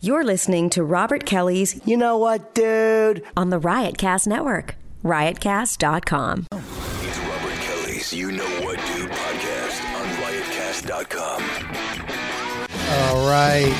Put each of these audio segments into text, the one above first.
You're listening to Robert Kelly's You know what, dude? on the Riotcast Network, riotcast.com. It's Robert Kelly's You Know What Do podcast on riotcast.com. All Oh, right.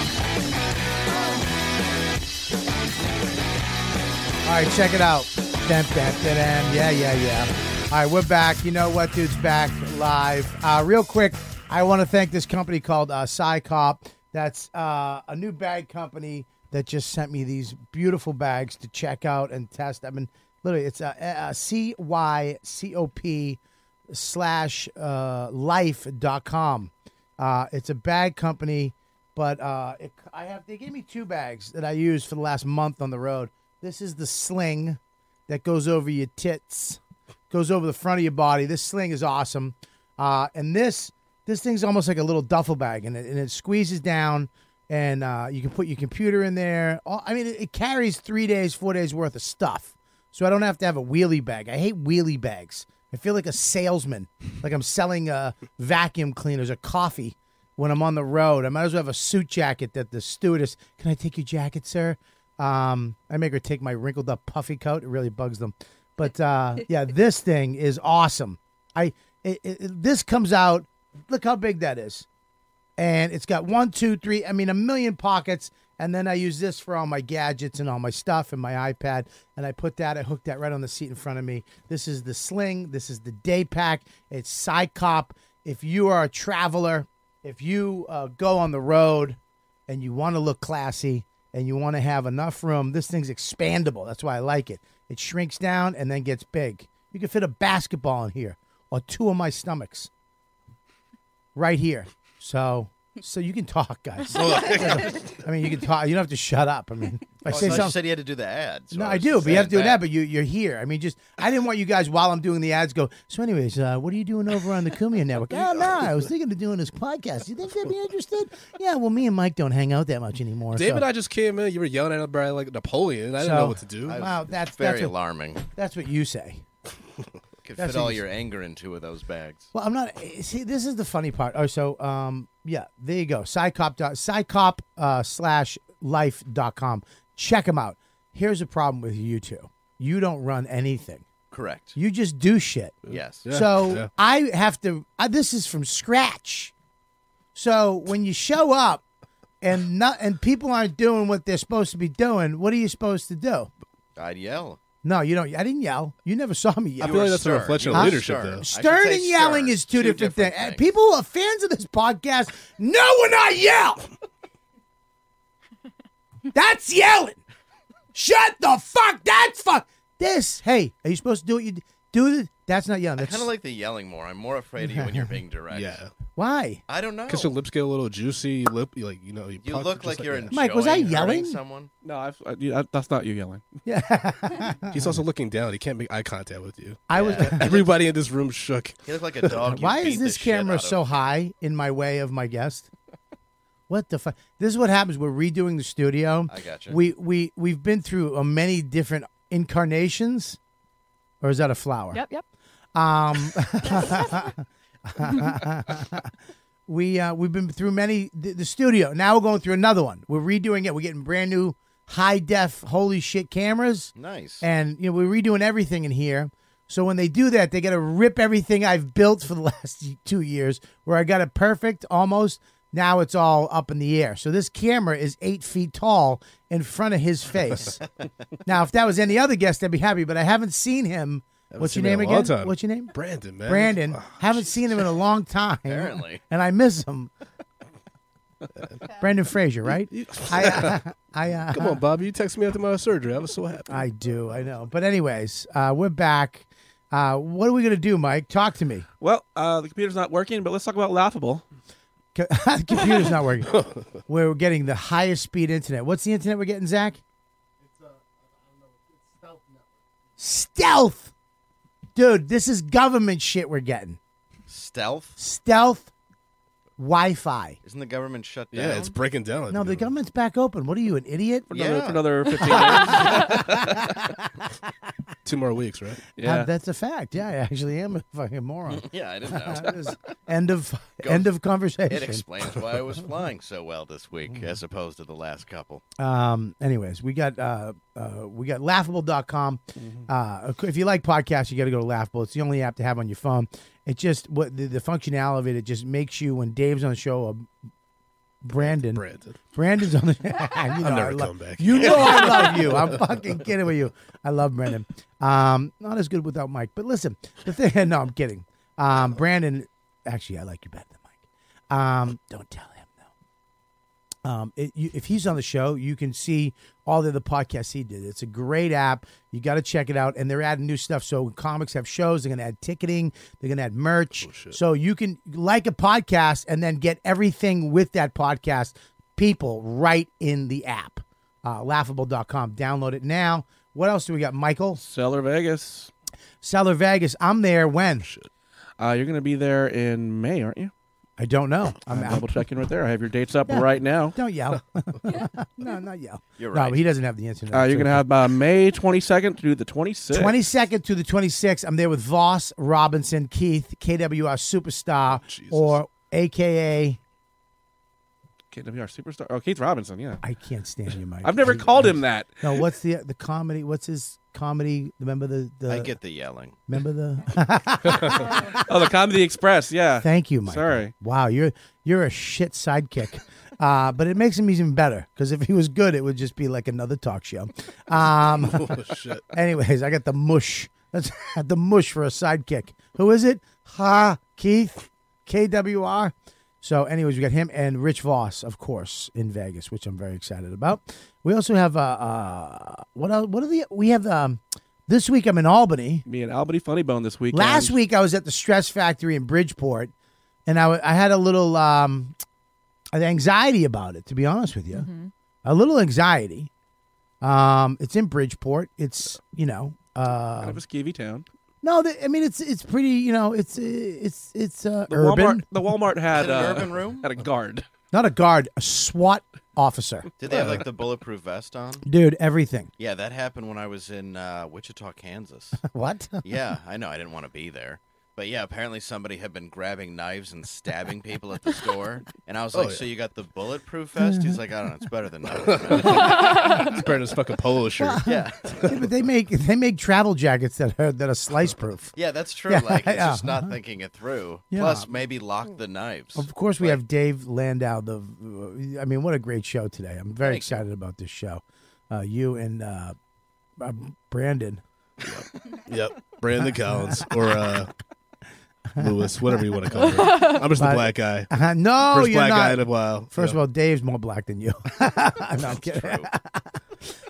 All right, check it out. Dun, dun, dun, dun. Yeah, yeah, yeah. All right, we're back. You know what, dude's back live. Uh, real quick, I want to thank this company called uh, PsyCop. That's uh, a new bag company that just sent me these beautiful bags to check out and test. I mean, literally, it's uh, uh, C-Y-C-O-P slash uh, life.com. Uh, it's a bag company, but uh, it, I have they gave me two bags that I used for the last month on the road. This is the sling that goes over your tits, goes over the front of your body. This sling is awesome, uh, and this this thing's almost like a little duffel bag, and it, and it squeezes down, and uh, you can put your computer in there. All, I mean, it, it carries three days, four days worth of stuff so I don't have to have a wheelie bag. I hate wheelie bags. I feel like a salesman, like I'm selling uh, vacuum cleaners or coffee when I'm on the road. I might as well have a suit jacket that the stewardess, can I take your jacket, sir? Um, I make her take my wrinkled up puffy coat. It really bugs them. But uh, yeah, this thing is awesome. I it, it, it- this comes out. Look how big that is and it's got one, two, three, I mean, a million pockets. And then I use this for all my gadgets and all my stuff and my iPad. And I put that, I hooked that right on the seat in front of me. This is the sling. This is the day pack. It's PsyCop. If you are a traveler, if you uh, go on the road and you want to look classy and you want to have enough room, this thing's expandable. That's why I like it. It shrinks down and then gets big. You can fit a basketball in here or two of my stomachs right here. So so you can talk, guys. Oh, I mean, you can talk. You don't have to shut up. I mean, if I Oh, say so you something. said he had to do the ads. No, I do, but you have to do that. But you, you're here. I mean, just I didn't want you guys while I'm doing the ads. Go. So, anyways, uh, what are you doing over on the Kumia Network? oh no, I was thinking of doing this podcast. You think they'd be interested? Yeah. Well, me and Mike don't hang out that much anymore. David, so. I just came in. You were yelling at Brian like Napoleon. I didn't So- know what to do. Wow, that's very that's what, alarming. that's what you say. Could That's fit all easy. your anger into those bags. Well, I'm not. eh, See, this is the funny part. Oh, so um, yeah, there you go. Psycop. dot- Psycop uh, slash life dot com. Check them out. Here's a problem with you two. You don't run anything. Correct. You just do shit. Yes. Yeah. So yeah. I have to. I, this is from scratch. So when you show up and not and people aren't doing what they're supposed to be doing, what are you supposed to do? I'd yell. No, you don't. I didn't yell. You never saw me yell. feel like that's a stern. reflection You were of leadership, stern. though. I should Stern say and yelling stern. is two, different, things. things. People who are fans of this podcast know when I yell. That's yelling. Shut the fuck. That's fuck. This. Hey, are you supposed to do what you d- do? th- That's not yelling. I That's kind of like the yelling more. I'm more afraid of you when you're being direct. Yeah. why. I don't know. Because your lips get a little juicy. You lip, you like you know. You, You pucker, look just like you're enjoying Mike, was I hurting yelling? someone. No, I've, I, you- I- that's not you yelling. Yeah, He's also looking down. He can't make eye contact with you. I was. Everybody in this room shook. You look like a dog. you Why beat is the this shit camera out of. so high in my way of my guest? What the fuck? This is what happens. We're redoing the studio. I gotcha. We we we've been through uh, many different incarnations, or is that a flower? Yep, yep. Um, we uh, we've been through many the, the studio. Now we're going through another one. We're redoing it. We're getting brand new high def, holy shit cameras, nice? and you know we're redoing everything in here. So when they do that, they got to rip everything I've built for the last two years, where I got it perfect almost. Now it's all up in the air. So this camera is eight feet tall in front of his face. now, if that was any other guest, I'd be happy, but I haven't seen him. What's seen your him name in a long again? time. What's your name? Brandon, man. Brandon. Ah, Haven't seen him in a long time. Apparently. And I miss him. Brandon Fraser, right? I, uh, I, uh, Come on, Bobby. You texted me after my surgery. I was so happy. I do, I know. But anyways, uh, we're back. Uh, what are we gonna do, Mike? Talk to me. Well, uh, the computer's not working, but let's talk about laughable. Co- Computer's not working. we're getting the highest speed internet. What's the internet we're getting, Zach? It's, uh, I don't know. It's stealth network. Stealth, dude. This is government shit we're getting. Stealth? Stealth Wi-Fi. Isn't the government shut down? yeah, it's breaking down. No, the government's back open. What are you, an idiot? For another, Yeah. for another 15 minutes. two more weeks, right? Yeah. Uh, that's a fact. Yeah, I actually am a fucking moron. Yeah, I didn't know. That is end of Go. end of It conversation. explains why I was flying so well this Mm. week as opposed to the last couple. Um, anyways, we got uh, uh, we got laughable.com. Mm-hmm. Uh, if you like podcasts, you got to go to Laughable. It's the only app to have on your phone. It just what the, the functionality of it. It just makes you when Dave's on the show. Uh, Brandon, Brandon. Brandon's on the. you know, I'm never coming back. You know I love you. I'm fucking kidding with you. I love Brandon. Um, not as good without Mike. But listen, the thing. No, I'm kidding. Um, Brandon, actually, I like you better than Mike. Um, don't tell him though. Um, it, you, if he's on the show, you can see all the other podcasts he did. It's a great app. You got to check it out. And they're adding new stuff. So comics have shows. They're going to add ticketing. They're going to add merch. Oh, so you can like a podcast and then get everything with that podcast people right in the app. Uh, laughable.com. Download it now. What else do we got, Michael? Seller Vegas. Seller Vegas. I'm there when? Uh, you're going to be there in May, aren't you? I don't know. I'm I'm out. double checking right there. I have your dates up Yeah. right now. Uh, Don't yell. no, not yell. You're No, right. he doesn't have the internet. Uh, you're going to have uh, May 22nd through the 26th. 22nd to the 26th. I'm there with Voss, Robinson, Keith, KWR Superstar, or AKA. KWR Superstar. Oh, Keith Robinson, yeah. I can't stand you, Mike. I've never I- called him that. No, what's the the comedy? What's his comedy? Remember the. the I get the yelling. Remember the. Oh, the Comedy Express, yeah. Thank you, Mike. Sorry. Wow, you're you're a shit sidekick. Uh, but it makes him even better because if he was good, it would just be like another talk show. Um, Oh shit! anyways, I got the mush. That's the mush for a sidekick. Who is it? Ha Keith KWR. So, anyways, we got him and Rich Voss, of course, in Vegas, which I'm very excited about. We also have uh, uh what else, what are the we have um this week I'm in Albany. Me and Albany Funny Bone this weekend. Last week I was at the Stress Factory in Bridgeport, and I, w- I had a little um, anxiety about it. To be honest with you, Mm-hmm. a little anxiety. Um, it's in Bridgeport. It's you know, Kind uh, of a skeevy town. no, th- I mean it's it's pretty. You know, it's uh, it's it's uh, The urban. Walmart, the Walmart had, Is it an uh, urban room? had a guard. Not a guard, a SWAT officer, Did they have like the bulletproof vest on? dude. Everything. Yeah, that happened when I was in uh, Wichita, Kansas. What? yeah, I know. I didn't want to be there. But yeah, apparently somebody had been grabbing knives and stabbing people at the store. And I was Oh, like, so you got the bulletproof vest? He's like, I don't know. It's better than nothing. man." He's wearing his fucking polo shirt. yeah. Yeah, but they make they make travel jackets that are that are slice proof. Yeah, that's true. Yeah, like, it's yeah. Uh-huh. just not thinking it through. Yeah. Plus, maybe lock the knives. Of course, we have Dave Landau. The uh, I mean, what a great show today! I'm very excited about this show. Uh, you and uh, uh, Brandon. Yep. Brandon Collins or uh, Lewis, whatever you want to call him. I'm just the black guy. Uh, no, First you're black not. guy in a while. First of all, Dave's more black than you. I'm not kidding.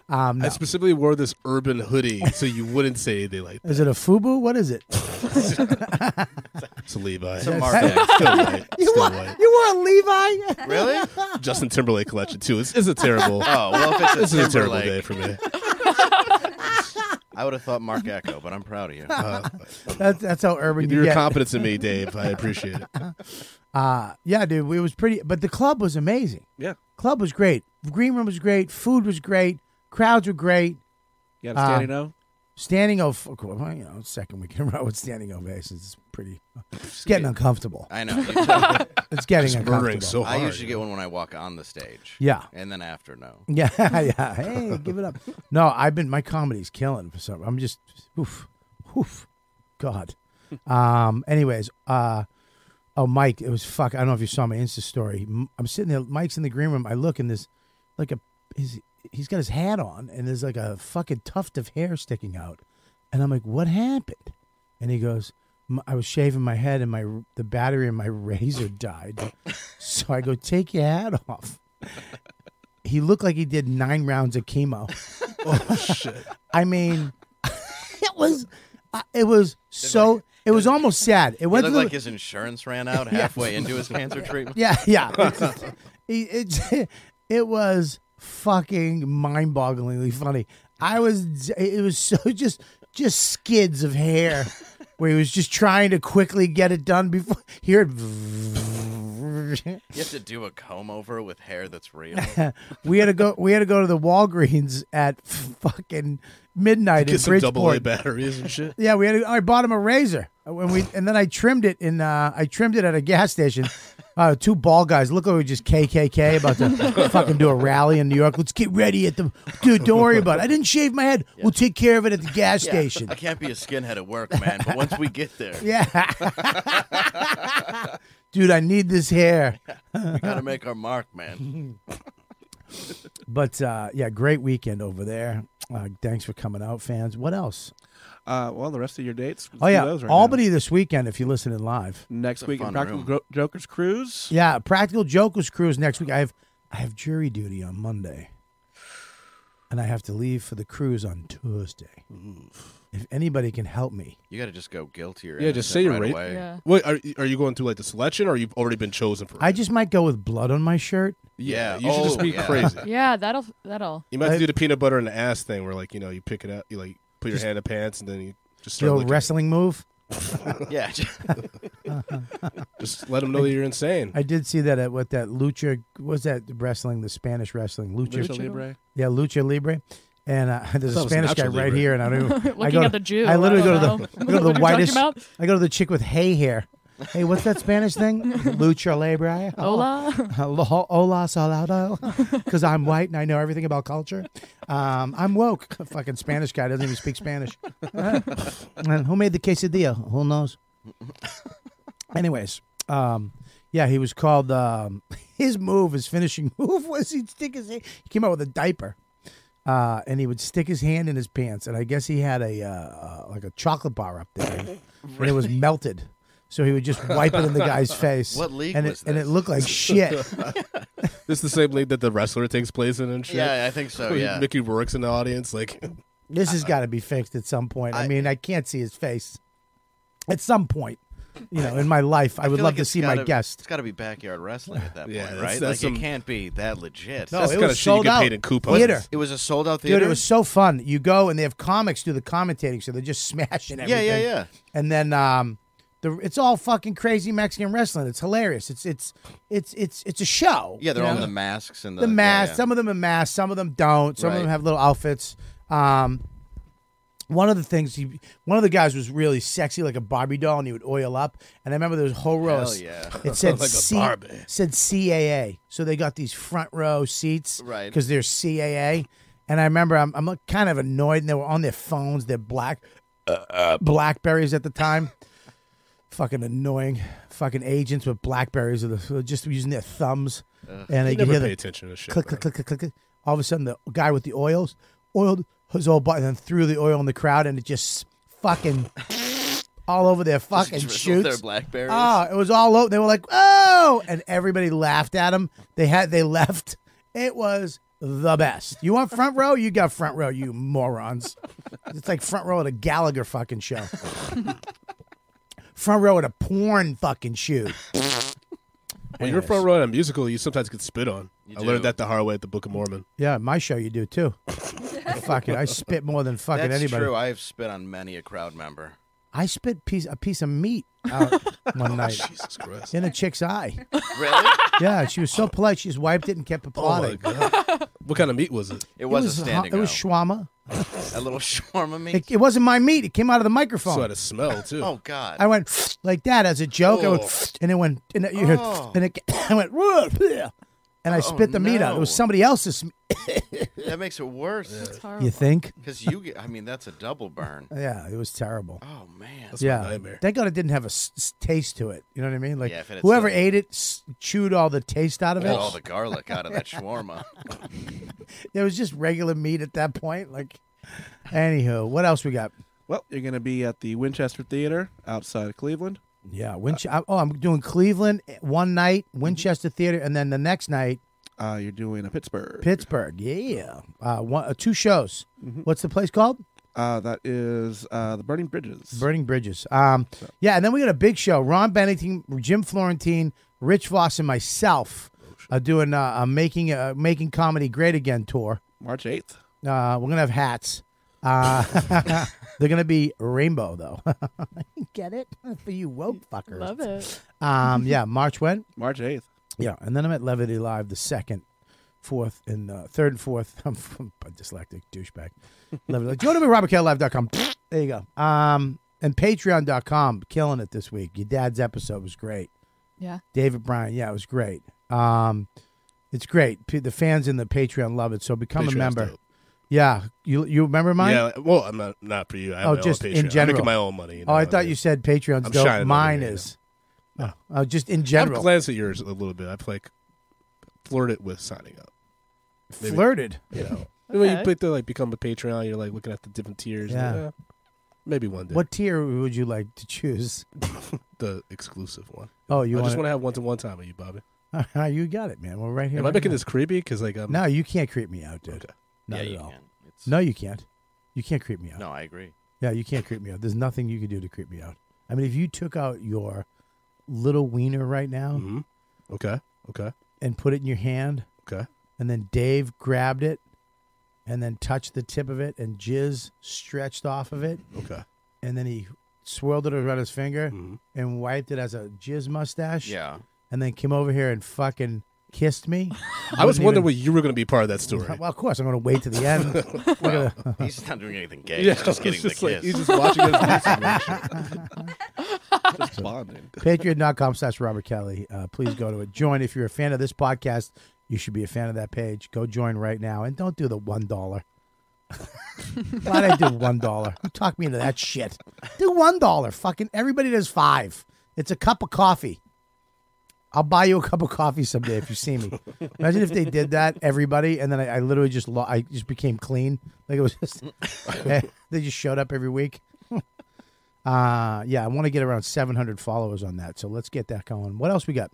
Um, I specifically wore this urban hoodie so you wouldn't say anything like Is it a FUBU? What is it? it's a Levi. It's a Still Mark white. You Still want, white. you want a Levi? Really? Justin Timberlake collection too. It's, it's a terrible. Oh, well, if it's this a is a terrible Timberlake, day for me. I would have thought Mark Echo, but I'm proud of you. Uh, That's, that's how urban you your get. confidence in me, Dave. I appreciate it. Uh, yeah, dude, it was pretty. But the club was amazing. Yeah. Club was great. Green room was great. Food was great. Crowds were great. You had a Ah. standing O. Standing ov of course, well, you know, second week in a row with standing ovations is pretty. It's getting uncomfortable. I know. you too. It's getting It's murdering uncomfortable. so I hard. usually get one when I walk on the stage. Yeah. And then after, no. yeah, yeah. Hey, give it up. No, I've been my comedy's killing for some. I'm just oof, oof, God. Um. Anyways, uh, oh Mike, it was fuck. I don't know if you saw my Insta story. M- I'm sitting there. Mike's in the green room. I look and there's like a his, he's got his hat on and there's like a fucking tuft of hair sticking out, and I'm like, what happened? And he goes, "M- I was shaving my head and my the battery in my razor died, so I go take your hat off. He looked like he did nine rounds of chemo. Oh shit! I mean, it was, uh, it was so, it was almost sad. It It went looked to the- like his insurance ran out halfway into his cancer treatment. yeah, yeah. It's- it, it, it was fucking mind-bogglingly funny. I was, it was so just, just skids of hair, where he was just trying to quickly get it done before here, You have to do a comb over with hair that's real. we had to go. We had to go to the Walgreens at fucking midnight Get in some double A Bridgeport. batteries and shit. Yeah, we had. A, I bought him a razor uh, when we, and then I trimmed it in. Uh, I trimmed it at a gas station. Uh, two bald guys. Look like we just KKK about to fucking do a rally in New York. Let's get ready at the dude. Don't worry about it. I didn't shave my head. We'll take care of it at the gas Yeah, station. I can't be a skinhead at work, man. But once we get there, Yeah, dude, I need this hair. we gotta make our mark, man. But uh, yeah, great weekend over there. Uh, thanks for coming out, fans. What else? Uh, well, the rest of your dates. let's Oh do yeah, those right now. Albany this weekend if you listen in live. next It's a week in fun Practical room. Gro- Joker's Cruise. Yeah, Practical Jokers cruise next week. I have I have jury duty on Monday, and I have to leave for the cruise on Tuesday. If anybody can help me, You gotta just go guilty or Yeah, innocent just say you're right ra- away. Yeah. Wait, are, are you going through like the selection, or you've already been chosen for? I just might go with blood on my shirt. yeah, Yeah, you should just oh, be yeah. crazy. Yeah, that'll that'll. You might have I- to do the peanut butter and the ass thing, where like you know you pick it up, you like put your hand in pants, and then you just The start old looking. wrestling move. Yeah, Just let them know you're insane. I did see that at what that lucha was that wrestling the Spanish wrestling lucha, Lucha Libre. yeah lucha libre, and uh, there's a thought it was Spanish Nacho guy right Libre. here, and I don't. Even, I Looking go at to- the Jew. I literally go to the I don't go know. to the What are you talking whitest. about? I go to the chick with hay hair. Hey, what's that Spanish thing? Lucha libre. Hola. Hello, hola, salado. Because I'm white and I know everything about culture. Um, I'm woke. Fucking Spanish guy doesn't even speak Spanish. and who made the quesadilla? Who knows? Anyways, um, yeah, he was called. Um, his move, his finishing move, was he'd stick his. hand- He came out with a diaper, uh, and he would stick his hand in his pants, and I guess he had a uh, uh, like a chocolate bar up there, and it was melted. So he would just wipe it in the guy's face. What league and was it, and it this? looked like shit. This is the same league that the wrestler takes place in and shit. yeah, I think so. Where Yeah, Mickey Rourke's in the audience, like This has got to be fixed at some point. I, I- mean, I can't see his face. At some point, you know, in my life, I, would feel love like to it's see my gotta- guest. It's got to be backyard wrestling at that Yeah, point, that's- right? that's like some- it can't be that legit. No, that's it kinda was shit you sold get out. paid in coupons. Theater. it was a sold out Dude, theater. it was so fun. You go and they have comics do the commentating, so they're just smashing yeah, everything. yeah, yeah. And then um, the it's all fucking crazy Mexican wrestling. It's hilarious. It's it's it's it's it's a show. Yeah, they're you on know? the masks and the, the yeah, mask. yeah. Some of them are masks. Some of them don't. Some of them Right. have little outfits. Um, one of the things he, one of the guys was really sexy, like a Barbie doll, and he would oil up. And I remember there was a whole row. of- Hell yeah. It said Like a C- Barbie. said CAA. So they got these front row seats, Right. Because they're CAA. And I remember I'm I'm kind of annoyed, and they were on their phones, their black uh, blackberries at the time. Fucking annoying, fucking agents with blackberries, or the, just using their thumbs, and they you could never hear pay the attention to shit. click, click, click, click, click, click. All of a sudden, the guy with the oils oiled his whole body, and then threw the oil in the crowd, and it just fucking all over their fucking Just drizzled Their shoots. blackberries. Oh, it was all over. They were like, "Oh!" and everybody laughed at him. They had they left. It was the best. You want front row? You got front row. You morons. It's like front row at a Gallagher fucking show. front row at a porn fucking shoot. When you're front row in a musical, you sometimes get spit on. I learned do. that the hard way at the Book of Mormon. Yeah, my show you do too. Fuck it, I spit more than fucking That's anybody. true. I have spit on many a crowd member. I spit piece a piece of meat out one night Jesus Christ! in a chick's eye. Really? Yeah, she was so polite. She just wiped it and kept Oh my applauding. God. What kind of meat was it? It was, a it was ho- standing It was row. shawarma. a little shawarma meat. It, it wasn't my meat. It came out of the microphone. So it had a smell too. oh God. I went like that as a joke. I Oh. went and it went and it, you heard Oh. and it, I went "Whoa, bleh," and I spit the meat out. It was no. somebody else's. that makes it worse It's horrible. You Oh. think? because you get. I mean, that's a double burn. Yeah, it was terrible. Oh man. my yeah, nightmare. thank God it didn't have a s- s- taste to it. You know what I mean? Like Yeah, if it had whoever some- ate it s- chewed all the taste out of Get all the it. garlic out of that shawarma. It was just regular meat at that point. Like, anywho, what else we got? Well, you're going to be at the Winchester Theater outside of Cleveland. Yeah, Winch- Mm-hmm. I- Oh, I'm doing Cleveland eh, one night, Winchester Theater, and then the next night Uh, you're doing a Pittsburgh. Pittsburgh, yeah. Uh, one, uh, two shows. What's the place called? Uh, that is uh, the Burning Bridges. Burning Bridges. Um, yeah, and then we got a big show. Ron Bennington, Jim Florentine, Rich Voss, and myself are doing uh, a making uh, making comedy great again tour. March 8th. Uh, we're gonna have hats. Uh, they're going to be rainbow, though. Get it? For you woke fuckers. Love it. Um, yeah, March when? March 8th. Yeah, and then I'm at Levity Live the second, fourth, and uh, third and fourth. I'm, a dyslexic douchebag. Levity Live. Go to robertkellive.com. There you go. Um, and patreon.com. Killing it this week. Your dad's episode was great. Yeah. David Bryan. Yeah, it was great. Um, it's great. P- the fans in the Patreon love it. So become Patreon's a member. dope. Yeah, you you remember mine? Yeah, well, I'm not not for you. I have Oh, my own just in Patreon. I'm general. making my own money. you know oh, I what thought mean? you said Patreon's I'm shining dope. over Mine here, you is. Oh, oh, just in general. I've glanced at yours a little bit. I've like flirted with signing up. maybe. Flirted. You know, When you Okay. put to like become a Patreon, you're like looking at the different tiers. Yeah. Yeah. "Eh, maybe one day. What tier would you like to choose? the exclusive one? Oh, you I want just want to have one to one time with you, Bobby. you got it, man. We're right here. Am I right making now. this creepy? Because like I'm No, you can't creep me out, dude. Okay. Not yeah, at you all. can. It's, No, you can't. You can't creep me out. no, I agree. Yeah, you can't creep me out. There's nothing you can do to creep me out. I mean, if you took out your little wiener right now hmm Okay. Okay. and put it in your hand, Okay. and then Dave grabbed it and then touched the tip of it and jizz stretched off of it, Okay. and then he swirled it around his finger Mhm. and wiped it as a jizz mustache, Yeah. and then came over here and fucking kissed me. I was Wouldn't wondering even- whether you were going to be part of that story. Well, of course, I'm going to wait to the end. We're gonna- He's not doing anything gay. he's just getting it's the like, kiss. he's just watching us do some weird shit. just bonding. Patreon.com slash Robert Kelly. Uh, please go to it. Join. If you're a fan of this podcast, you should be a fan of that page. Go join right now. And don't do the $1. Why'd I do $1? You talk me into that shit. Do $1. Fucking everybody does five. It's a cup of coffee. I'll buy you a cup of coffee someday if you see me. Imagine if they did that, everybody, and then I, I literally just lo- I just became clean. Like it was just they just showed up every week. Uh yeah, I want to get around 700 followers on that. So let's get that going. What else we got?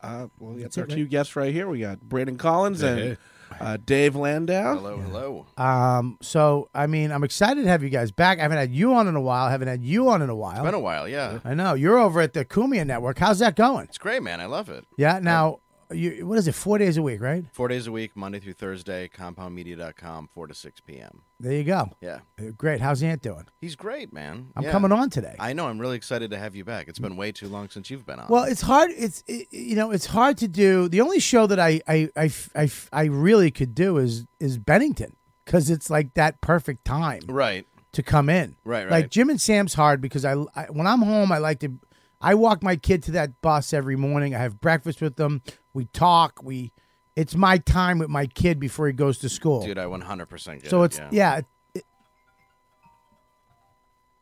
Uh, well, that's it, our right? two guests right here. We got Brandon Collins Hey. and uh, Dave Landau. Hello, hello. Um so I mean, I'm excited to have you guys back. I haven't had you on in a while. I haven't had you on in a while. Been a while, yeah. I know. You're over at the Kumia network. How's that going? It's great, man. I love it. Yeah, now you what is it? 4 days a week, right? Four days a week, Monday through Thursday, compoundmedia.com, 4 to 6 p.m. There you go. Yeah. Uh, Great. How's Ant doing? He's great, man. I'm Yeah. coming on today. I know. I'm really excited to have you back. It's been way too long since you've been on. Well, it's hard. It's it, you know, it's hard to do. The only show that I I I, I, I really could do is is Bennington because it's like that perfect time right. to come in. Right, Like right. Jim and Sam's hard because I, I when I'm home I like to I walk my kid to that bus every morning. I have breakfast with them. We talk. We it's my time with my kid before he goes to school. Dude, I 100% get so it, it's yeah. yeah. it- it-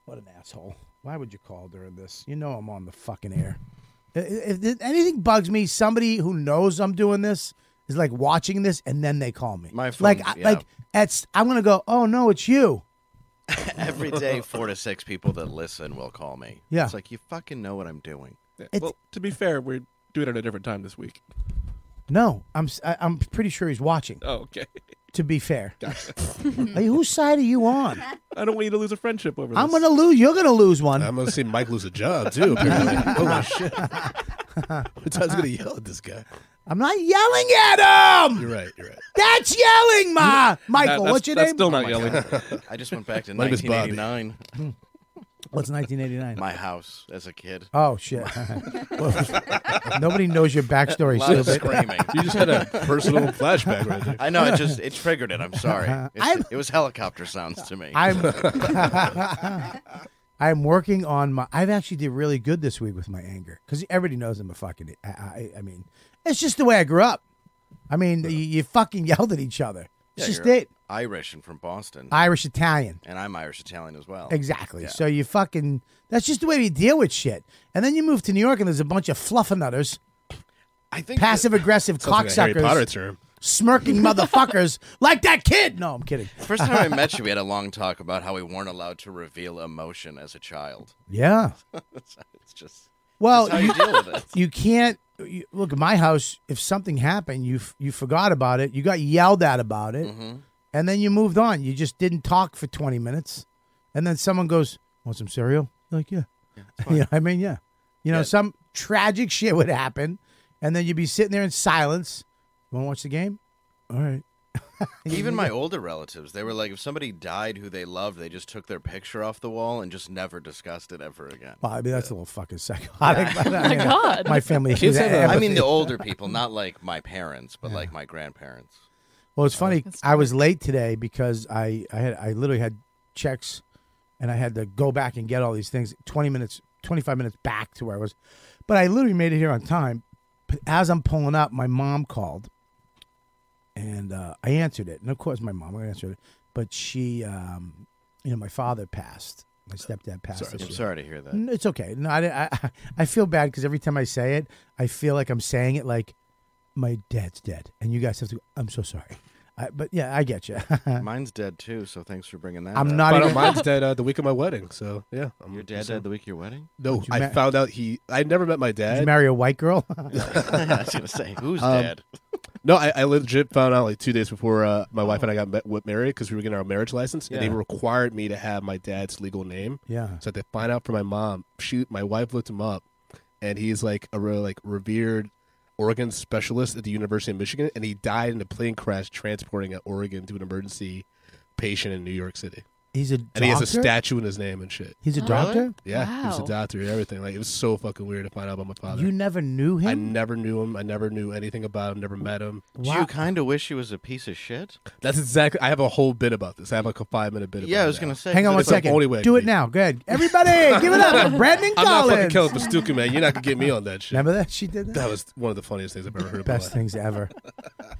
what an asshole! Why would you call during this? You know I'm on the fucking air. I- I- If, th- anything bugs me, somebody who knows I'm doing this is like watching this, and then they call me. My like phone's- I- yeah. like at I'm gonna go. Oh no, it's you. Every day, four to six people that listen will call me. Yeah. It's like, you fucking know what I'm doing. Yeah, It's- well, to be fair, we're doing it at a different time this week. No, I'm s- I, am i am pretty sure he's watching. Oh, okay. To be fair, like, whose side are you on? I don't want you to lose a friendship over this. I'm gonna lose. You're gonna lose one. I'm going to see Mike lose a job, too, apparently. Holy shit. I was going to yell at this guy. I'm not yelling at him. You're right. You're right. That's yelling, ma. That- Michael, that's- what's your that's name? Still not yelling. I just went back to My name is Bobby. 1989, What's 1989? my house as a kid. Oh shit! Nobody knows your backstory. A lot of stupid. screaming. You just had a personal flashback right there. I know. It just it triggered it. I'm sorry. It's- I'm- It was helicopter sounds to me. I'm I'm working on my. I've actually did really good this week with my anger because everybody knows I'm a fucking. I, I, I mean, it's just the way I grew up. I mean, you, you fucking yelled at each other. Yeah, It's just you're it. Irish and from Boston, Irish Italian. and I'm Irish Italian as well. Exactly. Yeah. So you fucking. That's just the way we deal with shit. And then you move to New York and there's a bunch of fluffernutters, I think passive aggressive Sounds like a Harry Potter cocksuckers, term. smirking motherfuckers like that kid. No, I'm kidding. the first time I met you, we had a long talk about how we weren't allowed to reveal emotion as a child. Yeah. It's just Well, that's how you deal with it. you can't you, look at my house. If something happened, you f- you forgot about it. You got yelled at about it, and then you moved on. You just didn't talk for twenty minutes, and then someone goes, "Want some cereal?" You're like, yeah, yeah. I mean, yeah. You know, some tragic shit would happen, and then you'd be sitting there in silence. You want to watch the game? All right. Even my older relatives, they were like, if somebody died who they loved, they just took their picture off the wall and just never discussed it ever again. Well, I mean, that's a little fucking psychotic. but I My mean, God. My family. Kids has have a- I empathy. mean, the older people, not like my parents, but like my grandparents. Well, it's funny. I was late today because I, I had I literally had checks, and I had to go back and get all these things. Twenty minutes, twenty five minutes back to where I was, but I literally made it here on time. But as I'm pulling up, my mom called, and uh, I answered it. And of course, my mom I answered it, but she, um, you know, my father passed. My stepdad passed. this I'm year. sorry to hear that. No, it's okay. No, I, I, I feel bad because every time I say it, I feel like I'm saying it like my dad's dead, and you guys have to. I'm so sorry, I, but yeah, I get you. Mine's dead too, so thanks for bringing that. I'm up. not Found even. out mine's dead uh, the week of my wedding, so yeah. I'm, Your dad died the week of your wedding? No, Did you I ma- found out he. I never met my Did you dad. marry a white girl? I was going to say, who's Um, dead? no, I, I legit found out like two days before uh, my wife and I got met, went married because we were getting our marriage license, and they Yeah. required me to have my dad's legal name. yeah. So I had to find out from my mom. She, my wife looked him up, and he's like a real like revered organ specialist at the University of Michigan, and he died in a plane crash transporting an organ to an emergency patient in New York City. He's a And doctor. he has a statue in his name and shit. He's a Really? doctor. Yeah, he was a Wow. doctor and everything. Like it was so fucking weird to find out about my father. You never knew I him. never knew him. I never knew anything about him. Never met him. Do you kind of wish he was a piece of shit? That's exactly. I have a whole bit about this. I have like a five minute bit. Yeah, I was going to say. Hang on one It's the second. only way it Do could it be. now. Good. Everybody, give it up for Brandon I'm not fucking Collins. Kelly Pastuka, man. You're not gonna get me on that shit. Remember that she did that. That was one of the funniest things I've ever heard. in my Best life. things ever.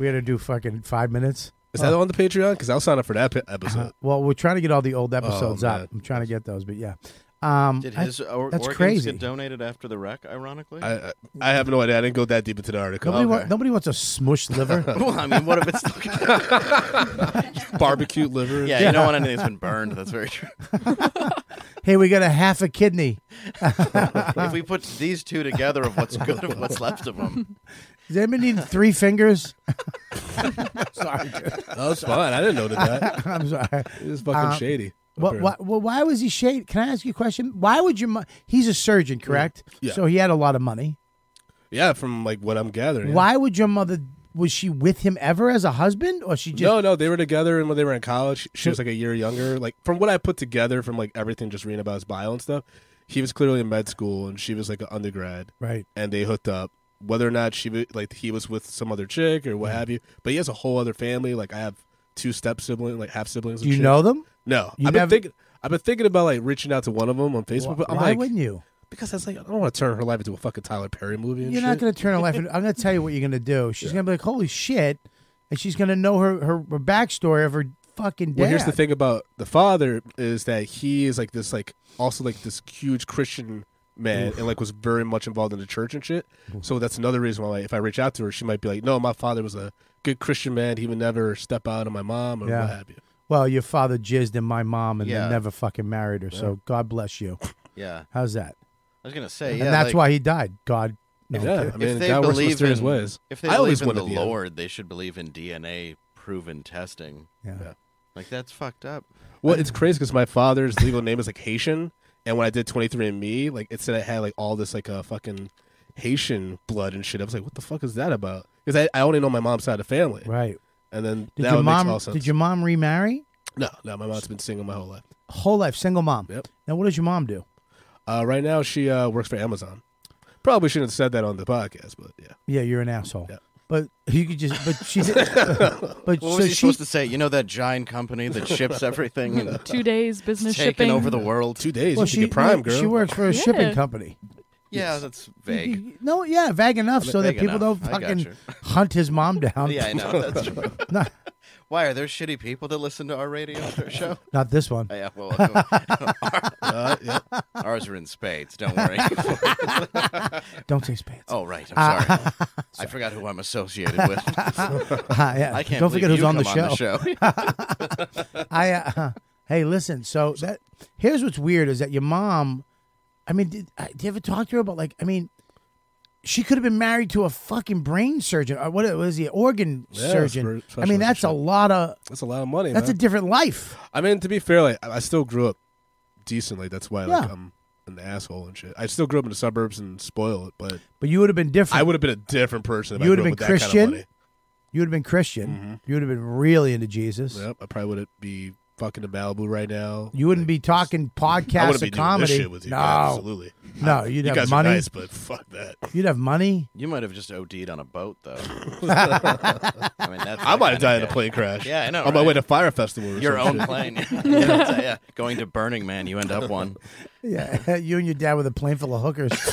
We had to do fucking five minutes. Is that on the Patreon? Because I'll sign up for that pe- episode. Well, we're trying to get all the old episodes Oh, man. up. I'm trying to get those, but yeah. Um, Did I- his or- that's organs crazy. get donated after the wreck, ironically? I, I I have no idea. I didn't go that deep into the article. Uh-huh. Nobody, wa- nobody wants a smushed liver. well, I mean, what if it's. Barbecue liver. yeah, you don't want anything that's been burned. That's very true. hey, we got a half a kidney. if we put these two together of what's good of what's left of them, Does anybody need three fingers? sorry, dude. that was fine. I didn't know that. I'm sorry. It was fucking shady. Um, What, what, well, why was he shade? Can I ask you a question? Why would your mo- he's a surgeon, correct? Yeah. So he had a lot of money. Yeah, from like what I'm gathering. Why would your mother? Was she with him ever as a husband, or she just? no, no, they were together, and when they were in college, she was like a year younger. Like from what I put together, from like everything just reading about his bio and stuff, he was clearly in med school, and she was like an undergrad, Right. and they hooked up. Whether or not she wa- like he was with some other chick or what Mm-hmm. have you, but he has a whole other family. Like I have two step siblings, like half siblings. Do you know them? No, You I've never- been thinking. I've been thinking about like reaching out to one of them on Facebook, but I'm why like, wouldn't you? because that's like I don't want to turn her life into a fucking Tyler Perry movie. And You're shit. not going to turn her life. into- I'm going to tell you what you're going to do. She's going to be like, "Holy shit!" and she's going to know her, her her backstory of her fucking dad. Well, here's the thing about the father is that he is like this, like also like this huge Christian man, and like was very much involved in the church and shit. So that's another reason why, like, if I reach out to her, she might be like, "No, my father was a good Christian man. He would never step out on my mom or Yeah. what have you." Well, your father jizzed in my mom, and Yeah. then never fucking married her. So God bless you. yeah, How's that? I was gonna say, yeah, and that's like, why he died. God, no, Yeah, I mean, if they God works in believe mysterious in ways. if they I always believe in the wanted end. Lord, they should believe in DNA proven testing. yeah. Yeah. Like that's fucked up. Well, it's crazy because my father's legal name is like Haitian, and when I did 23andMe, like it said I had like all this like uh, fucking Haitian blood and shit. I was like, "What the fuck is that about?" Because I, I only know my mom's side of the family, right. and then Did that your would mom? make all sense. Did your mom remarry? No, no, my mom's been single my whole life. Whole life, single mom. Yep. Now, what does your mom do? Uh, right now, she uh, works for Amazon. Probably shouldn't have said that on the podcast, but yeah. Yeah, you're an asshole. Yeah. But you could just. But she. Did, but What so was he she. supposed to say? You know that giant company that ships everything and Two days business taking shipping. over the world. Two days. well, you she should get prime, no, girl. She works for a shipping Yeah. company. Yeah, that's vague. No, yeah, vague enough so that Vague people enough. don't I got fucking you. hunt his mom down. Yeah, I know that's true. not, Why are there shitty people that listen to our radio show? not this one. Oh, yeah, well, our- ours are in spades. Don't worry. Don't say spades. oh, right. I'm sorry. I forgot who I'm associated with. Ah, yeah. I can't. Don't forget believe who's you on the, come show. show. I uh, hey, listen. So that here's what's weird is that your mom. I mean, did, uh, did you ever talk to her about like? I mean, she could have been married to a fucking brain surgeon. Or what was he? Organ Yeah, surgeon. spe- I mean, specialist that's a and shit. lot of. That's a lot of money. That's a man. different life. I mean, to be fair, like I I still grew up decently. That's why like Yeah. I'm an asshole and shit. I still grew up in the suburbs and spoiled, but But you would have been different. I would have been a different person. If You would have would've been That kind of Christian? money. you would have been Christian. You would have been really into Jesus. Yep, I probably wouldn't be fucking to Malibu right now. You wouldn't be talking I podcasts wouldn't or be doing comedy. this shit with you. no, man, absolutely. no, you'd You have guys money. are nice, but fuck that. You'd have money. You might have just OD'd on a boat, though. I mean, that's I that might have kinda died in a guy. plane crash. Yeah, I know, On my right? way to Fire Festival. Or Your some own shit. plane. yeah, that's- yeah, going to Burning Man, you end up one. Yeah, you and your dad with a plane full of hookers.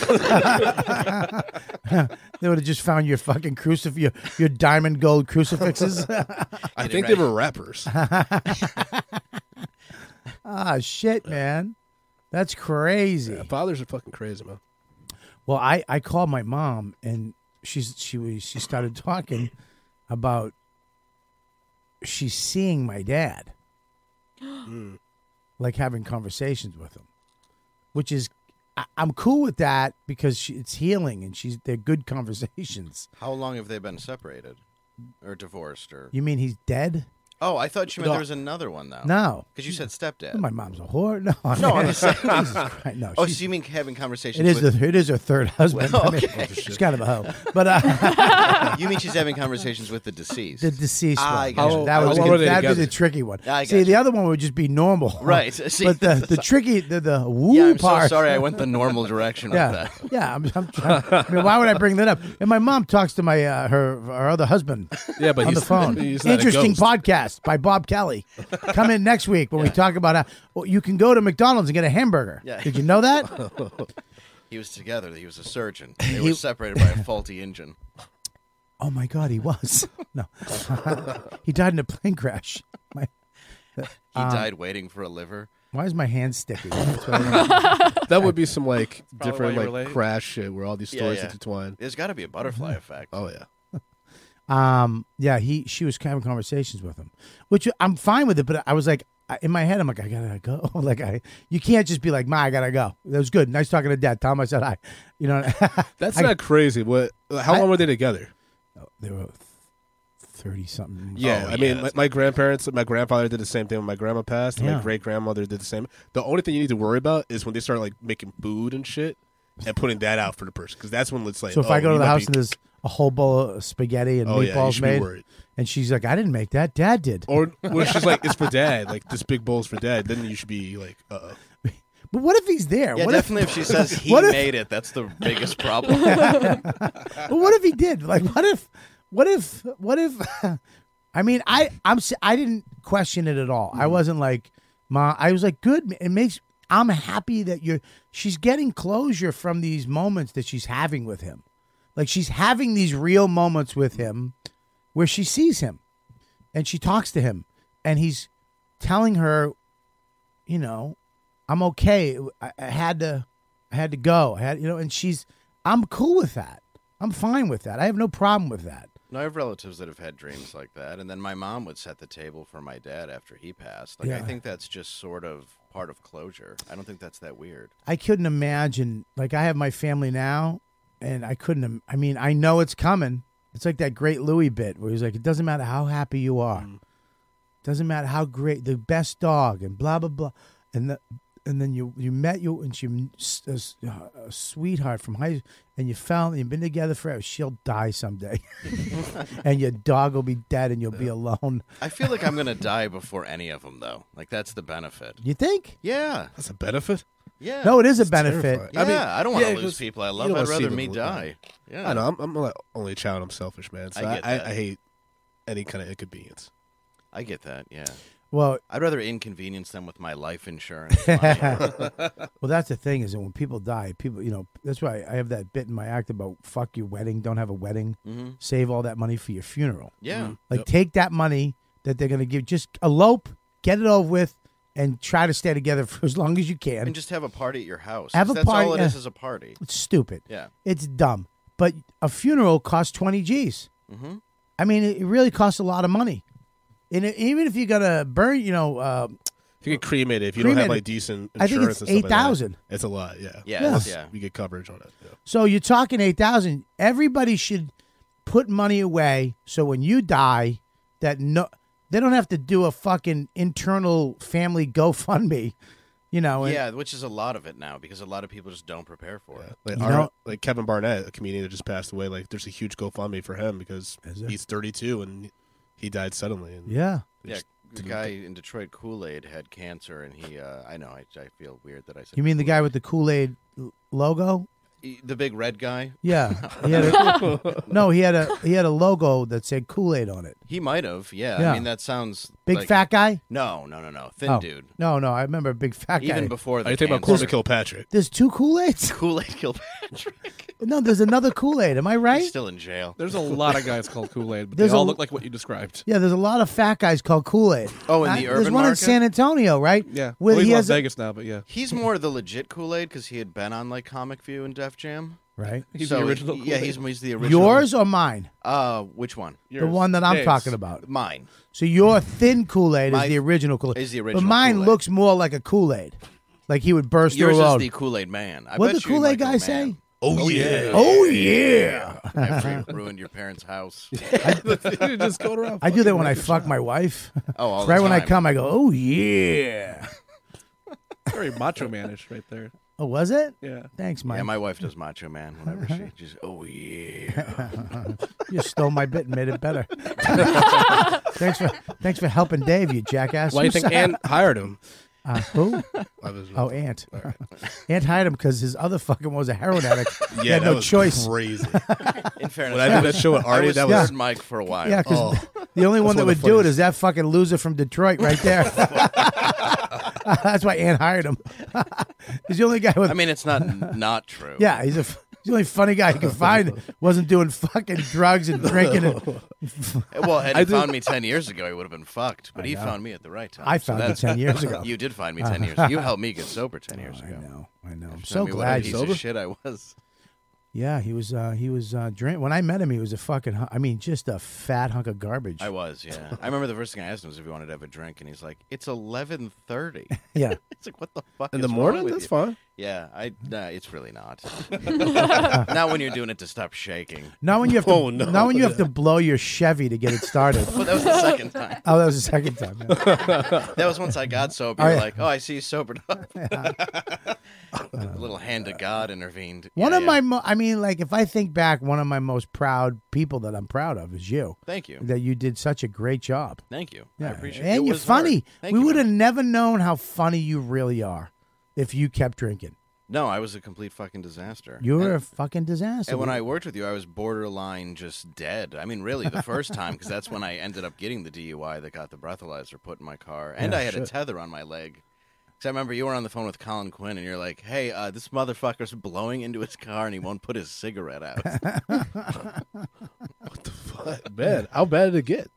they would have just found your fucking crucif your, your diamond gold crucifixes. I Get it think they right. were rappers. ah, shit, man, that's crazy. Yeah, fathers are fucking crazy, man. Well, I I called my mom and she's she was she started talking about she's seeing my dad, Hmm. like having conversations with him, which is I, I'm cool with that because she, it's healing and she's they're good conversations. How long have they been separated or divorced? Or You mean he's dead? oh, I thought you meant No. there was another one though. No, because you said stepdad. my mom's a whore. No, I No, mean- I'm just saying- Jesus Christ, no. oh, she's- so you mean having conversations? it is with, the, it is her third husband. Well, I mean, okay. she's kind of a hoe, but uh, you mean she's having conversations with the deceased? The deceased Ah, I one. gotcha. that How was long were they that'd be together? the tricky one. I See, the gotcha. other one would just be normal, Right. See, but the, that's the not- tricky, the the woo yeah, I'm part. so sorry. I went the normal direction Yeah, with that. yeah. I'm, I'm, I'm, I mean, why would I bring that up? And my mom talks to my uh, her her other husband Yeah, but on he's, the phone. he's not a Interesting ghost. podcast by Bob Kelly. Come in next week when we talk about how well, you can go to McDonald's and get a hamburger. Yeah. Did you know that? He was together. He was a surgeon. They were separated by a faulty engine. oh my God, he was. No, he died in a plane crash. My, He Uh-huh. died waiting for a liver. why is my hand sticky? That's what I don't That would be some like probably different why like you relate. crash shit where all these Yeah, stories yeah. intertwine. There's got to be a butterfly Mm-hmm. effect. Oh yeah, Um, yeah, he she was having conversations with him, which I'm fine with it. But I was like, I- in my head, I'm like, I gotta go. like I, you can't just be like, Ma, I gotta go. That was good. Nice talking to Dad. Tom, I said hi. You know, that's I- not crazy. What? How I- long were they together? they were thirty something. Yeah, Oh, I mean, yeah, my, that's my grandparents, my grandfather did the same thing when my grandma passed. and Yeah. My great grandmother did the same. The only thing you need to worry about is when they start like making food and shit and putting that out for the person because that's when it's like. So if oh, I go to you the might house be- and there's a whole bowl of spaghetti and Oh, yeah, you meatballs should be made, worried. Oh. and she's like, I didn't make that. Dad did. or when she's like, it's for dad, like this big bowl's for dad, then you should be like, uh, But what if he's there? Yeah, what if definitely. If, she says he what if- made it, that's the biggest problem. But what if he did? Like, what if, what if, what if? I mean, I I'm s- I didn't question it at all. I wasn't like, ma. I was like, good. It makes I'm happy that you're. She's getting closure from these moments that she's having with him. Like she's having these real moments with him, where she sees him, and she talks to him, and he's telling her, you know, I'm okay. I, I had to, I had to go. I had, you know, and she's, I'm cool with that. I'm fine with that. I have no problem with that. no, I have relatives that have had dreams like that, and then my mom would set the table for my dad after he passed. Like I Yeah. think that's just sort of part of closure. I don't think that's that weird. I couldn't imagine. Like I have my family now, and I couldn't. im- I mean, I know it's coming. It's like that great Louis bit where he's like, "It doesn't matter how happy you are, doesn't matter how great the best dog and blah blah blah," and the and then you you met you and she s- a s- a sweetheart from high and you fell and you've been together forever. She'll die someday, and your dog will be dead and you'll be alone. I feel like I'm gonna die before any of them, though. Like that's the benefit. You think? Yeah, that's a benefit. yeah. No, it is a benefit. terrifying. Yeah, I I, mean, don't want yeah, to 'cause lose people I you love. don't I'd wanna see rather them me look die. Yeah, I know I'm, I'm like only child. I'm selfish, man. So I I, get I, that. I hate any kind of inconvenience. I get that. Yeah, Well, I'd rather inconvenience them with my life insurance. money. Well, that's the thing is that when people die, people, you know, that's why I have that bit in my act about fuck your wedding, don't have a wedding, Mm-hmm. save all that money for your funeral. yeah, Like, take that money that they're going to give, just elope, get it over with, and try to stay together for as long as you can. and just have a party at your house. Have 'cause a that's party, all it is yeah. is a party. it's stupid. Yeah. It's dumb. But a funeral costs 20 G's. Mhm. I mean, it it really costs a lot of money. And it- even if you're going to burn, you know, uh, If you get cremated, if you don't have Cremated. like decent insurance, I think it's and stuff like that, 8,000. it's a lot. Yeah, Yeah, Yeah. it's- yeah. We get coverage on it. Yeah. So you're talking eight thousand. Everybody should put money away so when you die, that no, they don't have to do a fucking internal family GoFundMe. You You know, and- yeah, which is a lot of it now because a lot of people just don't prepare for it. Like, You our- know- like Kevin Barnett, a comedian that just passed away. Like, there's a huge GoFundMe for him because Is there? he's 32 and he died suddenly. And yeah. they Yeah, just the didn't- guy in Detroit Kool Aid had cancer, and he. Uh, I know. I, I feel weird that I said. You mean the guy with the Kool Aid logo? Kool-Aid. the big red guy? Yeah. He had a, no, he had a he had a logo that said Kool Aid on it. He might have. Yeah. Yeah. I mean, that sounds Big like- fat guy. No, no, no, no. Thin Oh. dude. No, no, I remember big fat guy. Even before the Are you talking about cancer. Cormac Kilpatrick? there's two Kool Aids. Kool Aid Kilpatrick. No, there's another Kool Aid. Am I right? He's still in jail. There's a lot of guys called Kool Aid, but There's they all a- look like what you described. yeah, there's a lot of fat guys called Kool Aid. Oh, in the there's urban one in market? San Antonio, right? Yeah, Where well, he's he in has Las a- Vegas now, but yeah, He's more the legit Kool Aid because he had been on like Comic View and Def Jam. right. he's So, the original. Kool-Aid. Yeah, he's, he's the original. Yours or mine? Uh, which one? The one that I'm Dave's. talking about. Mine. So your thin Kool Aid is My- the original Kool Aid. is the original But mine Kool-Aid. looks more like a Kool Aid. Like he would burst Yours through a is load. the Kool Aid Man. I What'd bet the you like Kool-Aid guy a say? man. Oh, yeah. oh yeah. After you ruined your parents' house. You're just going around. I do that when I fuck my wife. Oh, all the right when I Oh, time. come, I go, oh yeah. very macho manish right there. Oh, was it? Yeah, Thanks, Mike. Yeah, my wife does Macho Man whenever she just. Oh yeah. you stole my bit and made it better. thanks for thanks for helping Dave, you jackass. Why do you think Ann hired him? Uh, who? I was- Oh, Ant. Ant hired him because his other fucking one was a heroin addict. yeah, he had that no was choice. Crazy. In fairness, When I I did was, that show at I Artie, was that with was Mike for a while. Yeah, Oh. because the only one that That's one would of the do it funniest- is that fucking loser from Detroit right there. That's why Ant hired him. he's the only guy with. I mean, it's not not true. yeah, he's a. f- He's the only funny guy he could find. that Wasn't doing fucking drugs and drinking. And Well, had he found me ten years ago, he would have been fucked. But he found me at the right time. I So found it that's- ten years ago. You did find me ten years. You helped me get sober ten years Oh, I ago. know. I know. I'm Tell so me what a glad piece you of shit I was. Yeah, he was. Uh, he was uh, drink. When I met him, he was a fucking. hu- I mean, just a fat hunk of garbage. I was, yeah. I remember the first thing I asked him was if he wanted to have a drink, and he's like, "It's eleven 30. yeah, It's like, "What the fuck?" is in the wrong morning. with That's you? fine. Yeah, I. Nah, it's really not. not when you're doing it to stop shaking. not when you have to. Oh, no. Not when you have to blow your Chevy to get it started. Well, that was the second time. oh, that was the second time. yeah. That was once I got sober. Oh, You're yeah. like, "Oh, I see you sobered up." a little hand of God intervened. One Yeah, of yeah. my. Mo- I mean, like if I think back, one of my most proud people that I'm proud of is you. Thank you. That you did such a great job. Thank you. I appreciate it. and It you're was hard. funny. Thank We you, would man. have never known how funny you really are if you kept drinking. No, I was a complete fucking disaster. You were And- a fucking disaster. And when I worked with you, I was borderline just dead. I mean, really, the first time, because that's when I ended up getting the DUI that got the breathalyzer put in my car, and I had a tether on my leg. Because I remember you were on the phone with Colin Quinn, and you're like, "Hey, uh, this motherfucker's blowing into his car, and he won't put his cigarette out." But, man, how bad did it get?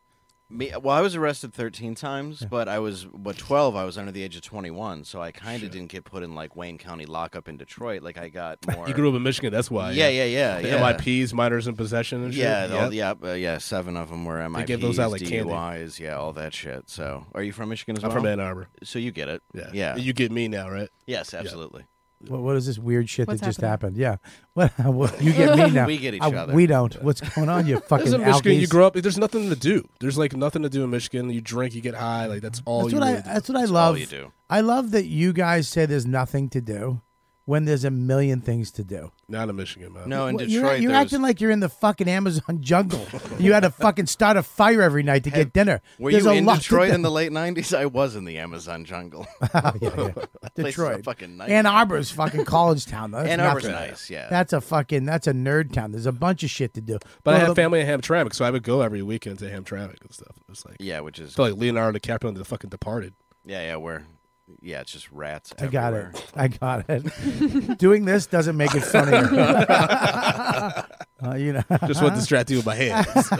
Me, well, I was arrested 13 times, but I was but 12. I was under the age of 21, so I kind of didn't get put in like Wayne County lockup in Detroit. Like I got more. You grew up in Michigan. That's why. yeah, yeah, yeah, The yeah. MIPs, minors in possession, and shit. Yeah, Yep. all- yeah, uh, yeah. Seven of them were MIPs, They give those out like candy. DUIs, yeah, all that shit. So, are you from Michigan as I'm well? from Ann Arbor. So you get it. Yeah. yeah. You get me now, right? yes, absolutely. What, what is this weird shit What's that just happened? happening? Yeah. What, what you get me now? We get each I- other. We don't. What's going on? You fucking Because in Michigan, you Alkies? grow up. There's nothing to do. There's like nothing to do in Michigan. You drink, you get high. Like that's all That's you what I. really do. That's what I That's all love. you do. I love that you guys say there's nothing to do when there's a million things to do. Not in Michigan, man. No, in Well, you're, Detroit, you're there was- acting like you're in the fucking Amazon jungle. you had to fucking start a fire every night to get dinner. were there's you a in lot Detroit to in the late '90s? I was in the Amazon jungle. do. yeah, yeah. Place is a Detroit. fucking nightmare. Ann Arbor's fucking college town. though. That's Ann Arbor's nothing. nice, yeah. That's a fucking. That's a nerd town. There's a bunch of shit to do. But I Well, had the- family in Hamtramck, so I would go every weekend to Hamtramck and stuff. It was like, yeah, which is I felt like Leonardo DiCaprio in the fucking Departed. yeah, yeah. We're yeah, it's just rats. I got everywhere. it. I got it. Doing this doesn't make it funnier. Uh, you know, Just want to distract you with my hands.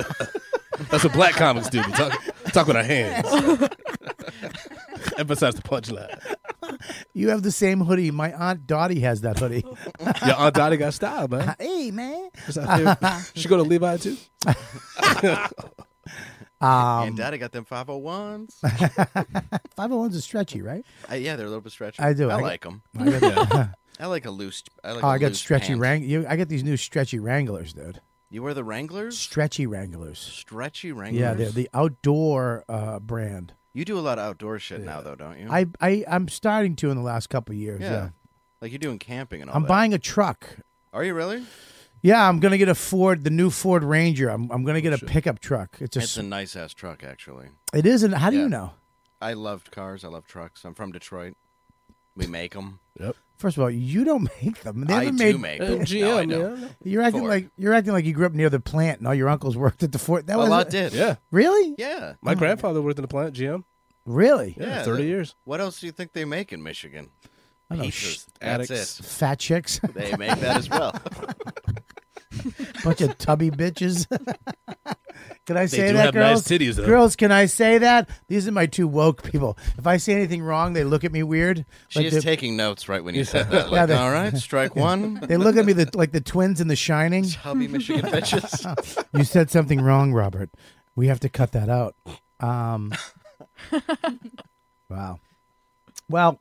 That's what black comics do. We talk, talk with our hands. Emphasize the punchline. you have the same hoodie. My aunt Dottie has that hoodie. Your aunt Dottie got style, man. hey, man. That's our favorite. She go to Levi too. Um, and Daddy got them 501s. 501s are oh stretchy, right? I, yeah, they're a little bit stretchy. I do. I, I get- like 'em. like them. I got, I like a loose. I like. oh, a I got loose stretchy pant. wrang. You, I got these new stretchy Wranglers, dude. You wear the Wranglers? Stretchy Wranglers. Stretchy Wranglers. Yeah, they're the outdoor uh, brand. You do a lot of outdoor shit now, though, don't you? I, I I'm starting to in the last couple of years. yeah. Yeah, Like you're doing camping and all I'm that. buying a truck. Are you really? Yeah, I'm gonna get a Ford, the new Ford Ranger. I'm I'm gonna get a pickup truck. It's a, Oh, It's a nice ass truck, actually. it isn't. How do Yeah. you know? I loved cars. I love trucks. I'm from Detroit. We make them. First of all, you don't make them. They I haven't do make made- Uh, them. no, I GM, don't. yeah. You're acting Ford. like you're acting like you grew up near the plant, and all your uncles worked at the Ford. That was Well, I did. Yeah. really, Yeah. My grandfather worked in the plant GM. really. Yeah, Yeah, 30 the- years. What else do you think they make in Michigan? I don't know, Pizzas. addicts. That's it. Fat chicks, They make that as well. bunch of tubby bitches. can I say do that, have girls? nice titties, though. Girls, can I say that? These are my two woke people. If I say anything wrong, they look at me weird. She is they, taking notes right when you said that. Like, they- all right, strike one. they look at me the, like the twins in The Shining. Hubby Michigan bitches. You said something wrong, Robert. We have to cut that out. Um, wow. Well,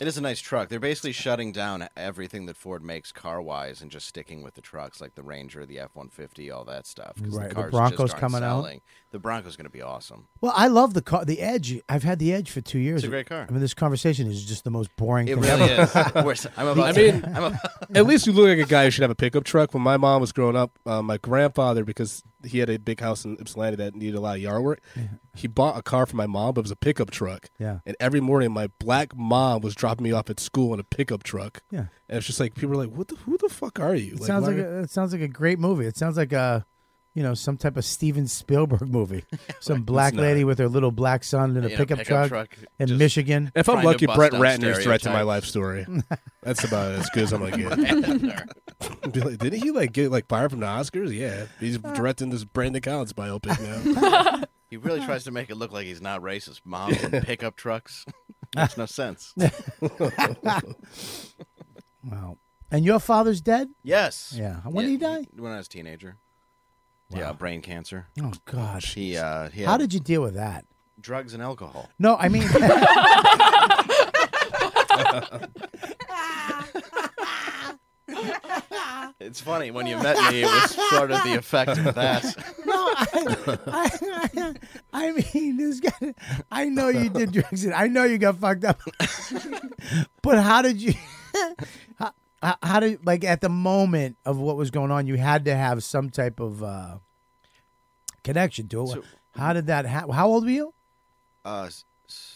It is a nice truck. They're basically shutting down everything that Ford makes car wise and just sticking with the trucks like the Ranger, the F 150, all that stuff. 'cause Right, the The, cars Bronco's just aren't coming out. selling. The Bronco's going to be awesome. Well, I love the car, the Edge. I've had the Edge for two years. a great car. I mean, this conversation is just the most boring It thing really ever. is. We're s- I'm about I to- mean- I'm about- At least you look like a guy who should have a pickup truck. When my mom was growing up, uh, my grandfather, because he had a big house in Ypsilanti that needed a lot of yard work, he bought a car for my mom, but it was a pickup truck. Yeah. And every morning, my black mom was dropping me off at school in a pickup truck. Yeah. And it's just like people were like, "What the? Who the fuck are you?" It sounds why like are- a, it sounds like a great movie. It sounds like a, you know, some type of Steven Spielberg movie. Some black not. lady with her little black son in a In a pickup, pickup truck, truck, in just- Michigan. if I'm trying to lucky, bust Brett down Ratner's threat to my stereotypes. life story. That's about as good as I'm gonna get. uh, Be like, Didn't he like get like fired from the Oscars? Yeah, he's directing this Brandon Collins biopic now. he really tries to make it look like he's not racist. Moms and pickup trucks. Makes no sense. Wow. And your father's dead? Yes. Yeah. When did he die? When I was a teenager. Yeah, brain cancer. Oh gosh. He uh he had How did you deal with that? drugs and alcohol. No, I mean. It's funny when you met me it was sort of the effect of that. No, I, I, I mean, this guy. I know you did drugs. And I know you got fucked up. but how did you? How, how- how did like at the moment of what was going on? You had to have some type of uh, connection to it. So- how did that happen? How old were you? Uh s- s-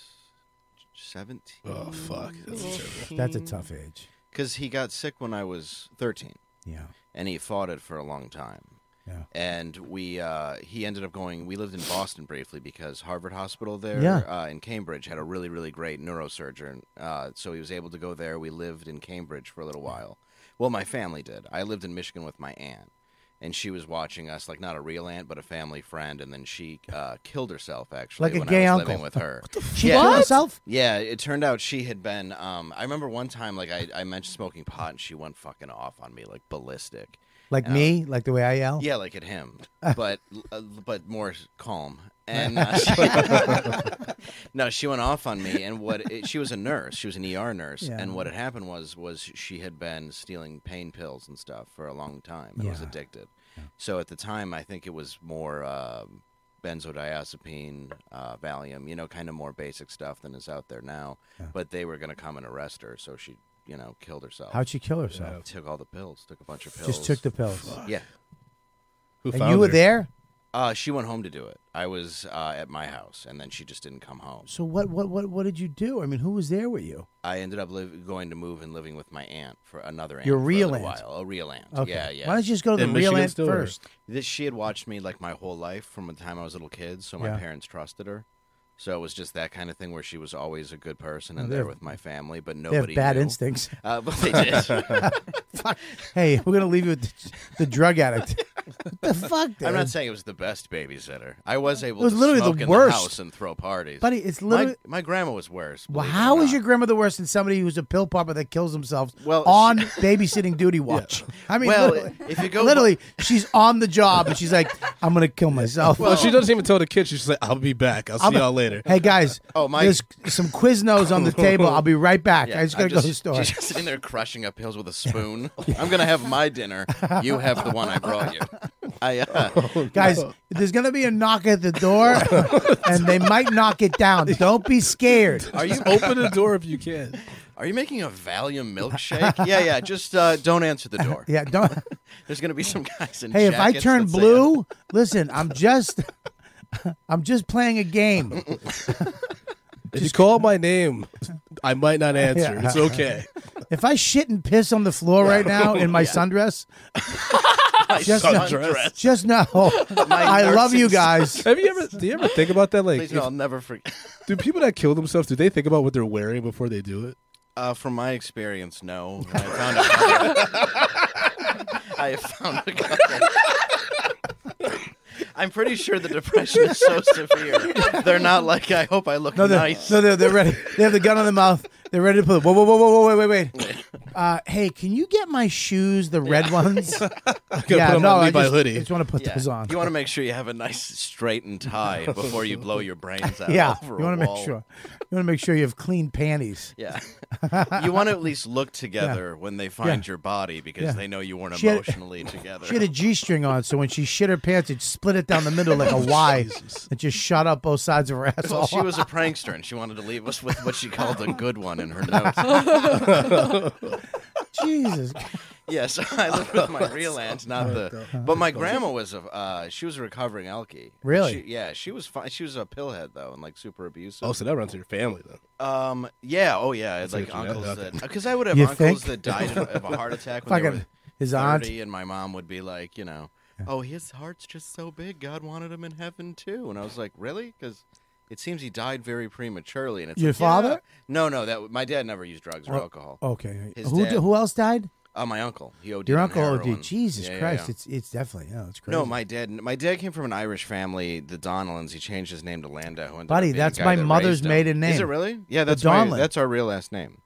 17. oh fuck! That's terrible. That's a tough age. Cuz he got sick when I was 13 Yeah. and he fought it for a long time. Yeah. And we uh he ended up going we lived in Boston briefly because Harvard Hospital there Yeah. uh, in Cambridge had a really really great neurosurgeon. Uh so he was able to go there. We lived in Cambridge for a little while. Well, my family did. I lived in Michigan with my aunt. and she was watching us like not a real aunt but a family friend and then she uh, killed herself actually Like a when gay i was uncle. living with her She yeah. killed herself. yeah it turned out she had been um, i remember one time like I, I mentioned smoking pot and she went fucking off on me like ballistic Like And I me, like the way I yell. yeah, like at him, but uh, but more calm. And uh, she- no, she went off on me. And what it, she was a nurse, she was an ER nurse. Yeah. And what had happened was was she had been stealing pain pills and stuff for a long time and was Yeah. addicted. So at the time, I think it was more um benzodiazepine, uh, Valium, you know, kind of more basic stuff than is out there now. But they were going to come and arrest her, so she, you know, killed herself. How'd she kill herself? took all the pills, took a bunch of pills. Just took the pills. yeah. Who And found you were her? there. Uh, she went home to do it. I was uh, at my house, and then she just didn't come home. So what? What? What? What did you do? I mean, who was there with you? I ended up live, going to move and living with my aunt for another aunt. Your for a real little aunt? while. A real aunt. Okay. Yeah, yeah. Why don't you just go to In the real Michigan aunt still, or- first? This, she had watched me like my whole life from the time I was a little kid, so my Yeah. parents trusted her. So it was just that kind of thing where she was always a good person and they there have- with my family, but They have nobody bad knew. instincts. Uh, but they did. Hey, we're gonna leave you with the, the drug addict. what the fuck, dude? I'm not saying it was the best babysitter. I was able It was to literally the smoke in worst. the house and throw parties. buddy. It's my, literally. my grandma was worse. well, believe it or how is not. your grandmother worse than somebody who's a pill popper that kills themselves Well, on babysitting duty watch? I mean, Well, literally, if you go- literally, she's on the job and she's like, "I'm gonna kill myself." Well, she doesn't even tell the kids. She's just like, "I'll be back. I'll see I'm a- y'all later." Hey guys, Oh, my- there's some Quiznos on the table. I'll be right back. I just gotta I'm go to the store. She's just sitting there crushing up pills with a spoon. I'm gonna have my dinner. You have the one I brought you. I, uh, Guys, there's going to be a knock at the door and they might knock it down. Don't be scared. are you Open the door if you can. are you making a Valium milkshake? yeah, yeah. Just uh, don't answer the door. Yeah, don't. There's gonna be some guys in. Hey, if I jackets turn that say- blue, listen, I'm just I'm just playing a game. If you call my name, I might not answer. Yeah. It's okay. If I shit and piss on the floor right now in my sundress, my just Oh, sundress. just know I love you guys. Have you ever? Do you ever think about that? Like, Please, if- no, I'll never forget. do people that kill themselves? Do they think about what they're wearing before they do it? Uh, from my experience, no. I found a I have found a couple. I'm pretty sure the depression is so severe. They're not like, I hope I look No, they're, nice. no, they're, they're ready. They have the gun on the mouth. They're ready to pull it. Whoa, whoa, whoa, whoa, whoa, wait, wait, wait. Uh, hey, can you get my shoes, the red ones? gotta put on my Levi I just, hoodie. I just want to put Yeah. those on. You want to make sure you have a nice straightened tie before you blow your brains out. yeah, you over a want to wall. make sure. You want to make sure you have clean panties. Yeah. You want to at least look together when they find your body because Yeah. they know you weren't She had- emotionally together. She had a G string on, so when she shit her pants, it split it down the middle like a Y. It just shot up both sides of her asshole. Well, Oh, she was a prankster, and she wanted to leave us with what she called a good one in her notes. Jesus. Yes, I lived with my real aunt, not the. But my grandma was a. Uh, she was a recovering alkie. Really? She, yeah, she was fine. She was a pillhead though, and like super Oh, abusive. so that runs in your family then. Um. Yeah. Oh yeah. It's like what you- uncles okay. that. Because I would have You uncles that think? died of- of a heart attack when they Fucking were his aunt. thirty, and my mom would be like, you know, oh his heart's just so big. God wanted him in heaven too, and I was like, really? Because. It seems he died very prematurely, and it's Your like, yeah. father? Oh, No, no, that my dad never used drugs or alcohol. Okay. His Who, dad. who else died? Uh, my uncle, he OD'd Your on uncle oh, heroin. dude, Jesus Yeah, yeah, Christ. yeah. It's it's definitely, yeah, it's crazy. No, my dad. My dad came from an Irish family, the Donnellans. He changed his name to Landau. who ended up Buddy, being the that's guy my that mother's raised him. maiden Is it name. really? Yeah, The that's my, Donlan. that's our real last name.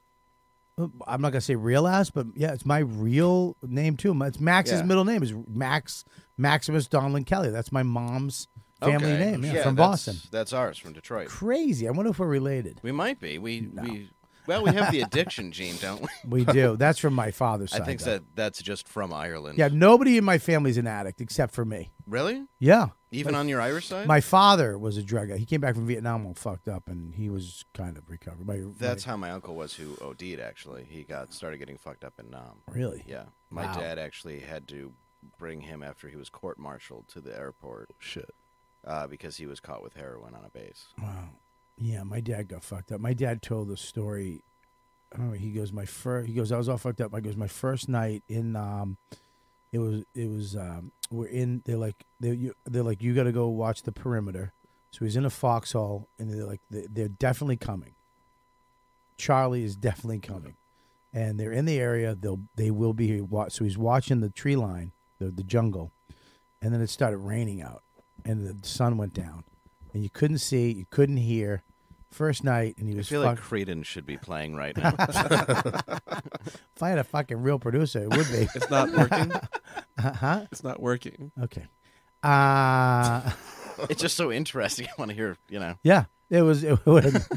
I'm not gonna say real ass, but yeah, it's my real name too. My- It's Max's Yeah. middle name is Max Maximus Donlin Kelly. That's my mom's family Okay. name. Yeah, from that's- Boston. That's ours from Detroit. Crazy. I wonder if we're related. We might be. We we. Well, we have the addiction gene, don't we? We do. That's from my father's I side. think though. that that's just from Ireland. Yeah, nobody in my family's an addict except for me. Really? Yeah. Even on your Irish side? My father was a drug addict. He came back from Vietnam all fucked up and he was kind of recovered. My, that's how my uncle was, who OD'd. Actually, he got started getting fucked up in Nam. my, really. Yeah, my Wow. dad actually had to bring him after he was court-martialed to the airport. Shit. Uh, because he was caught with heroin on a base. Wow. Yeah, my dad got fucked up. My dad told the story. I don't know, Oh, he goes, my first. He goes, I was all fucked up. I goes, my first night in. Um, it was. It was. Um, we're in. They're like. They're, you, they're like. You got to go watch the perimeter. So he's in a foxhole, and they're like, they- they're definitely coming. Charlie is definitely coming, and they're in the area. They'll. They will be here. Wa- So he's watching the tree line, the the jungle, and then it started raining out, and the sun went down, and you couldn't see, you couldn't hear. First night, and he I was feel fucked. like Creighton should be playing right now. If I had a fucking real producer, it would be. It's not working. Uh-huh. huh? It's not working. Okay. Uh it's just so interesting. I want to hear, you know. yeah. It was. It was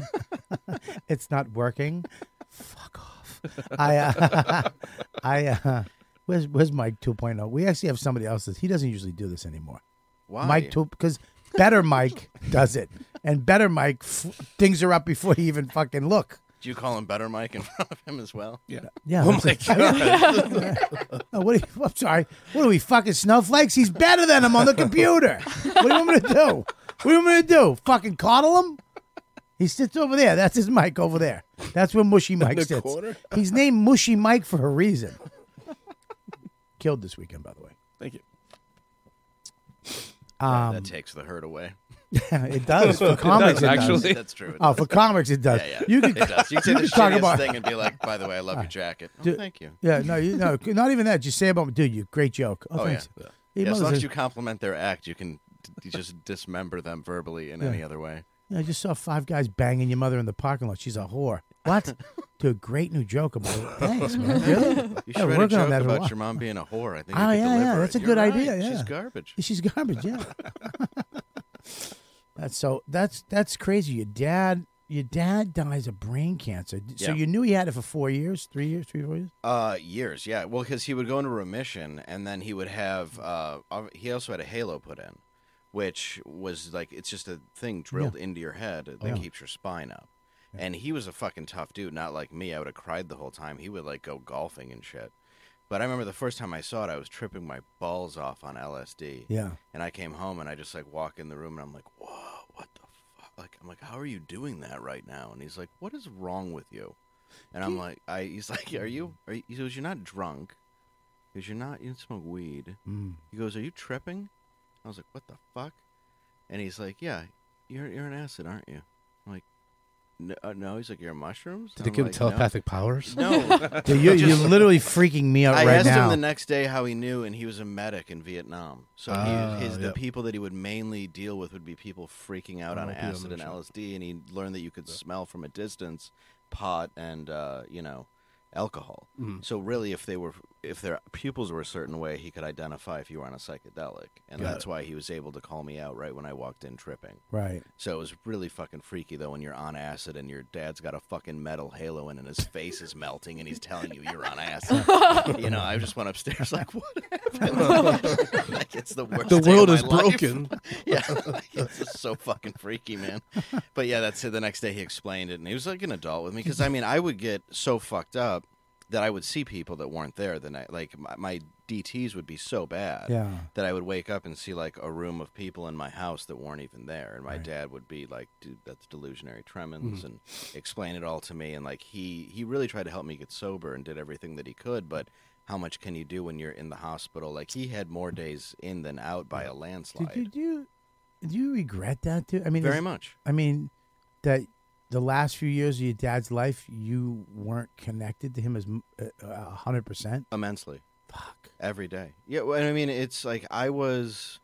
it's not working. Fuck off. I. Uh, I. Uh, where's Where's Mike 2.0? We actually have somebody else's. He doesn't usually do this anymore. Why? Mike 2 because better Mike does it, and better Mike f- things are up before he even fucking look. Do you call him Better Mike in front of him as well? Yeah. Oh my god. no, what? Are you, I'm sorry. What are we fucking snowflakes? He's better than him on the computer. What do you want me to do? What do you want me to do? Fucking coddle him? He sits over there. That's his mic over there. That's where Mushy Mike the sits. corner? He's named Mushy Mike for a reason. Killed this weekend, by the way. Thank you. that takes the herd away. it does for comics. does, It does, actually. That's true. It Oh, does. for comics, it does. yeah, yeah. You could, it does. You can say you the could talk shittiest about. thing and be like, by the way, I love your jacket. Oh, Dude, thank you. Yeah, no, you no, not even that. Just say about, dude, you great joke. Oh, Oh, thanks. yeah. Yeah, Hey, as mother's- long as you compliment their act, you can d- just dismember them verbally in any other way. I just saw five guys banging your mother in the parking lot. She's a whore. What? Dude, great new joke about it. Thanks, man. Really? You Yeah, should write a working on joke that a about lot. your mom being a whore. I think. Oh, you could yeah, yeah, deliver that's it. a You're good right. idea, yeah. She's garbage. She's garbage. Yeah. that's so. That's that's crazy. Your dad your dad dies of brain cancer. D- So Yeah. you knew he had it for four years, three years, three four years. Uh, years, yeah. Well, because he would go into remission, and then he would have. Uh, ob- he also had a halo put in, which was like it's just a thing drilled into your head that keeps your spine up. And he was a fucking tough dude, not like me. I would have cried the whole time. He would like go golfing and shit. But I remember the first time I saw it, I was tripping my balls off on LSD. Yeah. And I came home and I just like walk in the room and I'm like, whoa, what the fuck? Like, I'm like, how are you doing that right now? And he's like, what is wrong with you? And I'm like, I, he's like, are you, are you, he goes, you're not drunk. He goes, you're not, you didn't smoke weed. He goes, are you tripping? I was like, what the fuck? And he's like, yeah, you're, you're an acid, aren't you? I'm like, no, uh, no. he's like, you're mushrooms? Did it I'm give him like, telepathic powers? No. no. Dude, you, Just- you're literally freaking me out I right asked now. him the next day how he knew, and he was a medic in Vietnam. So he, Oh, Ah, his the yep. people that he would mainly deal with would be people freaking out on Oh, people acid and mentioned. LSD, and he learned that you could smell from a distance pot and uh, you know alcohol. Mm-hmm. So really, if they were if their pupils were a certain way, he could identify if you were on a psychedelic, and Got that's why he was able to call me out right when I walked in tripping. right. So it was really fucking freaky though when you're on acid and your dad's got a fucking metal halo in and his face is melting and he's telling you you're on acid. you know, I just went upstairs like, what happened? like it's the worst. The day world of is my life. broken. yeah, like, it's just so fucking freaky, man. But yeah, that's it. The next day he explained it and he was like an adult with me because I mean I would get so fucked up that I would see people that weren't there the night. Like my, my DTS would be so bad Yeah. that I would wake up and see like a room of people in my house that weren't even there, and my dad would be like, "Dude, that's delusionary Mm-hmm. tremens," and explain it all to me. And like he he really tried to help me get sober and did everything that he could, but how much can you do when you're in the hospital? Like he had more days in than out by a landslide, Did you do? You, do you regret that too? I mean, very is- much. I mean, that the last few years of your dad's life, you weren't connected to him as m- uh, a hundred percent. immensely Fuck. every day. Yeah, well, I mean, it's like I was,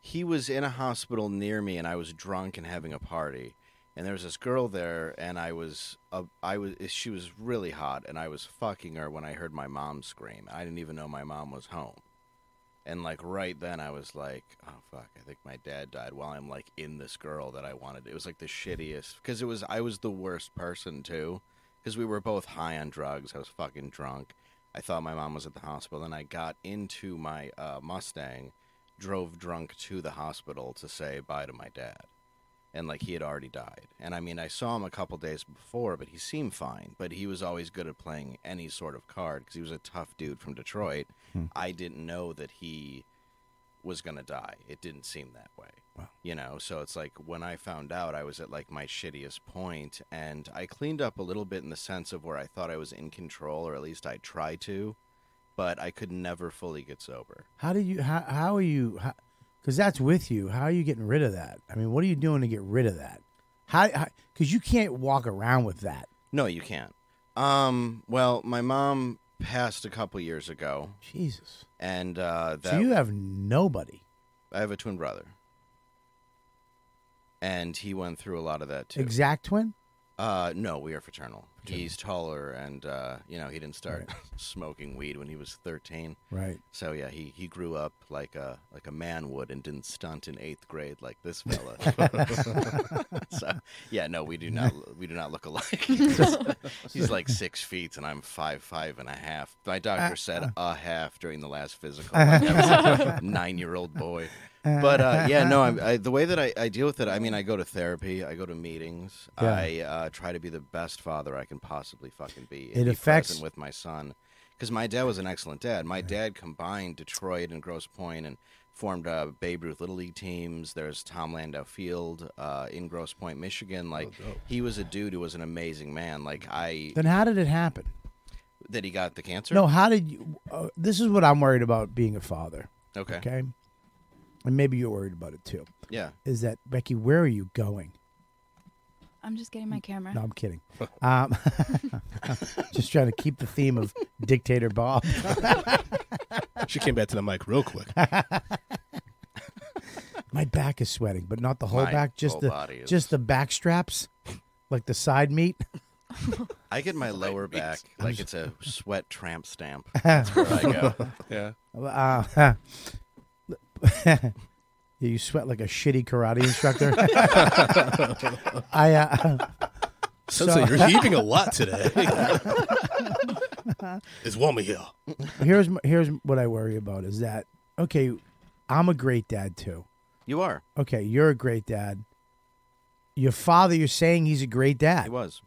he was in a hospital near me, and I was drunk and having a party, and there was this girl there, and I was, uh, I was, she was really hot, and I was fucking her when I heard my mom scream. I didn't even know my mom was home. And like right then, I was like, "Oh fuck! I think my dad died." While I'm like in this girl that I wanted, it was like the shittiest because it was I was the worst person too, because we were both high on drugs. I was fucking drunk. I thought my mom was at the hospital, and I got into my uh, Mustang, drove drunk to the hospital to say bye to my dad, and like he had already died. And I mean, I saw him a couple days before, but he seemed fine. But he was always good at playing any sort of card because he was a tough dude from Detroit. I didn't know that he was going to die. It didn't seem that way. You know, so it's like when I found out, I was at like my shittiest point, and I cleaned up a little bit in the sense of where I thought I was in control, or at least I tried to, but I could never fully get sober. How do you? How, how are you? Because that's with you. How are you getting rid of that? I mean, what are you doing to get rid of that? How? Because you can't walk around with that. No, you can't. Um, well, my mom passed a couple years ago, Jesus. and uh, that so you have nobody. I have a twin brother, and he went through a lot of that too. Exact twin. Uh, no, we are fraternal. He's taller, and uh, you know he didn't start smoking weed when he was thirteen. Right. So yeah, he, he grew up like a like a man would, and didn't stunt in eighth grade like this fella. so yeah, no, we do not we do not look alike. He's like six feet, and I'm five five and a half. My doctor Uh, said a half during the last physical. Like, I was a nine year old boy. But uh, yeah, no, I'm, I, the way that I, I deal with it, I mean, I go to therapy, I go to meetings, Yeah. I uh, try to be the best father I can possibly fucking be. It and be affects- present with my son because my dad was an excellent dad. My dad combined Detroit and Grosse Pointe and formed uh, Babe Ruth Little League teams. There's Tom Landau Field uh, in Grosse Pointe, Michigan. Like Oh, he was a dude who was an amazing man. Like I Then how did it happen? that he got the cancer. No. How did you? Uh, this is what I'm worried about being a father. okay, Okay. And maybe you're worried about it too. yeah. Is that Becky? Where are you going? I'm just getting my camera. No, I'm kidding. Um, just trying to keep the theme of dictator Bob. She came back to the mic real quick. My back is sweating, but not the whole My back, just whole the body is- just the back straps, like the side meat. I get my lower back like it's a sweat tramp stamp. That's where I go. Yeah. Uh, Yeah, Uh, you sweat like a shitty karate instructor. I uh, Sounds like you're heaving a lot today. it's warm in here. here's m- here's what I worry about is that okay, I'm a great dad too. You are. Okay, you're a great dad. Your father, you're saying he's a great He dad, was.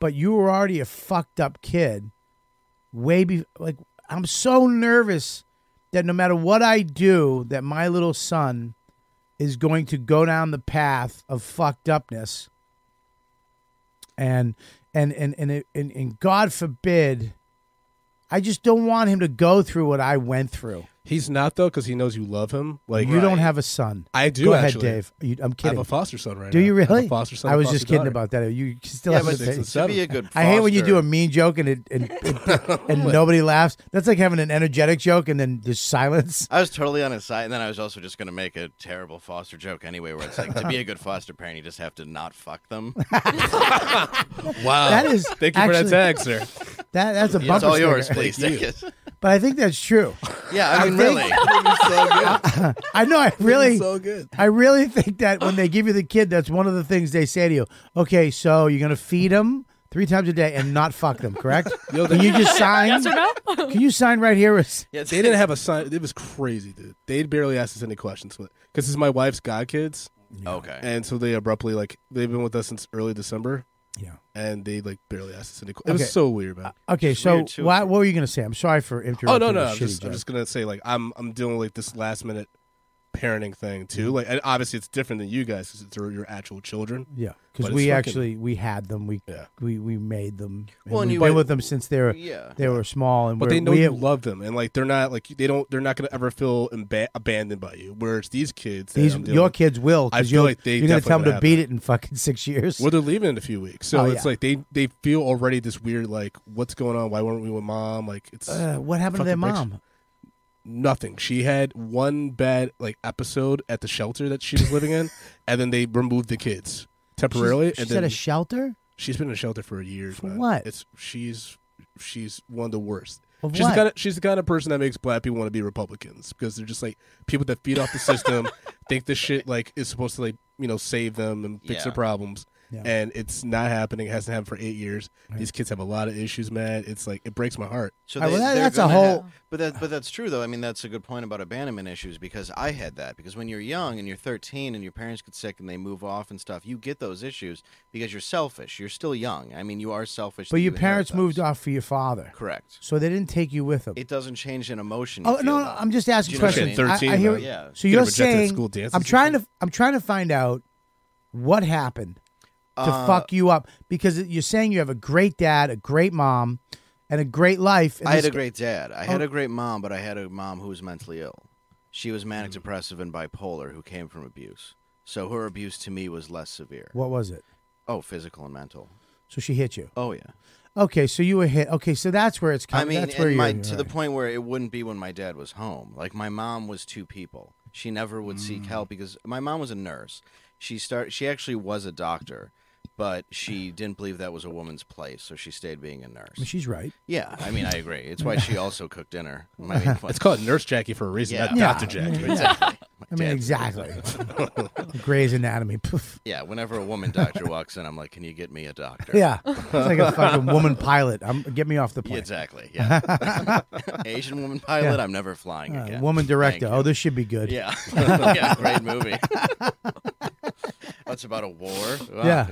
but you were already a fucked up kid. Way be like I'm so nervous that no matter what I do, that my little son is going to go down the path of fucked upness. And and and and it- and, and God forbid, I just don't want him to go through what I went through. He's not though because he knows you love him. Like You don't have a son. I do Go ahead, actually. Dave. You, I'm I have kidding. a foster son right do now. you I have a really? foster son. I and was foster just kidding daughter. about that. You still Yeah, have but to six say- and to seven. be a good. I hate when you do a foster- mean joke and it, and, and, and nobody laughs. That's like having an energetic joke and then there's silence. I was totally on his side, and then I was also just going to make a terrible foster joke anyway, where it's like to be a good foster parent, you just have to not fuck them. Wow. That is Uh, Thank you for actually- that tag, sir. That that's a bumper it's all sticker. yours, please. Take it. But I think that's true. Yeah, I mean, really. think- so good. I know. I really, so good. I really think that when they give you the kid, that's one of the things they say to you. Okay, so you're gonna feed them three times a day and not fuck them, correct? can you just sign? Can you sign right here? It's- Yeah, They didn't have a sign. It was crazy, dude. They barely asked us any questions because it's my wife's godkids, Okay. and so they abruptly like they've been with us since early December, Yeah. and they like barely asked us any. questions. Okay. It was so weird, man. Okay, so weird, too. why, what were you gonna say? I'm sorry for interrupting. Oh no, your no, I'm shitty just, I'm joke. just gonna say like I'm I'm dealing with like, this last minute parenting thing Mm-hmm. too. Like and obviously it's different than you guys because it's your actual children. yeah, But because it's we fucking- actually we had them. We Yeah. we we made them. Well, and we've you- been with them since they were Yeah. they were small, and But we're, they know we, you love them, and like they're not like they don't they're not gonna ever feel emba- abandoned by you. Whereas these kids, that these I'm dealing your with, kids will. I 'cause feel you'll- like they you're gonna tell them to definitely beat it in fucking six years. Well, they're leaving in a few weeks, so Oh, it's yeah. like they they feel already this weird like what's going on? Why weren't we with mom? Like it's Uh, what happened to Fucking their breaks- mom? nothing. She had one bad like episode at the shelter that she was living in, and then they removed the kids temporarily. She's, and she's at then a shelter. she's been in a shelter for years. For man. what? It's she's she's one of the worst. Of she's what? the kind of she's the kind of person that makes black people want to be Republicans because they're just like people that feed off the system, think this shit like is supposed to like you know save them and fix Yeah. their problems. Yeah. And it's not happening. It hasn't happened for eight years. These kids have a lot of issues, man. It's like it breaks my heart. So Uh, well, that- they're that's a gonna whole- have- but that, but that's true though. I mean, that's a good point about abandonment issues because I had that because when you're young and you're 13 and your parents get sick and they move off and stuff, you get those issues because you're selfish. You're still young. I mean, you are selfish. But that your you inherit parents moved those. off for your father, Correct. so they didn't take you with them. It doesn't change an emotion. you oh feel, no, no, though. I'm just asking Do you know what I questions. mean? I- 13, I hear. though. Yeah. So you're rejected at saying school dances I'm and trying to I'm trying to find out what happened to Uh, fuck you up because you're saying you have a great dad, a great mom, and a great life. And I had this- Oh. a great dad. I had a great mom, but I had a mom who was mentally ill. She was Mm. manic depressive and bipolar, who came from abuse. So her abuse to me was less severe. What was it? Oh, physical and mental. So she hit you. Oh yeah. Okay, so you were hit. Okay, so that's where it's I coming. mean, that's where and you're my, to the alright. point where it wouldn't be when my dad was home. Like my mom was two people. She never would Mm. seek help because my mom was a nurse. She start. She actually was a doctor, but she didn't believe that was a woman's place, so she stayed being a I mean, nurse. she's right. Yeah, I mean, I agree. It's why she also cooked dinner. I mean, It's called Nurse Jackie for a reason, Yeah. not Yeah. Doctor Jackie. exactly. I mean, exactly. Grey's Anatomy. Poof. Yeah, whenever a woman doctor walks in, I'm like, "Can you get me a doctor?" Yeah, it's like a fucking woman pilot. I'm get me off the Yeah, plane. exactly. Yeah, Asian woman pilot. Yeah. I'm never flying Uh, again. woman director. Thank Oh, you. this should be good. yeah, yeah, great movie. That's about a war. Wow, Yeah.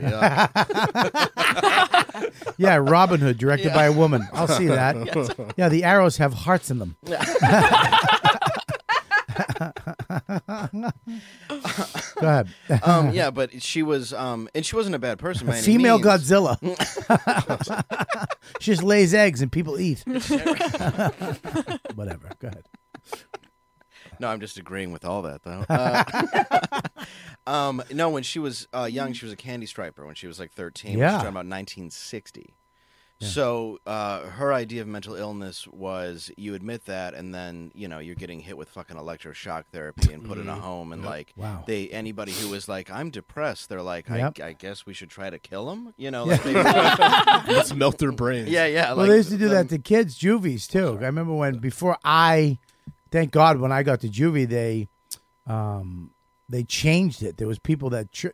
yeah. Yeah, Robin Hood, directed by a woman. I'll see that. Yeah, the arrows have hearts in them. Go ahead. Um, yeah, but she was, um, and she wasn't a bad person. By any Female means. Godzilla. she just lays eggs and people eat. Whatever. Go ahead. No, I'm just agreeing with all that though. Uh, um, no, when she was uh, young, she was a candy striper. When she was like 13, which is Yeah. around about 1960. So uh, her idea of mental illness was you admit that, and then you know you're getting hit with fucking electroshock therapy and put in a home, and like Mm-hmm. Wow. they anybody who is like I'm depressed, they're like I, Yep. I guess we should try to kill him, you know? Like they- Let's melt their brains. yeah, yeah. Well, like they used to do the- that to kids, juvies too. I remember when before I, thank God, when I got to juvie, they um, they changed it. There was people that ch-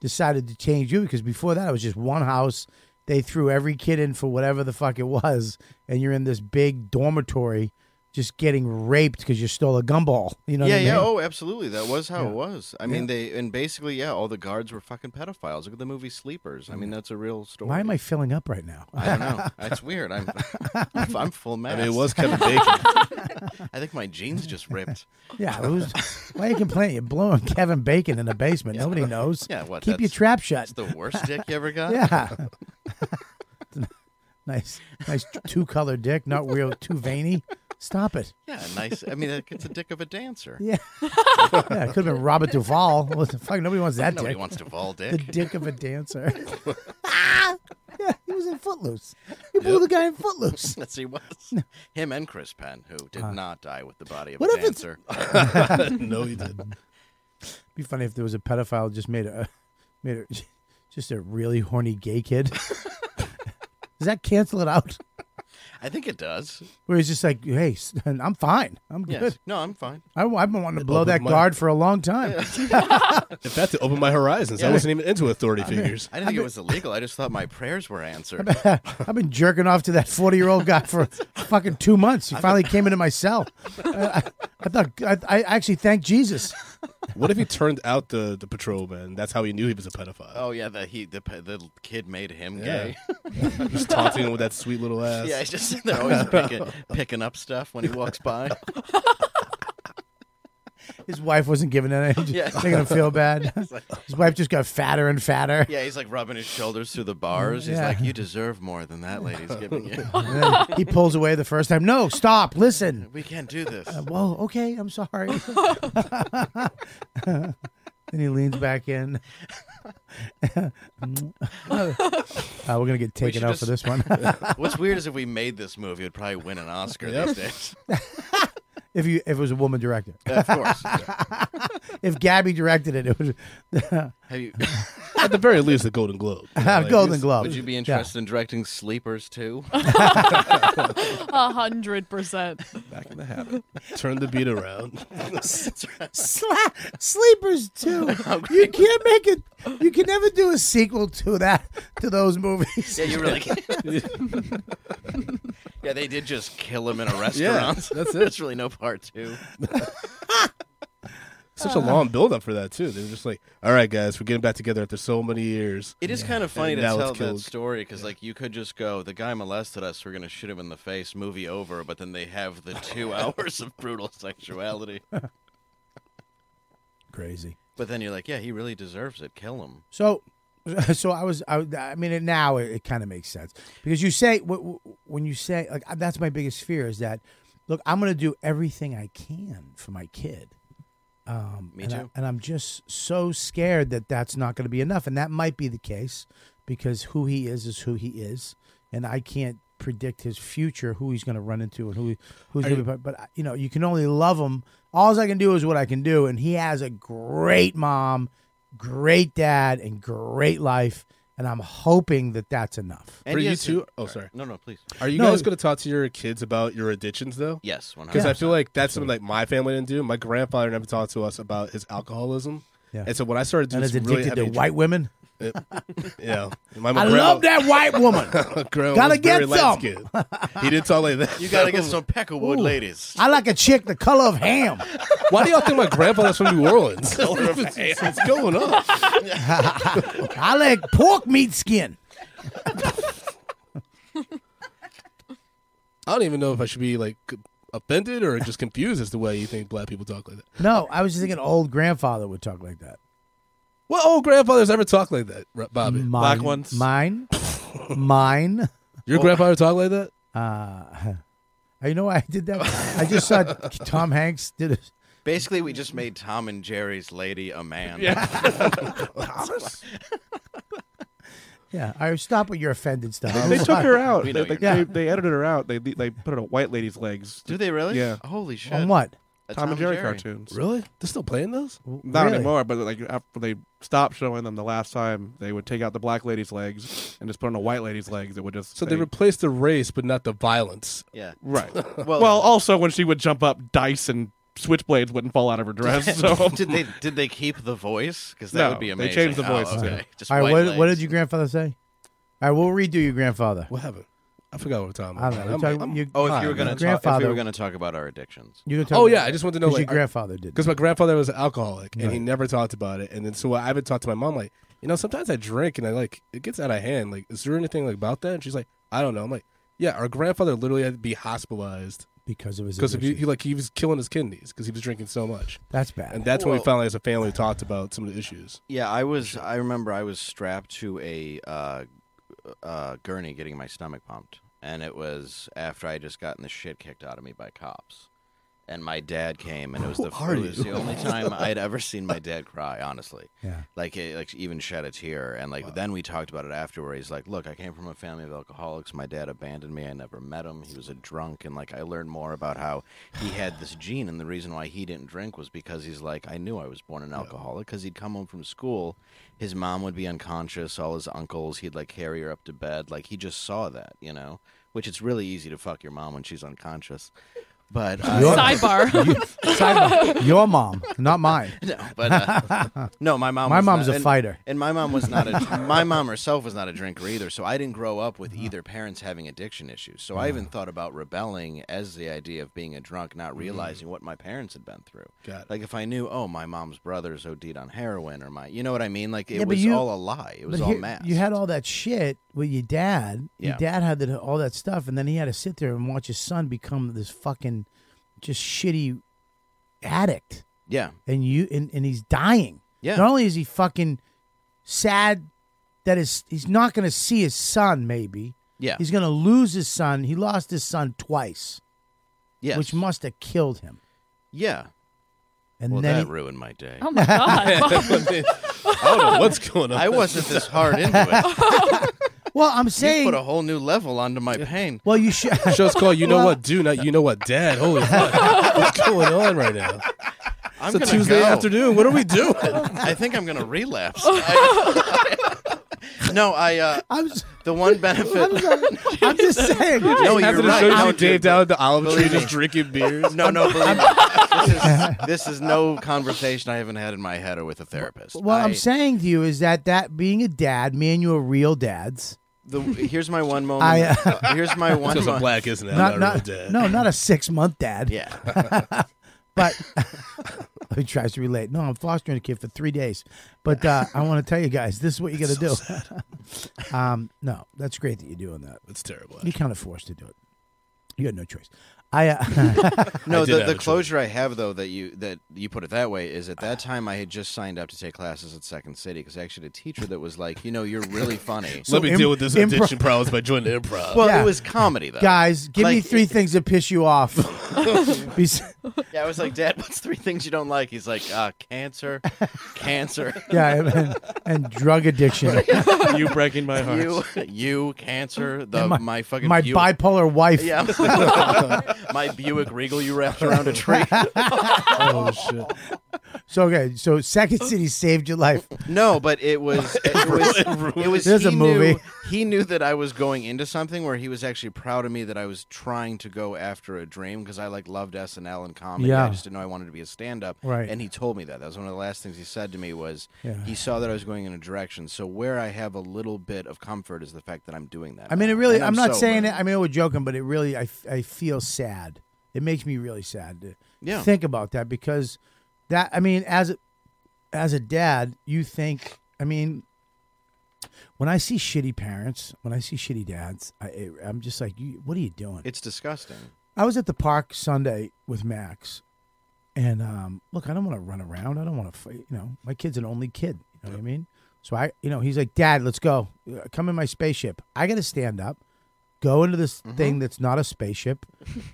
decided to change you because before that it was just one house. They threw every kid in for whatever the fuck it was, and you're in this big dormitory, just getting raped because you stole a gumball. You know? yeah, what I yeah. mean? Oh, absolutely. That was how it was. I mean, they and basically, yeah, all the guards were fucking pedophiles. Look at the movie Sleepers. I mean, that's a real story. Why am I filling up right now? I don't know. That's weird. I'm, I'm full I mask. mean, it was Kevin Bacon. I think my jeans just ripped. Yeah, it was, why are you complaining? You're blowing Kevin Bacon in the basement. Nobody knows. Yeah, what? Keep your that's- trap shut. That's the worst dick you ever got. Yeah. nice, nice two color dick, not real, too veiny. Stop it. Yeah, nice. I mean, it's a dick of a dancer. Yeah. yeah, it could have been Robert Duvall. What the fuck? Nobody wants that Nobody dick. wants to ball the dick. dick of a dancer. yeah, he was in Footloose. He blew the guy in Footloose. Yes, he was. Him and Chris Penn, who did not die with the body of Uh. what a if it's- dancer. no, he didn't. be funny if there was a pedophile just made a made a, just a really horny gay kid. Does that cancel it out? I think it does. Where he's just like, hey, s- I'm fine. I'm good. Yes. No, I'm fine. I, have been wanting to blow opened that my- guard for a long time. If that to open my horizons, I wasn't even into authority figures. I didn't think it was illegal. I just thought my prayers were answered. I've been jerking off to that 40 year old guy for fucking two months. He finally came into my cell. I, I, I thought, I, I actually thanked Jesus. What if he turned out the the patrolman? That's how he knew he was a pedophile. Oh yeah, the he the pe- the kid made him Yeah. gay. Just taunting him with that sweet little ass. Yeah, he's just they're always picking, picking up stuff when he walks by. His wife wasn't giving it any, Yeah. making him feel bad. His wife just got fatter and fatter. Yeah, he's like rubbing his shoulders through the bars. He's Yeah. like, "You deserve more than that lady's giving you. And then he pulls away the first time. No, stop, listen. We can't do this." Whoa, okay, I'm sorry. then he leans back in. uh, we're going to get taken should out just- for this one. What's weird is if we made this movie, it would probably win an Oscar these days. if you if it was a woman director. of course. if Gabby directed it, it would Have you, At the very least, a Golden Globe. You know, like, Golden it's- Globe. would you be Yeah. interested in directing Sleepers too? A hundred percent. Back in the habit. Turn the beat around. Sla- sleepers too. You can't make it. You can never do a sequel to that to those movies. Yeah, you really. Can't. yeah, they did just kill him in a restaurant. that's it. There's really no part two. Such a long build up for that too. They were just like, "All right, guys, we're getting back together after so many years." It is kind of funny to now it's tell that killed. story because, like, you could just go, "The guy molested us. We're gonna shoot him in the face. Movie over." But then they have the two hours of brutal sexuality. Crazy. But then you're like, "Yeah, he really deserves it. Kill him." So, so I was. I, I mean, it, now it, it kind of makes sense because you say wh- wh- when you say like that's my biggest fear is that look, I'm going to do everything I can for my kid. Um, Me and I, too. and I'm just so scared that that's not going to be enough, and that might be the case because who he is is who he is, and I can't predict his future, who he's going to run into, and who he- who's going to be. But, but you know, you can only love him. All I can do is what I can do, and he has a great mom, great dad, and great life, and I'm hoping that that's enough. And For you yes, too- it- oh, all right. sorry. No, no, please. Are you No, guys it- going to talk to your kids about your addictions though? Yes, one hundred. Because I feel like that's something like my family didn't do. My grandfather never talked to us about his alcoholism. Yeah. And so when I started And doing is some addicted really to heavy white women. Yeah. My I love that white woman. Grandma Gotta was very get some. light-skinned. He didn't talk like that. You gotta get some Peckerwood ladies. I like a chick the color of ham. Why do y'all think my grandfather's from New Orleans? What's going on? I like pork meat skin. I don't even know if I should be like offended or just confused as to why you think black people talk like that. No, I was just thinking old grandfather would talk like that. What old grandfathers ever talk like that, R- Bobby? Mine, Black ones. Mine. mine. Your grandfather talk like that? Uh, you know why I did that? I just saw Tom Hanks did it. Basically, we just made Tom and Jerry's lady a man. Yeah, I stop with your offended stuff. They took her out. We They, know they, you're they, not. they edited her out. They they put her on white lady's legs. Do they really? Yeah. Holy shit. on what? A Tom, and Jerry, cartoons. Really? They're still playing those? Not Really? anymore, but like after they stopped showing them the last time, they would take out the black lady's legs and just put on a white lady's legs. It would just So say- they replaced the race, but not the violence. Yeah. right. Well- well, also when she would jump up, dice and switchblades wouldn't fall out of her dress. So did they did they keep the voice? Because that No, would be they amazing. changed the Oh, voice, too. okay. Just All right, white what, what legs. did your grandfather say? All right, we'll redo your grandfather. What happened? I forgot what we're talking I don't about. know. I'm- You're talking- I'm- you- Oh, if Hi, you were gonna talk, your if we grandfather- were gonna talk about our addictions, You Oh, yeah, I just wanted to know, because like, your I- grandfather did. because my grandfather was an alcoholic and he Right. never talked about it. And then so I would talk to my mom like, you know, sometimes I drink and I like it gets out of hand. Like, is there anything like about that? And she's like, I don't know. I'm like, yeah, our grandfather literally had to be hospitalized because of his because he, addiction. he like he was killing his kidneys because he was drinking so much. That's bad. And that's when we Well- finally, as a family, talked about some of the issues. yeah, I was. I remember I was strapped to a uh, uh, gurney getting my stomach pumped, and it was after I had just gotten the shit kicked out of me by cops. And my dad came, and it was the are it was you? the only time I had ever seen my dad cry. Honestly, Yeah. like it, like even shed a tear. And like then we talked about it after, where he's like, "Look, I came from a family of alcoholics. My dad abandoned me. I never met him. He was a drunk, and like I learned more about how he had this gene, and the reason why he didn't drink was because he's like, I knew I was born an alcoholic because he'd come home from school, his mom would be unconscious, all his uncles, he'd like carry her up to bed. Like he just saw that, you know. Which it's really easy to fuck your mom when she's unconscious, but uh, Sidebar. Sidebar, your mom, not mine. No, but uh, no, my mom. My was mom's not- a and- fighter. and my mom was not a. my mom herself was not a drinker either, so I didn't grow up Uh-huh. with either parents having addiction issues. So I even thought about rebelling as the idea of being a drunk, not Mm-hmm. realizing what my parents had been through. Got it. Like if I knew, oh, my mom's brother's OD'd on heroin, or my, you know what I mean? Like it Yeah, but was you- all a lie. It was But all here- masked. You had all that shit with your dad. Yeah. Your dad had that, all that stuff, and then he had to sit there and watch his son become this fucking just shitty addict. yeah, And you and, and he's dying. Yeah. Not only is he fucking sad that his he's not gonna see his son, maybe. yeah, He's gonna lose his son. He lost his son twice. yes. Which must have killed him. yeah. And Well, then that ruined my day. oh my god. I don't know what's going on. I wasn't this hard into Oh, it. he- Well, I'm You saying put a whole new level onto my pain. Well you should Show's called "You Know What Do," not "You Know What Dad." Holy fuck, what's going on right now? I'm It's gonna a Tuesday go. afternoon. What are we doing? I think I'm gonna relapse. I- no, I. Uh, I'm s- the one benefit. I'm just saying no, you're After the right. show, you No, see dude. Dave down at the olive tree Believe me. just drinking beers. No, no, believe me. This is, this is no conversation I haven't had in my head or with a therapist. What I, I- am saying to you is that that being a dad, me and you are real dads. the, here's my one moment. I, uh, here's my one. Because I'm mo- black, isn't it? I'm Not, not, not, a real dad. no, not a six month dad. Yeah, But he tries to relate. No, I'm fostering a kid for three days. But uh, I want to tell you guys, this is what you got to do. um, no, that's great that you're doing that. it's terrible. You kind of forced to do it. You had no choice. I uh, no. I did The, have the a choice. closure I have though that you that you put it that way is at that time I had just signed up to take classes at Second City because I actually had a teacher that was like, you know, you're really funny. Let me im- deal with this improv- addiction problems by joining the improv. Well, Yeah. it was comedy though. guys, give me Like- three things that piss you off. Bes- Yeah, I was like, Dad, what's three things you don't like? He's like, uh, cancer, cancer, yeah, and, and drug addiction. you breaking my heart. you, you, cancer, the And my- my, fucking My Buick- bipolar wife. Yeah, my Buick Regal you wrapped around a tree. oh shit! So okay, so Second City saved your life. No, but it was it was it was There's he a movie. Knew, he knew that I was going into something where he was actually proud of me that I was trying to go after a dream because I like loved SNL and comedy. Yeah. I just didn't know I wanted to be a stand up. Right. And he told me that. That was one of the last things he said to me was Yeah. he saw that I was going in a direction. So where I have a little bit of comfort is the fact that I'm doing that. I mean, it now. really. And I'm, not sober. saying it. I mean, we're joking, but it really. I, f- I feel sad. It makes me really sad to Yeah. think about that because that. I mean, as a, as a dad, you think. I mean, when I see shitty parents, when I see shitty dads, I, I- I'm just like, you, what are you doing? It's disgusting. I was at the park Sunday with Max, and um, look, I don't want to run around. I don't want to, fight. you know, my kid's an only kid. You know what I mean? So I, you know, he's like, Dad, let's go. Uh, Come in my spaceship. I got to stand up, go into this Mm-hmm. thing that's not a spaceship,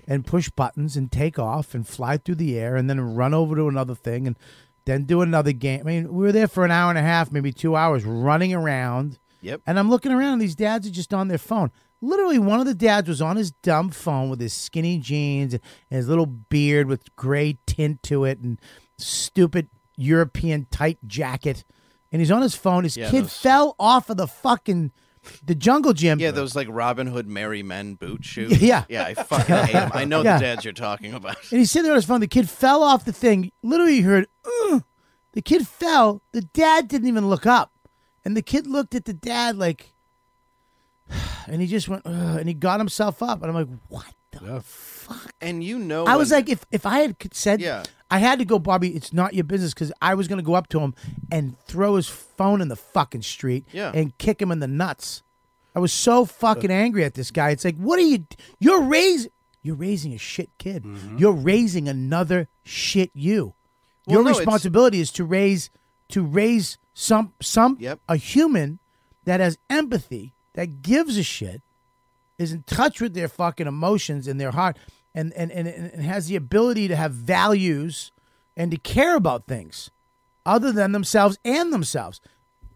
and push buttons and take off and fly through the air and then run over to another thing and then do another game. I mean, we were there for an hour and a half, maybe two hours, running around. Yep. And I'm looking around, and these dads are just on their phone. Literally, one of the dads was on his dumb phone with his skinny jeans and his little beard with gray tint to it and stupid European tight jacket. And he's on his phone. His Yeah, kid those- fell off of the fucking the jungle gym. Yeah, those like Robin Hood merry men boot shoes. Yeah. yeah, I fucking hate 'em. I know Yeah. the dads you're talking about. And he's sitting there on his phone. The kid fell off the thing. Literally, you heard, "Ugh." the kid fell. The dad didn't even look up. And the kid looked at the dad like, and he just went, Ugh, and he got himself up. And I'm like, what the fuck? And you know, I was when- like, if, if I had said, Yeah. I had to go, Bobby, it's not your business because I was going to go up to him and throw his phone in the fucking street Yeah. and kick him in the nuts. I was so fucking angry at this guy. It's like, what are you? You're raising, you're raising a shit kid. You're raising another shit you. Mm-hmm. Well, your no, it's- responsibility is to raise, to raise some some Yep. a human that has empathy, that gives a shit, is in touch with their fucking emotions and their heart and, and, and, and has the ability to have values and to care about things other than themselves and themselves.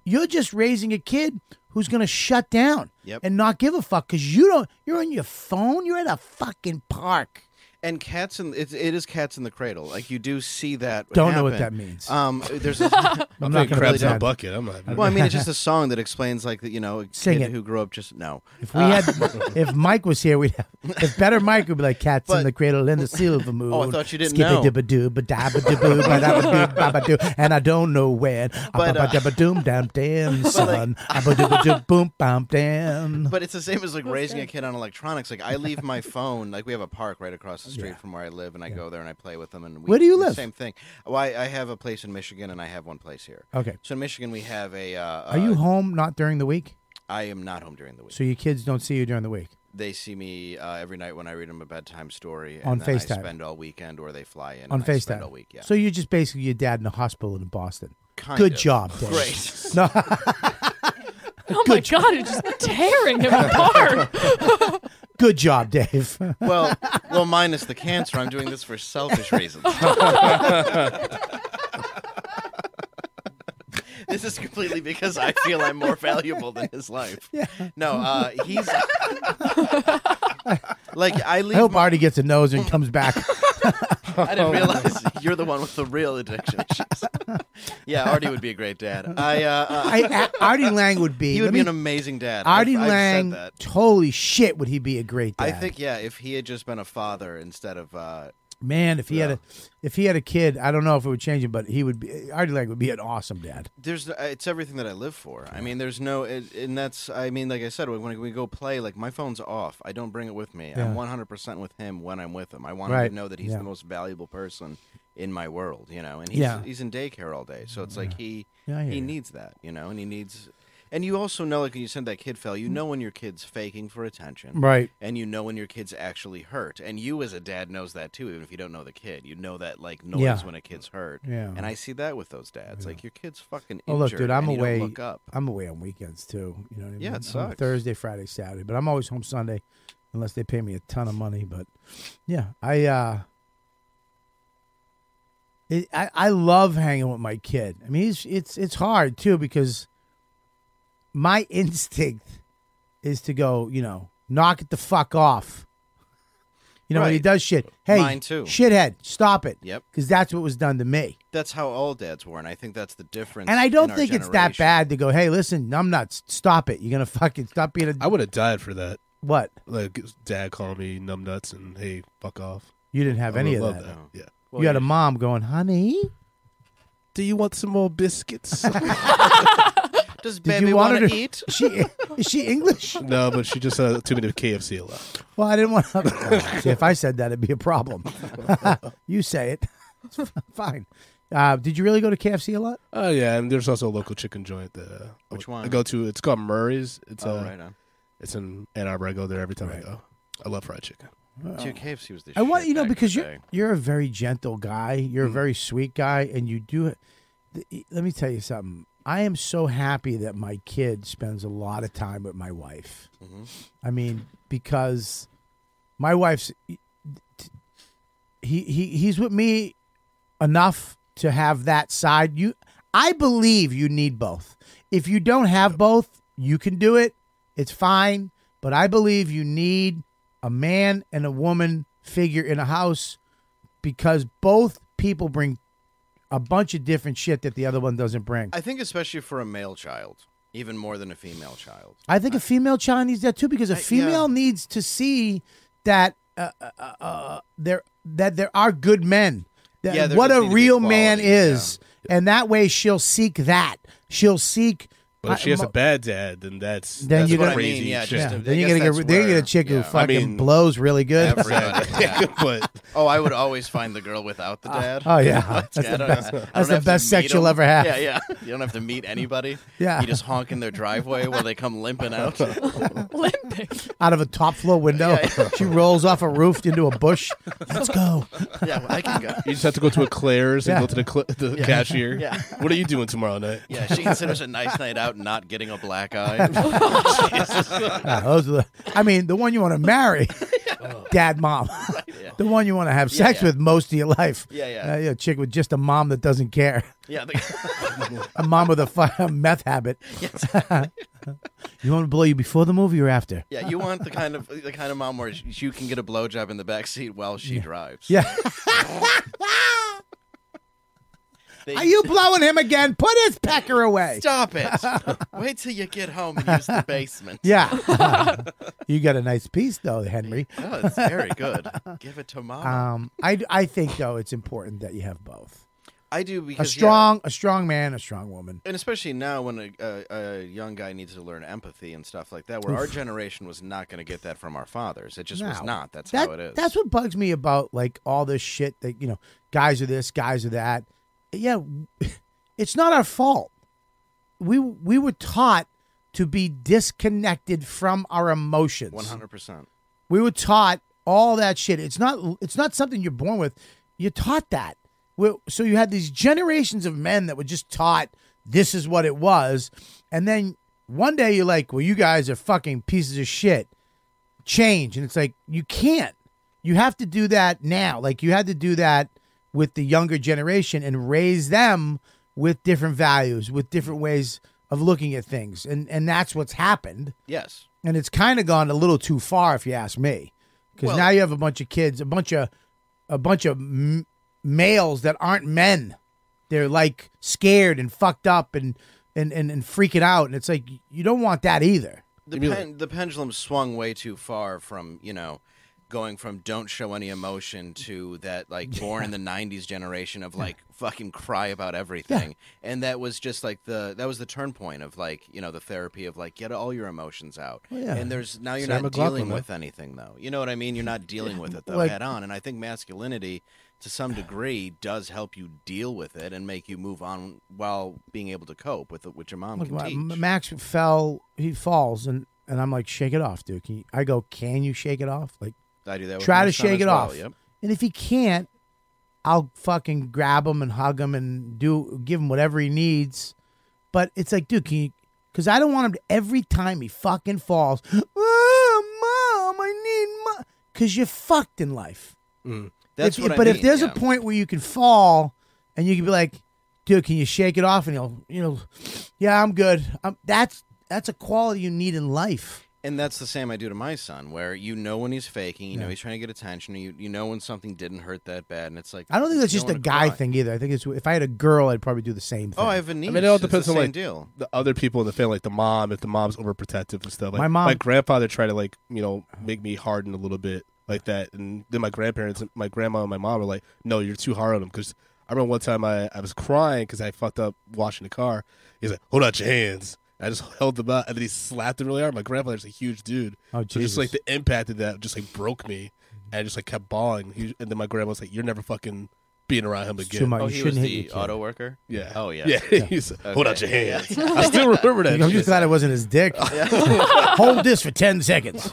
You're just raising a kid who's going to shut down Yep. and not give a fuck because you don't, you're on your phone, you're at a fucking park. and cats in it's, it is cats in the cradle. Like you do see that. Don't know what happen. that means. Um, there's. A, I'm not going to crabs really in down. a bucket. I'm not. well, I mean, it's just a song that explains like the, you know a Sing kid it. who grew up just no. If we had, if Mike was here, we'd have. If better Mike would be like cats in Ah. But- the cradle and the silver moon. Oh, I thought you didn't know. Skibidi-ba-doo, ba-da-ba-doo, ba-da-ba-doo, ba-ba-doo, and I don't know when. Ah, But, uh, Ba-ba-da-ba-doom, dam, dam, son. Ba-ba-doo-ba-doo, boom, bam, dam. But it's the same as like raising a kid on electronics. Like I leave my phone. Like we have a park right across the street from where I live, and I go there and I play with them. And we, Where do you the live? Same thing. Well, I, I have a place in Michigan, and I have one place here. Okay. So in Michigan, we have a. Uh, Are you home not during the week? I am not home during the week. So your kids don't see you during the week? they see me uh, every night when I read them a bedtime story. And On then FaceTime. I spend all weekend, or they fly in On and I spend FaceTime? all week. Yeah. So you're just basically your dad in a hospital in Boston. Kind Good of. job, Dad. Great. No, Oh my god, it's just tearing him apart. good job, Dave. well, well, minus the cancer, I'm doing this for selfish reasons. this is completely because I feel I'm more valuable than his life. No, uh, he's like I I leave. hope my- Artie gets a nose and comes back. I didn't realize you're the one with the real addiction issues. yeah, Artie would be a great dad. I, uh, uh, I, I- Artie Lang would be. he let would be me- an amazing dad. Artie I've- I've said Lang, that. holy shit, would he be a great dad? I think yeah, if he had just been a father instead of uh, man, if he had a if he had a kid, I don't know if it would change him, but he would be Artie Lang would be an awesome dad. there's uh, it's everything that I live for. I mean, there's no it, and that's I mean, like I said, when we go play, like my phone's off. I don't bring it with me. Yeah. I'm 100 percent with him when I'm with him. I want Right. him to know that he's Yeah. the most valuable person in my world, you know. And he's Yeah. he's in daycare all day, so it's like he Yeah, I hear he you. needs that, you know, and he needs. And you also know, like when you said that kid fell, Mm. you know when your kid's faking for attention, Right. And you know when your kid's actually hurt, and you as a dad knows that too, even if you don't know the kid, you know that like noise Yeah. when a kid's hurt, Yeah. And I see that with those dads, like your kid's fucking Oh look, injured dude, I'm and you don't away. Look up. I'm away on weekends too. You know what I mean? Yeah, it I'm sucks. Thursday, Friday, Saturday, but I'm always home Sunday, unless they pay me a ton of money. But yeah, I uh, it, I I love hanging with my kid. I mean, it's it's it's hard too because my instinct is to go, you know, knock it the fuck off. You know when he Right. does shit. Hey, Mine too. shithead, stop it. Yep. Because that's what was done to me. That's how all dads were, and I think that's the difference. And I don't in our think it's that generation. bad to go, hey, listen, I'm not, stop it. You're going to fucking stop being a. I would have died for that. what? Like dad called me numbnuts and hey, fuck off. You didn't have I any of would've that. loved Yeah. Well, you had a you- mom going, honey, Do you want some more biscuits? Does did baby you want her wanna to eat? She, is she English? no, but she just had too many KFC a lot. Well, I didn't want to. See, if I said that, it'd be a problem. you say it. It's Fine. Uh, did you really go to KFC a lot? Oh yeah, and there's also a local chicken joint that uh, Which I- one? I go to. It's called Murray's. It's Oh, uh, right on. it's in Ann Arbor. I go there every time Right. I go. I love fried chicken. Dude, KFC was the I want shit you know back in Mm-hmm. because the you're day. you're a very gentle guy. You're a very sweet guy, and you do. th- Let me tell you something. I am so happy that my kid spends a lot of time with my wife. Mm-hmm. I mean, because my wife's he he he's with me enough to have that side. You, I believe you need both. If you don't have both, you can do it. It's fine. But I believe you need a man and a woman figure in a house because both people bring a bunch of different shit that the other one doesn't bring. I think especially for a male child. even more than a female child. I think a female child needs that too Uh, because a female needs to see that uh, uh, uh, uh, there that there are good men. That Yeah, there what does a need to be real man quality, yeah. is, and that way she'll seek that. She'll seek. But I- if she has a mo- bad dad, then that's Then that's you gotta- crazy I mean, yeah, shit. just- yeah, I then guess you're gonna get that's then you get a where- chick who yeah. I fucking mean- blows really good. Everybody, yeah. but Oh, I would always find the girl without the dad. oh, yeah. Let's That's get the it. best- I don't that's the have to best sex meet you'll 'em. ever have. Yeah, yeah. You don't have to meet anybody. Yeah. You just honk in their driveway while they come limping out. Limping. Out of a top floor window, she rolls off a roof into a bush. Let's go. yeah, I can go. You just have to go to a Claire's and Yeah. go to the, cl- the cashier. Yeah. What are you doing tomorrow night? Yeah, she considers a nice night out not getting a black eye. Yeah, those are the, I mean, the one you want to marry, dad, mom. the one you want to have sex yeah. with most of your life. Yeah, yeah. Uh, you know, chick with just a mom that doesn't care. Yeah, the, A mom with a, fu- a meth habit. you want to blow you before the movie or after? yeah. You want the kind of the kind of mom where sh- you can get a blowjob in the back seat while she drives. Yeah. They- Are you blowing him again? Put his pecker away. Stop it! Wait till you get home and use the basement. Yeah. you got a nice piece though, Henry. Oh, it's very good. Give it to mom. Um, I, I think though it's important that you have both. I do A because yeah, strong, a strong man, a strong woman. and especially now when a, a, a young guy needs to learn empathy and stuff like that, where our generation was not going to get that from our fathers. It just was No. not. That's how it is. That's what bugs me about like all this shit that you know, guys are this, guys are that. Yeah, it's not our fault. We we were taught to be disconnected from our emotions. one hundred percent. We were taught all that shit. It's not it's not something you're born with. You're taught that. we so you had these generations of men that were just taught this is what it was, and then one day you're like, well, you guys are fucking pieces of shit. Change, and it's like you can't. You have to do that now. Like you had to do that with the younger generation and raise them with different values, with different ways of looking at things, and and that's what's happened Yes. and it's kind of gone a little too far if you ask me because Well- now you have a bunch of kids a bunch of a bunch of m- males that aren't men they're like scared and fucked up and and, and and freaking out and it's like you don't want that either the, Maybe like- pen, the pendulum swung way too far from you know going from don't show any emotion to that like born in the 90s generation of like fucking cry about everything and that was just like the that was the turn point of like you know the therapy of like get all your emotions out Oh, yeah. and there's now you're Sarah not McLachlan, dealing huh? with anything though you know what i mean you're not dealing with it though Like- head on and i think masculinity to some degree does help you deal with it and make you move on while being able to cope with it which your mom Look, can my- teach max fell he falls and and i'm like shake it off dude can you, i go can you shake it off like i do that with try my to son as shake it well, off yep and if he can't i'll fucking grab him and hug him and do give him whatever he needs but it's like dude can you because i don't want him to every time he fucking falls oh, mom i need mom because you're fucked in life that's If- what I but if mean, there's yeah. a point where you can fall and you can be like dude can you shake it off and he'll you know yeah i'm good i that's that's a quality you need in life And that's the same I do to my son, where you know when he's faking, you know he's trying to get attention, you you know when something didn't hurt that bad, and it's like i don't think that's you just don't a wanna guy cry. thing either i think it's if i had a girl i'd probably do the same thing Oh, I have a niece. I mean, it all It's the depends on same like deal. the other people in the family, like the mom. If the mom's overprotective and stuff, like My mom- my grandfather tried to like you know make me harden a little bit like that, and then my grandparents, my grandma and my mom were like, "No, you're too hard on him." Because I remember one time I, I was crying because I fucked up washing the car. He's like, "Hold out your hands." I just held them out, and then he slapped them really hard. My grandfather's a huge dude, Oh, so Jesus. just like the impact of that just like broke me, and I just like kept bawling. He, and then my grandma was like, "You're never fucking being around him It's again." too much. Oh, you he was shouldn't hit your the kid. auto worker. Yeah. Oh, yeah. Yeah. He's like, Hold out your hands. I still remember that. I'm shit. just glad it wasn't his dick. Hold this for ten seconds.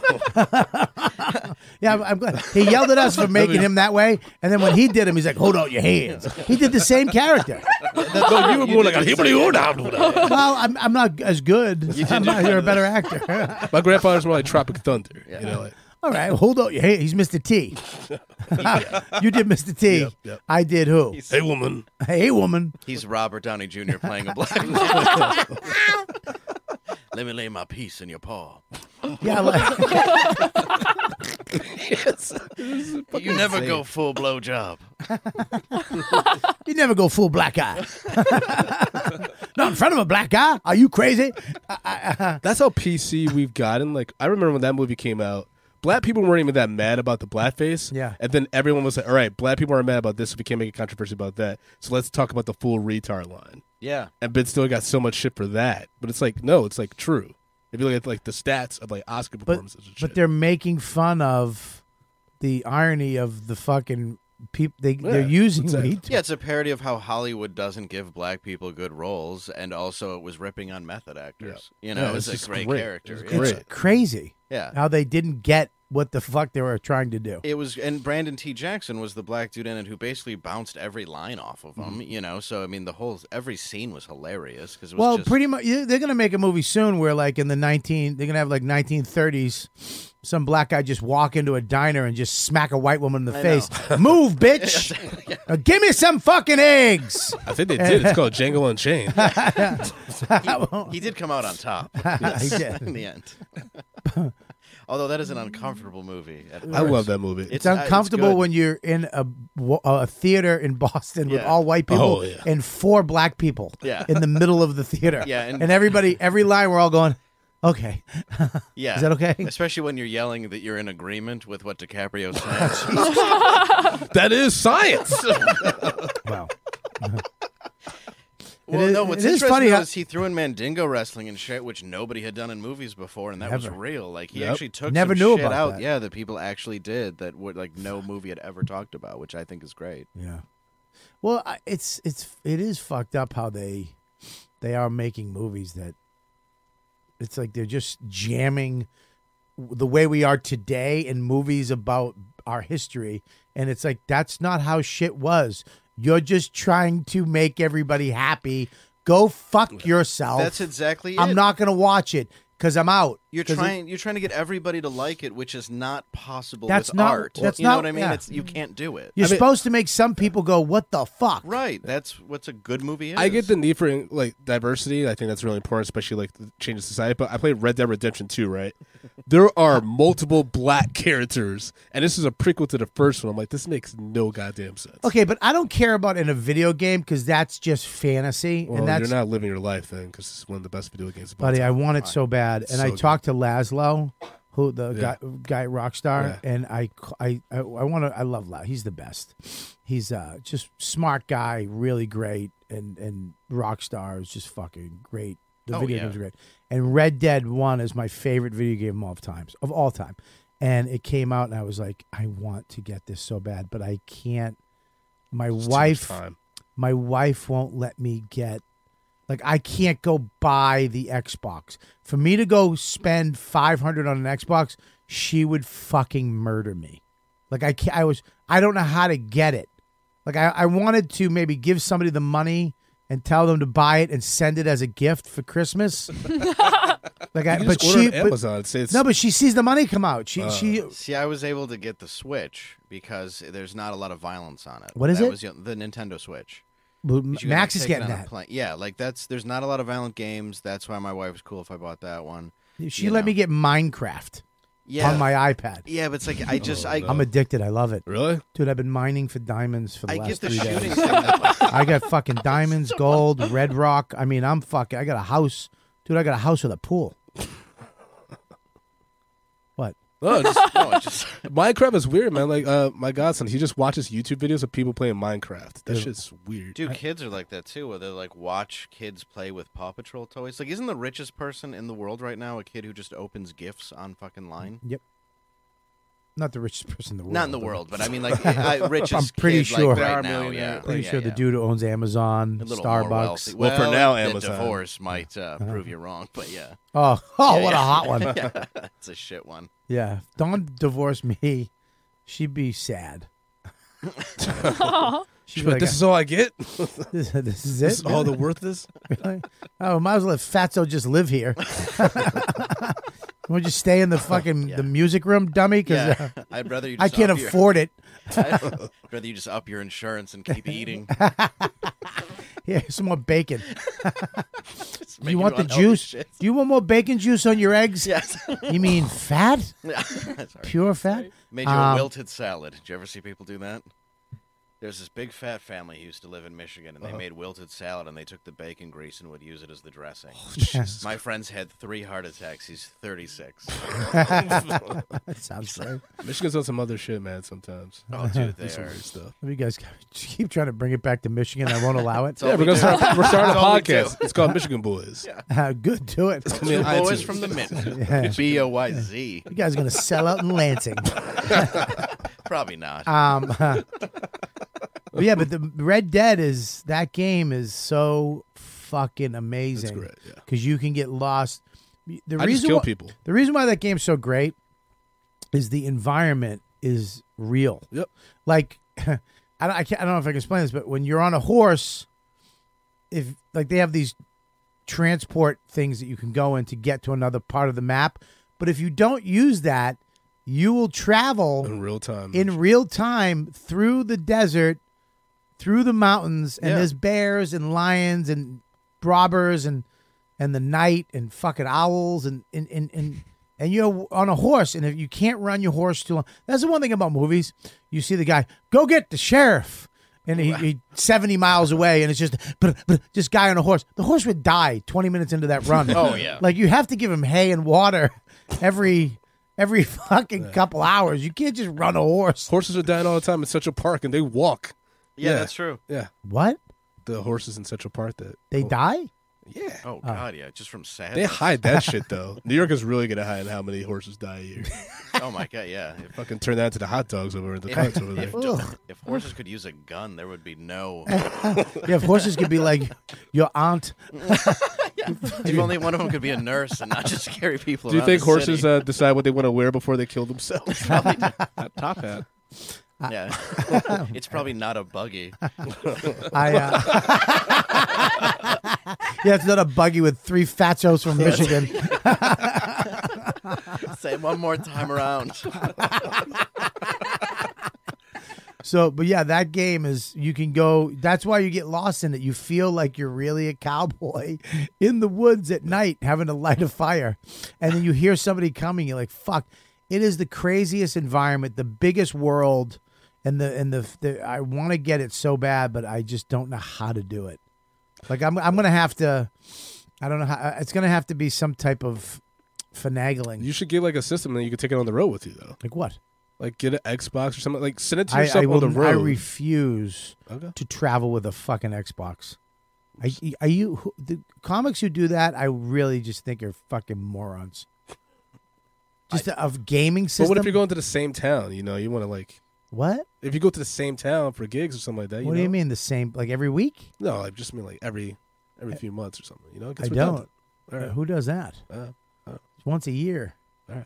yeah, I'm, I'm glad he yelled at us for making him that way, and then when he did him, he's like, "Hold out your hands." He did the same character. no, you were more like a hippity hoo down. Well, I'm, I'm not as good. I'm not, you're a better actor. My grandfather's more like Tropic Thunder. You know, like, All right, hold out your hands. He's Mr. T. you did Mr. T. I Yep, yep. did who? hey woman, hey, woman. He's Robert Downey Jr. playing a black. man. Let me lay my piece in your paw. Yeah, like, You never go full blow job. you never go full black eye. Not in front of a black guy. Are you crazy? I- I- I- That's how PC we've gotten. Like I remember when that movie came out, black people weren't even that mad about the blackface. Yeah. And then everyone was like, "All right, black people are mad about this, so we can't make a controversy about that. So let's talk about the full retard line." Yeah. And Ben still got so much shit for that, but it's like no, it's like true. If you look at like the stats of like Oscar performances, and but shit. they're making fun of the irony of the fucking people. They they're Yeah, using exactly. me. Yeah, it's a parody of how Hollywood doesn't give black people good roles, and also it was ripping on method actors. You know, Yeah, it's, it's just a great, great. character. It's yeah. great. It's crazy Yeah. how they didn't get what the fuck they were trying to do. It was, and Brandon T. Jackson was the black dude in it who basically bounced every line off of him, Mm-hmm. you know? So, I mean, the whole, every scene was hilarious because it was Well, just, pretty much yeah, they're gonna make a movie soon where like in the nineteen they're gonna have like nineteen thirties, some black guy just walk into a diner and just smack a white woman in the face. Move, bitch! Now give me some fucking eggs. I think they did. It's called Django Unchained. he did come out on top He did. in the end. Although that is an uncomfortable movie. at I first. love that movie. It's- It's uncomfortable good. when you're in a, w- a theater in Boston with Yeah. all white people Oh, yeah. and four black people Yeah. in the middle of the theater. Yeah, and- everybody, every line, we're all going, okay. Yeah. Is that okay? Especially when you're yelling that you're in agreement with what DiCaprio says. that is science. Wow. well, It is- no, what's it is interesting funny though how- is he threw in Mandingo wrestling and shit, which nobody had done in movies before, and that was Never. real. Like he Yep. actually took Never some knew shit about out, that. yeah, that people actually did that would like no movie had ever talked about, which I think is great. Yeah. Well, I- it's it's it is fucked up how they they are making movies that it's like they're just jamming the way we are today in movies about our history and it's like that's not how shit was. You're just trying to make everybody happy. Go fuck yourself. That's exactly Oh, I'm it. not going to watch it cuz I'm out. You're 'Cause it- trying. you're trying to get everybody to like it, which is not possible. That's with not- art. that's you not- know what I mean. yeah. It's you can't do it. You're I mean- supposed to make some people go, "What the fuck?" Right. That's what's a good movie is. I get the need for like diversity. I think that's really important, especially like the change in society. But I played Red Dead Redemption 2, right? There are multiple black characters, and this is a prequel to the first one. I'm like, this makes no goddamn sense. Okay, but I don't care about in a video game because that's just fantasy, well, and that's you're not living your life then, because it's one of the best video games. of all buddy. I time. want it so bad, and So I good. talked to Laszlo, who the Yeah. guy guy at Rockstar, Yeah. and I I I want to. I love Laz. He's the best. He's uh just smart guy, really great, and and Rockstar is just fucking great. The Oh, video yeah. games are great, and Red Dead One is my favorite video game of all times of all time. And it came out, and I was like, I want to get this so bad, but I can't. My It's too much wife time. my wife won't let me get like I can't go buy the Xbox. For me to go spend 500 on an Xbox, she would fucking murder me. Like I can't, I was I don't know how to get it. Like I, I wanted to maybe give somebody the money and tell them to buy it and send it as a gift for Christmas. like I, You can but just order she on but- Amazon. Say it's No, but she sees the money come out. Oh. She she See, I was able to get the Switch because there's not a lot of violence on it. What is That it? Was, you know, the Nintendo Switch. well, You can, like, Max is take it getting on a that. plane. Yeah, like that's there's not a lot of violent games. That's why my wife was cool if I bought that one. She you let know. me get Minecraft Yeah, on my iPad. yeah, but it's like Oh, I just I I'm addicted. I love it. really. Dude, I've been mining for diamonds for the I last get the three shooting days. thing. that way. I got fucking diamonds, gold, red rock. I mean, I'm fucking. I got a house, dude. I got a house with a pool. What? No, just- No, it just Minecraft is weird, man. Like uh, my godson, he just watches YouTube videos of people playing Minecraft. That shit's weird. dude, kids are like that too. Where they like watch kids play with Paw Patrol toys. Like, isn't the richest person in the world right now a kid who just opens gifts on fucking line? Not the richest person in the world. Not in the world, but I mean, like, I, richest. I'm pretty kid, sure. Like, They right are now, millionaire. yeah. Oh, Pretty yeah, sure yeah. the dude who owns Amazon, A little more Starbucks. Uh-huh. wealthy. Well, for now, the Amazon. divorce might uh, prove you wrong, but yeah, Oh, oh, what a yeah. hot one. yeah. yeah, it's a shit one. If Dawn divorced me, she'd be sad. She'd be But like, this is all I get. this this, this is it. is all the worthless. Really? Oh, might as well let Fatso just live here. We'll just stay in the fucking the music room, dummy, because Yeah, I'd rather you. uh, I Just can't up your- afford it. I'd rather you just up your insurance and keep eating. Yeah, some more bacon. Just Do make you want the unhealthy juice? Do shit. you want more bacon juice on your eggs? Yes. You mean fat? Sorry. Pure fat? Made you Um, a wilted salad. Did you ever see people do that? There's this big fat family who used to live in Michigan, and they made wilted salad, and they took the bacon grease and would use it as the dressing. My friend's had three heart attacks. He's 36. That sounds great. Michigan's on some other shit, man. Sometimes. Oh, dude, Do they some are. weird stuff. If you guys keep trying to bring it back to Michigan, I won't allow it. all Yeah, we we're gonna do. start, we're starting a That's all we do. podcast. It's called Michigan Boys. Uh, good, do it. I mean, Two boys iTunes. from the mint. B O Y Z. You guys are gonna sell out in Lansing. Probably not. Um, but yeah, but the Red Dead is that game is so fucking amazing. That's great, yeah. Because you can get lost. The I reason just kill why, people. The reason why that game's so great is the environment is real. Yep. Like, I don't, I, can't, I don't know if I can explain this, but when you're on a horse, if like they have these transport things that you can go in to get to another part of the map, but if you don't use that, you will travel in real time. Um, in real time through the desert, through the mountains, and Yeah. there's bears and lions and robbers and and the night and fucking owls and and and, and and you're on a horse, and if you can't run your horse too long, that's the one thing about movies. You see the guy go get the sheriff, and he, he seventy miles away, and it's just but just guy on a horse. The horse would die twenty minutes into that run. Oh, yeah. like you have to give him hay and water every every fucking couple hours. You can't just run a horse. horses are dying all the time in Central Park, and they walk. yeah, yeah. that's true. Yeah, What? the horses in Central Park that They die? yeah. Oh, God, yeah. Just from sadness. They hide that shit though. New York is really gonna hide how many horses die a year. Oh, my God, yeah. If, Fucking turn that into the hot dogs over at the if, cops over there. if- Ugh. if horses could use a gun, there would be no. Yeah, if horses could be like your aunt. if only one of them could be a nurse and not just carry people Do you around the think horses city. uh, decide what they want to wear before they kill themselves? That top hat. yeah. it's probably not a buggy. I uh, Yeah, it's not a buggy with three fatos from Michigan. Say it one more time around. So, but yeah, that game is you can go. That's why you get lost in it. You feel like you're really a cowboy in the woods at night, having to light a fire, and then you hear somebody coming. You're like, "Fuck!" It is the craziest environment, the biggest world, and the and the. the I want to get it so bad, but I just don't know how to do it. Like I'm, I'm gonna have to. I don't know how. uh, It's gonna have to be some type of finagling. you should get like a system that you could take it on the road with you though. like what? Like get an Xbox or something. Like send it to I, yourself I will. on the I road. refuse. okay. to travel with a fucking Xbox. I, are you who- the comics who do that? I really just think are fucking morons. Just a of gaming But system. what if you're going to the same town? You know, you want to like What? if you go to the same town for gigs or something like that. what do you mean the same? Like every week? No, I just mean like every every few months or something. You know, It I gets don't. redundant. All right. Who does that? Uh, uh. It's once a year. All right.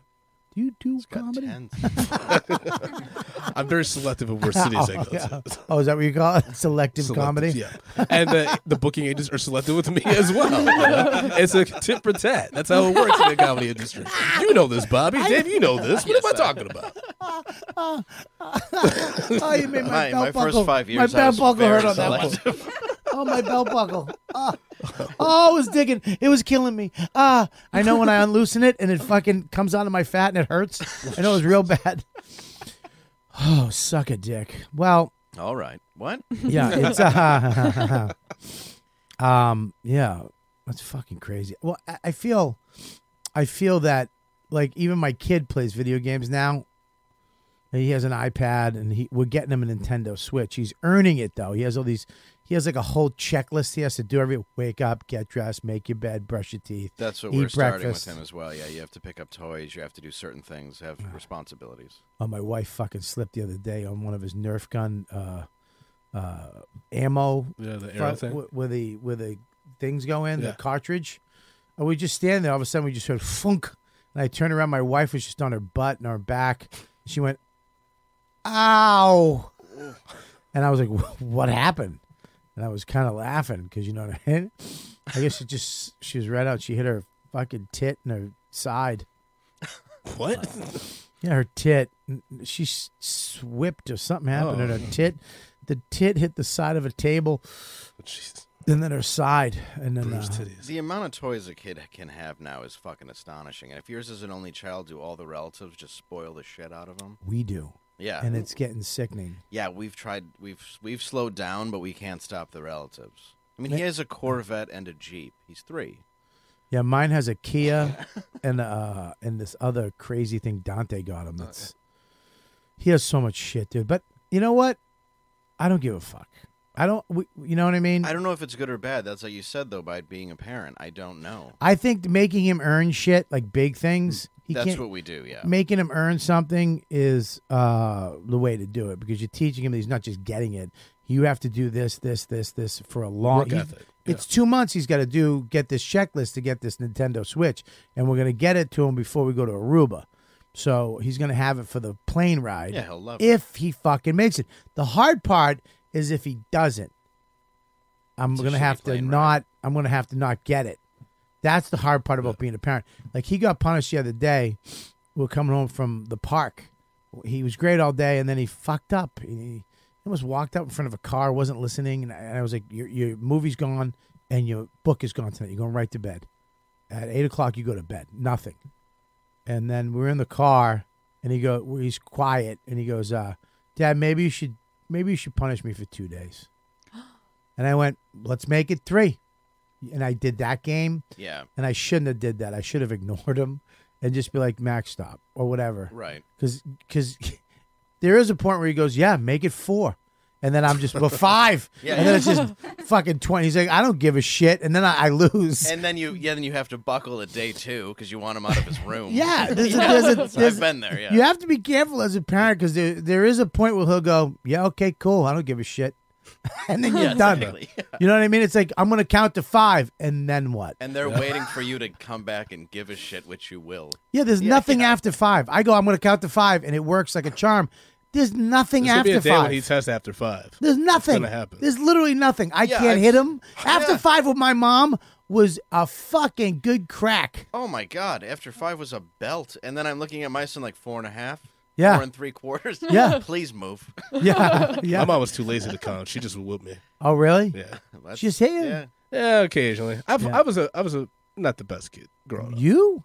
Do you do God, comedy? tense. I'm very selective of where cities I go yeah. to. Oh, is that what you call it? Selective, Selective, comedy. yeah. And the, the booking agents are selective with me as well. you know? It's a tit for tat. That's how it works in the comedy industry. You know this, Bobby. Dave, you know this. What am I talking about? Oh, you made my, My, belt my buckle. first five my years, I belt was buckle very hurt on that one. selective. Oh, my belt buckle. Ah. Oh, it was digging. It was killing me. Ah, I know when I unloosen it and it fucking comes out of my fat and it hurts. I know it was real bad. Oh, suck a dick. Well, All right. What? yeah, it's uh, um, yeah, that's fucking crazy. Well, I, I feel, I feel that like even my kid plays video games now. He has an iPad, and he we're getting him a Nintendo Switch. He's earning it though. He has all these. He has like a whole checklist he has to do every wake up, get dressed, make your bed, brush your teeth. That's what Eat we're starting breakfast. with him as well. Yeah, you have to pick up toys. You have to do certain things. Have responsibilities. Oh, my wife fucking slipped the other day on one of his Nerf gun uh, uh, ammo Yeah, the front wh- where the where the things go in the Yeah. cartridge. And we just stand there. All of a sudden, we just heard funk, and I turned around. My wife was just on her butt and her back. She went, "Ow!" And I was like, "What happened?" And I was kind of laughing because you know what I mean. I guess she just she was right out. She hit her fucking tit and her side. What? Yeah, her tit. She s- swipped or something happened, and Oh. her tit, the tit hit the side of a table, Jeez. and then her side, and then uh, Bruised titties. The amount of toys a kid can have now is fucking astonishing. And if yours is an only child, do all the relatives just spoil the shit out of them? we do. Yeah. and it's getting sickening. Yeah, we've tried. We've we've slowed down, but we can't stop the relatives. I mean, he has a Corvette and a Jeep. He's three. Yeah, mine has a Kia and uh and this other crazy thing Dante got him. That's he has so much shit, dude. But you know what? I don't give a fuck. I don't. We, you know what I mean? I don't know if it's good or bad. That's how you said though by being a parent. I don't know. I think making him earn shit like big things. He That's can't, what we do. Yeah. making him earn something is uh, the way to do it because you're teaching him that he's not just getting it. You have to do this, this, this, this for a long. Work he's- ethic, yeah. It's two months he's got to do get this checklist to get this Nintendo Switch, and we're gonna get it to him before we go to Aruba. So he's gonna have it for the plane ride. Yeah, he'll love it. if he fucking makes it. The hard part is if he doesn't. I'm a gonna shitty have to plane ride. not. I'm gonna have to not get it. That's the hard part about being a parent. Like he got punished the other day. We are coming home from the park. He was great all day, and then he fucked up. He almost walked up in front of a car, wasn't listening, and I, and I was like, your, "Your movie's gone, and your book is gone tonight. You're going right to bed. At eight o'clock, you go to bed. Nothing." And then we're in the car, and he go, he's quiet, and he goes, uh, "Dad, maybe you should, maybe you should punish me for two days." And I went, "Let's make it three. And I did that game, Yeah. and I shouldn't have did that. I should have ignored him and just be like, Max, stop or whatever. Right. Because because there is a point where he goes, yeah, make it four, and then I'm just well five, Yeah. and then it's just fucking twenty. He's like, I don't give a shit, and then I, I lose. And then you yeah then you have to buckle at day two because you want him out of his room. yeah, there's a, there's a, So there's I've been there. Yeah. You have to be careful as a parent because there, there is a point where he'll go, yeah, okay, cool, I don't give a shit, and then you're Yeah, done. exactly. You know what I mean? It's like I'm gonna count to five, and then what? And they're waiting for you to come back and give a shit, which you will. Yeah, there's nothing after five. I go, I'm going to count to five, and it works like a charm. There's nothing There's gonna after be a day five. when he tests after five. there's nothing. gonna happen. There's literally nothing. I Yeah, can't I- hit him. After Yeah. five with my mom was a fucking good crack. Oh my god! After five was a belt, and then I'm looking at my son like four and a half. Yeah. Four and three quarters. Yeah. Please move. Yeah, yeah. My mom was too lazy to count. She just would whip me. oh, really? Yeah. That's- Just hit him. Yeah. Yeah, occasionally. I've, Yeah. I was a I was a not the best kid growing up. You?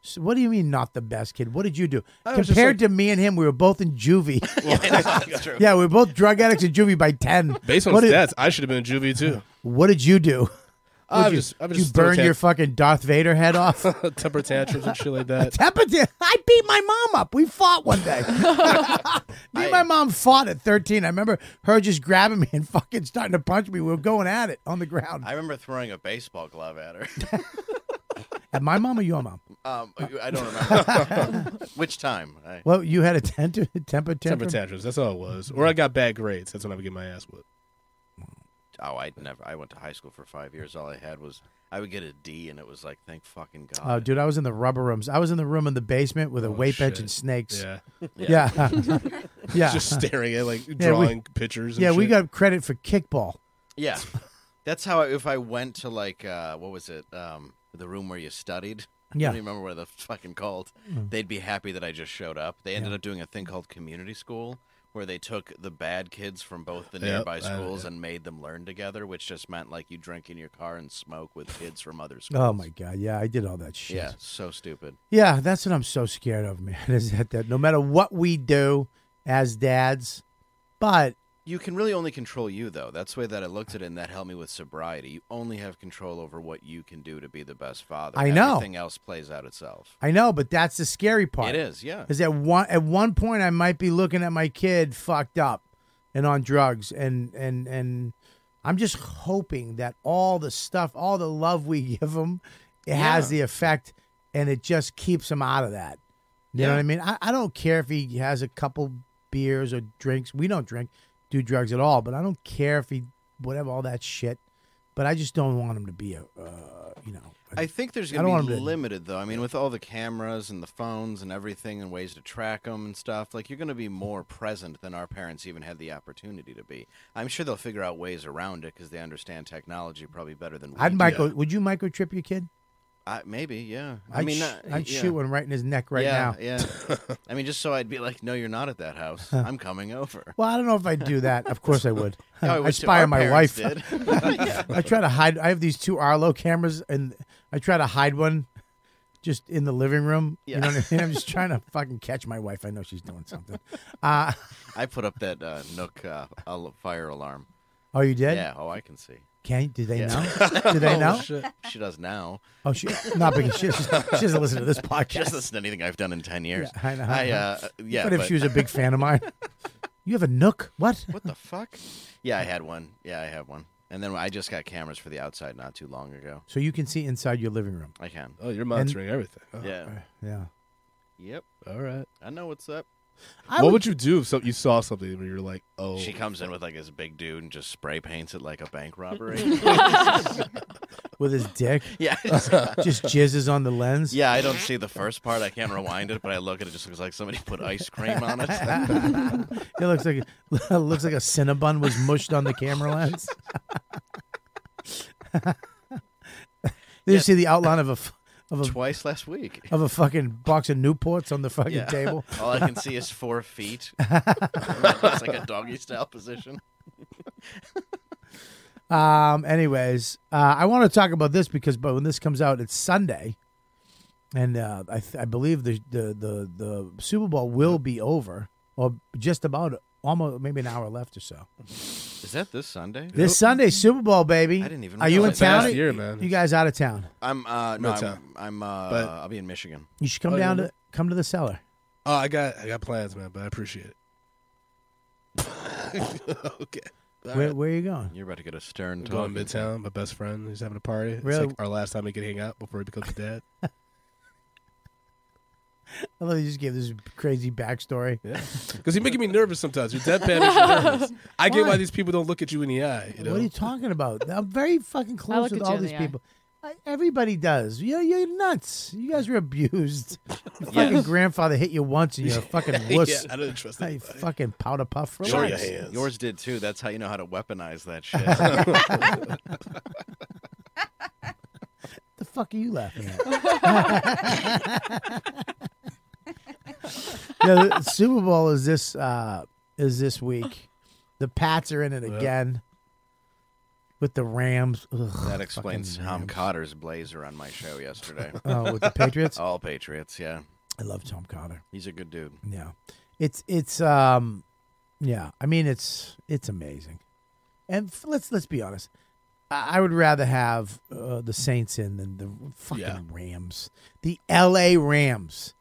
So what do you mean not the best kid? What did you do? I was just Compared to me and him, we were both in juvie. Yeah, that's true. yeah, we were both drug addicts in juvie by ten. Based on what did, stats, I should have been in juvie too. what did you do? I Would was you, just, I was you just burn throwing your fucking Darth Vader head off? tant- temper tantrums and shit like that. Temper tantrum. I beat my mom up. We fought one day. me and my mom fought at 13. I remember her just grabbing me and fucking starting to punch me. We were going at it on the ground. I remember throwing a baseball glove at her. At my mom or your mom? um, I don't remember which time. I, Well, you had a temper, temper Temper tantrum. tantrums. That's all it was. Or I got bad grades. That's when I would get my ass whipped. oh, I never. I went to high school for five years. All I had was I would get a D, and it was like, thank fucking god. Oh, dude, I was in the rubber rooms. I was in the room in the basement with a Oh, weight bench shit. and snakes. Yeah. Yeah. Yeah. yeah. Just staring at like we- drawing pictures. And we shit. got credit for kickball. Yeah. That's how I, if I went to like uh, what was it? Um, the room where you studied. Yeah. Mm. I don't even remember what the fucking called. They'd be happy that I just showed up. They ended up doing a thing called community school where they took the bad kids from both the Yeah, nearby uh, schools yeah. and made them learn together, which just meant like you drink in your car and smoke with kids from other schools. Oh my god, yeah, I did all that shit. Yeah, so stupid. Yeah, that's what I'm so scared of, man. Is that, that no matter what we do as dads, but You can really only control you though. That's the way that I looked at it and that helped me with sobriety. You only have control over what you can do to be the best father. I know. Everything else plays out itself. I know, but that's the scary part. It is, yeah. Is that one at one point I might be looking at my kid fucked up and on drugs and and and I'm just hoping that all the stuff, all the love we give him, it has the effect and it just keeps him out of that. You know Yeah. what I mean? I, I don't care if he has a couple beers or drinks. We don't drink, do drugs at all, but I don't care if he whatever all that shit. But I just don't want him to be a, uh, you know. a- I think there's I going don't to be want 'em to- limited, though. I mean, with all the cameras and the phones and everything and ways to track them and stuff, like you're going to be more present than our parents even had the opportunity to be. I'm sure they'll figure out ways around it because they understand technology probably better than we I'd do. micro. Would you microchip your kid? I, maybe, yeah. I I'd mean, sh- not- I'd yeah. shoot one right in his neck right yeah, now. Yeah. I mean, just so I'd be like, no, you're not at that house. I'm coming over. Well, I don't know if I'd do that. Of course, I would. No, I, wish that spy Oh, our on my wife. parents did. I try to hide. I have these two Arlo cameras, and I try to hide one just in the living room. Yeah. You know what I mean? I'm just trying to fucking catch my wife. I know she's doing something. Uh, I put up that uh, Nook uh, al- fire alarm. oh, you did? Yeah. Oh, I can see. Can do they Yeah. Oh, know? Do they know? She does now. Oh, she not because she, she doesn't listen to this podcast. She doesn't listen to anything I've done in ten years. Yeah, I know. I, uh, yeah. What if she was a big fan of mine? You have a Nook? What? What the fuck? Yeah, I had one. Yeah, I had one. And then I just got cameras for the outside not too long ago. So you can see inside your living room. I can. Oh, you're monitoring everything. Oh, Yeah. Yeah. Yep. All right. I know what's up. I what would you do if so, you saw something and you're like, oh, She comes in with like this big dude and just spray paints it like a bank robbery. with his dick yeah. just jizzes on the lens. Yeah, I don't see the first part. I can't rewind it, but I look at it. it Just looks like somebody put ice cream on it. It looks like it looks like a Cinnabon was mushed on the camera lens. Did you see the outline of a f- of a Twice last week. of a fucking box of Newports on the fucking Yeah. table? All I can see is four feet. it's like a doggy style position. Um. Anyways, uh, I want to talk about this because, but when this comes out, it's Sunday, and uh, I th- I believe the, the the the Super Bowl will be over, or just about almost maybe an hour left or so. Is that this Sunday? This Sunday, Super Bowl, baby. I didn't even Are you in realize town? that. Year, man. You guys out of town? I'm uh no, I'm, Midtown. I'm uh But- I'll be in Michigan. You should come Oh, down yeah. to come to the cellar. oh, I got, I got plans, man, but I appreciate it. okay. All Where, right. where are you going? You're about to get a stern I'm going talk. to Midtown. My best friend, he's having a party. It's Really? like our last time we could hang out before he becomes a dad. I love you just gave this crazy backstory. Yeah, because you're making me nervous sometimes. You're dead panic. you're nervous. I get Why? why these people don't look at you in the eye. You know? What are you talking about? I'm very fucking close look with at all you in these the eye. people. I, everybody does. You're, you're nuts. You guys are abused. Your fucking grandfather hit you once, and you're a fucking yeah, wuss. I don't trust Hey, anybody. fucking powder puff. Show your Relax. hands. Yours did too. That's how you know how to weaponize that shit. the fuck are you laughing at? yeah, the Super Bowl is this uh, is this week. The Pats are in it again with the Rams. Ugh, that explains fucking Tom Rams. Cotter's blazer on my show yesterday. Oh, with the Patriots. All Patriots, yeah. I love Tom Cotter. He's a good dude. Yeah, it's it's um, yeah. I mean, it's it's amazing. And f- let's let's be honest. I I would rather have uh, the Saints in than the fucking Yeah. Rams. The L.A. Rams.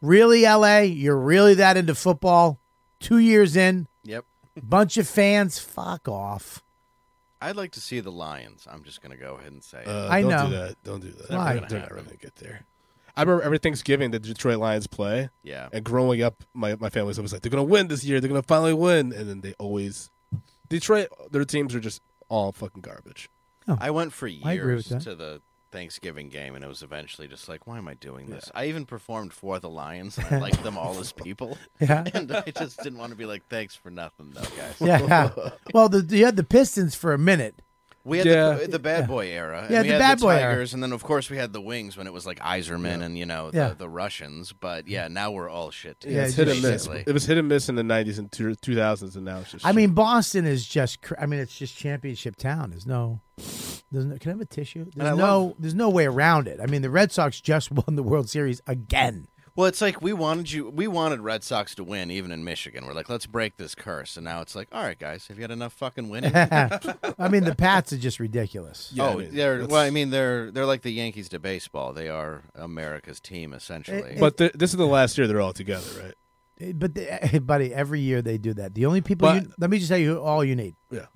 Really, L.A. You're really that into football? Two years in, Yep. bunch of fans. Fuck off. I'd like to see the Lions. I'm just gonna go ahead and say it. Uh, I don't know. Do that. Don't do that. Why? They're not- they're not really gonna get there. I remember every Thanksgiving the Detroit Lions play, Yeah. and growing up, my my family was always like, "They're gonna win this year. They're gonna finally win," and then they always Detroit. Their teams are just all fucking garbage. I went for I agree with years that. to the Thanksgiving game, and it was eventually just like, why am I doing this? I even performed for the Lions, and I liked them all as people. Yeah. And I just didn't want to be like, thanks for nothing, though, guys. Yeah. well, the, you had the Pistons for a minute. We had Yeah. the, the bad boy era. and Yeah, we the had bad the boy era. Tigers, And then, of course, we had the Wings when it was like Iserman and, you know, Yeah. the, the Russians. But yeah, now we're all shit. Yeah, it's together, just- hit and miss. basically. It was hit and miss in the '90s and two- 2000s, and now it's just. I shit. mean, Boston is just. Cr- I mean, it's just championship town. There's no. There's no. Can I have a tissue? I love- There's no. There's no way around it. I mean, the Red Sox just won the World Series again. Well, it's like we wanted you. We wanted Red Sox to win, even in Michigan. We're like, let's break this curse. And now it's like, all right, guys, have you had enough fucking winning? I mean, the Pats are just ridiculous. Yeah, I oh, mean, they're that's- well. I mean, they're they're like the Yankees to baseball. They are America's team essentially. Eh, but th- this is the last year they're all together, right? Eh, But the, buddy, every year they do that. The only people. But- you, let me just tell you who- all you need. Yeah.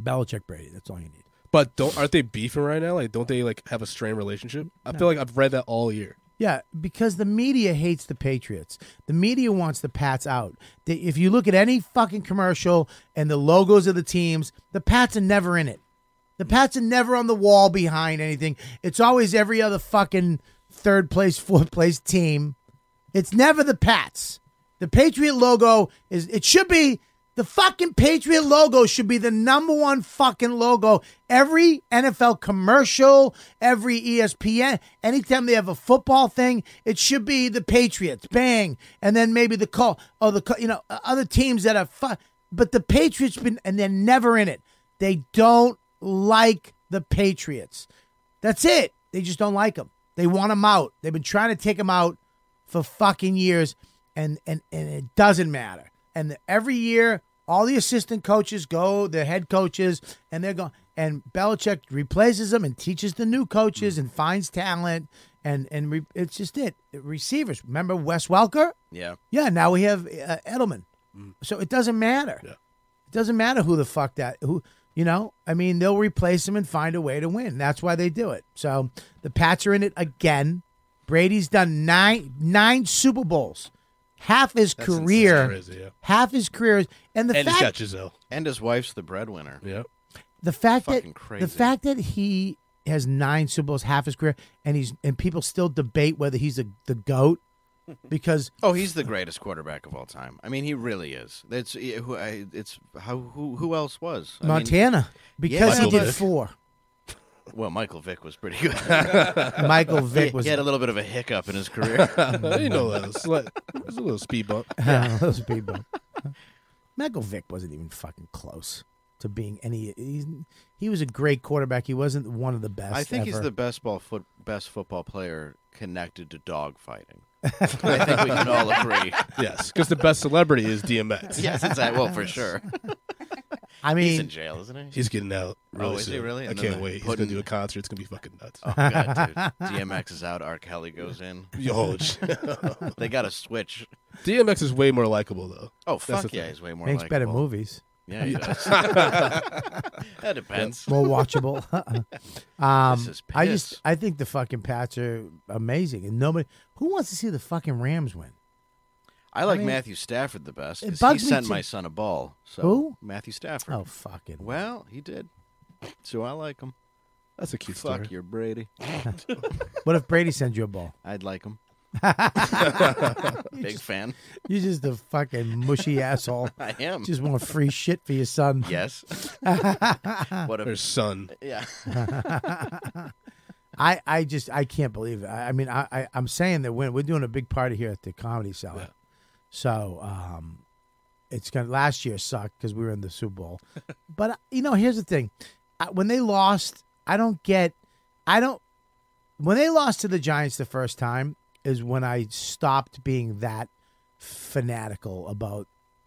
Belichick, Brady. That's all you need. But don't aren't they beefing right now? Like, don't they like have a strained relationship? I feel like I've read that all year. Yeah, because the media hates the Patriots. The media wants the Pats out. They, if you look at any fucking commercial and the logos of the teams, the Pats are never in it. The Pats are never on the wall behind anything. It's always every other fucking third place, fourth place team. It's never the Pats. The Patriot logo is it should be the fucking Patriot logo should be the number one fucking logo. Every NFL commercial, every E ESPN, anytime they have a football thing, it should be the Patriots. Bang. And then maybe the call or the co- you know other teams that are fu- but the Patriots been and they're never in it. They don't like the Patriots. That's it. They just don't like them. They want him out. They've been trying to take him out for fucking years, and and and it doesn't matter. And the- every year, all the assistant coaches go, the head coaches, and they're going. And Belichick replaces them and teaches the new coaches and finds talent. And and re, it's just it. Receivers. Remember Wes Welker? Yeah. Yeah, now we have uh, Edelman. Mm. So it doesn't matter. It doesn't matter who the fuck that who you know. I mean, they'll replace him and find a way to win. That's why they do it. So the Pats are in it again. Brady's done nine nine Super Bowls, half his That's insane. career, Crazy, yeah. half his career, is- and the and he's got fact Giselle. And his wife's the breadwinner. Yeah. the fact fucking that crazy. the fact that he has nine Super Bowls, half his career, and he's and people still debate whether he's the the goat because Oh, he's the greatest quarterback of all time. I mean, he really is. That's who. I, it's how who who else was I mean, Montana because he Michael did Vick. four. well, Michael Vick was pretty good. Michael he, Vick was he had a little bit of a hiccup in his career. Oh. you know that. It's like, it's a little speed bump. those people. Michael Vick wasn't even fucking close to being any. He's, he was a great quarterback. He wasn't one of the best. I think he's ever. the best ball foot best football player connected to dog fighting. I think we can all agree. Yes, because the best celebrity is DMX. Yes, it's I will for sure. I He's in mean, jail, isn't he? He's getting out. Really Oh, is he soon. really? I And then can't they wait. He's put gonna in- do a concert. It's gonna be fucking nuts. Oh god, dude. DMX is out. R. Kelly goes in. Yo, sh- They got to switch. DMX is way more likable though. Oh That's fuck the yeah, thing. he's way more. makes better likable. movies, Yeah, he does. that depends. more watchable. um, This is I just, piss. I think the fucking Pats are amazing, and nobody who wants to see the fucking Rams win. I like mean, Matthew Stafford the best. it 'cause He bugs me sent to- my son a ball. So Who? Matthew Stafford. Oh fucking! Well, he did. So I like him. That's a cute Fuck story. your Brady. What if Brady sends you a ball? I'd like him. Big fan. You're just a fucking mushy asshole. I am. Just want free shit for your son. Yes. what Her a son. yeah. I, I just I can't believe it. I, I mean I, I I'm saying that when we're doing a big party here at the comedy cellar, so um, it's gonna last year sucked because we were in the Super Bowl. but uh, you know, here's the thing: I, when they lost, I don't get, I don't. When they lost to the Giants the first time is when I stopped being that fanatical about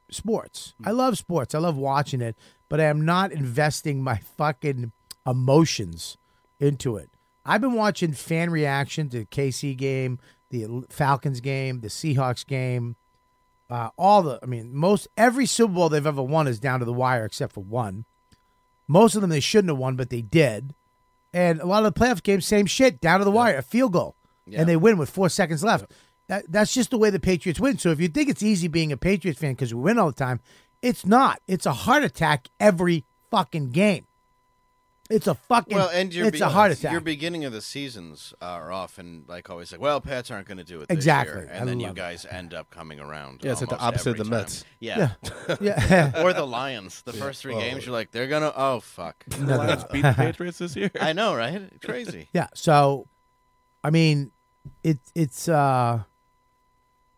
sports. I love sports. I love watching it, but I am not investing my fucking emotions into it. I've been watching fan reaction to the KC game, the Falcons game, the Seahawks game, uh, all the. I mean, most every Super Bowl they've ever won is down to the wire, except for one. Most of them they shouldn't have won, but they did. And a lot of the playoff games, same shit, down to the wire, a field goal, Yeah. and they win with four seconds left. That, that's just the way the Patriots win. So if you think it's easy being a Patriots fan because we win all the time, it's not. It's a heart attack every fucking game. It's a fucking. Well, and your it's be- a heart attack. Your beginning of the seasons uh, are often like always like, well, Pats aren't going to do it this Exactly. year, I and then you love it. guys end up coming around. Yeah, it's like the almost opposite of every the time. Mets. Yeah. Yeah. Oh. Yeah. or the Lions. The first three games, you're like, they're gonna. Oh fuck! The Lions beat the Patriots this year. I know, right? Crazy. yeah. So, I mean, it it's uh,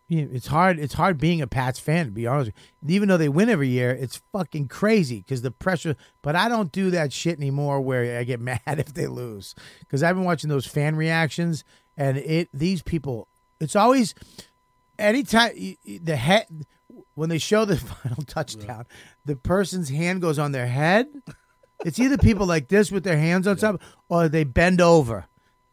you know, it's hard. It's hard being a Pats fan to be honest. With you. Even though they win every year, it's fucking crazy because the pressure. But I don't do that shit anymore. Where I get mad if they lose because I've been watching those fan reactions and it. These people. It's always anytime y- y- the head when they show the final touchdown, the person's hand goes on their head. It's either people like this with their hands on something, or they bend over,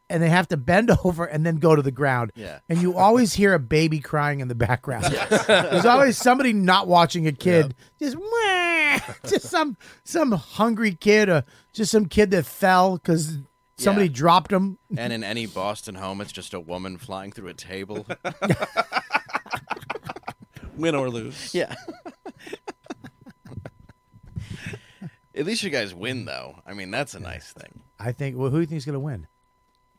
and they have to bend over and then go to the ground. Yeah. And you always hear a baby crying in the background. There's always somebody not watching a kid, just "Wah!" just some some hungry kid or just some kid that fell because somebody Yeah. dropped him. And in any Boston home, it's just a woman flying through a table. Win or lose. yeah. At least you guys win, though. I mean, that's a nice thing. I think. Well, who do you think's gonna win?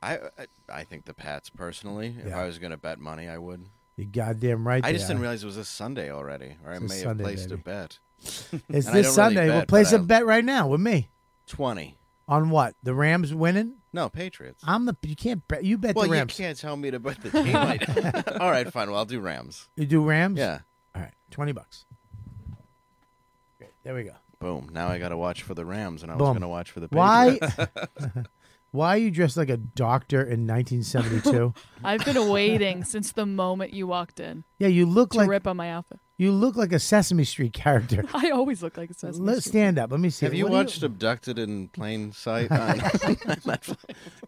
I I, I think the Pats, personally, if Yeah. I was going to bet money, I would. You goddamn right. I just they didn't are. realize it was this Sunday already, or I It's a may Sunday, have placed baby. a bet. It's And I this don't really Sunday. we'll bet, place but a I- bet right now with me. Twenty? On what? The Rams winning? No, Patriots. I'm the you can't bet you bet well, the Rams. you can't tell me to bet the team. I- All right, fine. Well, I'll do Rams. You do Rams? Yeah. All right. Twenty bucks. Great. There we go. Boom. Now I got to watch for the Rams, and I was Boom. going to watch for the Patriots. Why Why are you dressed like a doctor in 1972? I've been waiting since the moment you walked in yeah, you look to like rip on my outfit. you look like a Sesame Street character. I always look like a sesame. Let's Street. stand up. Let me see. Have you What do watched Abducted in Plain Sight? on Netflix?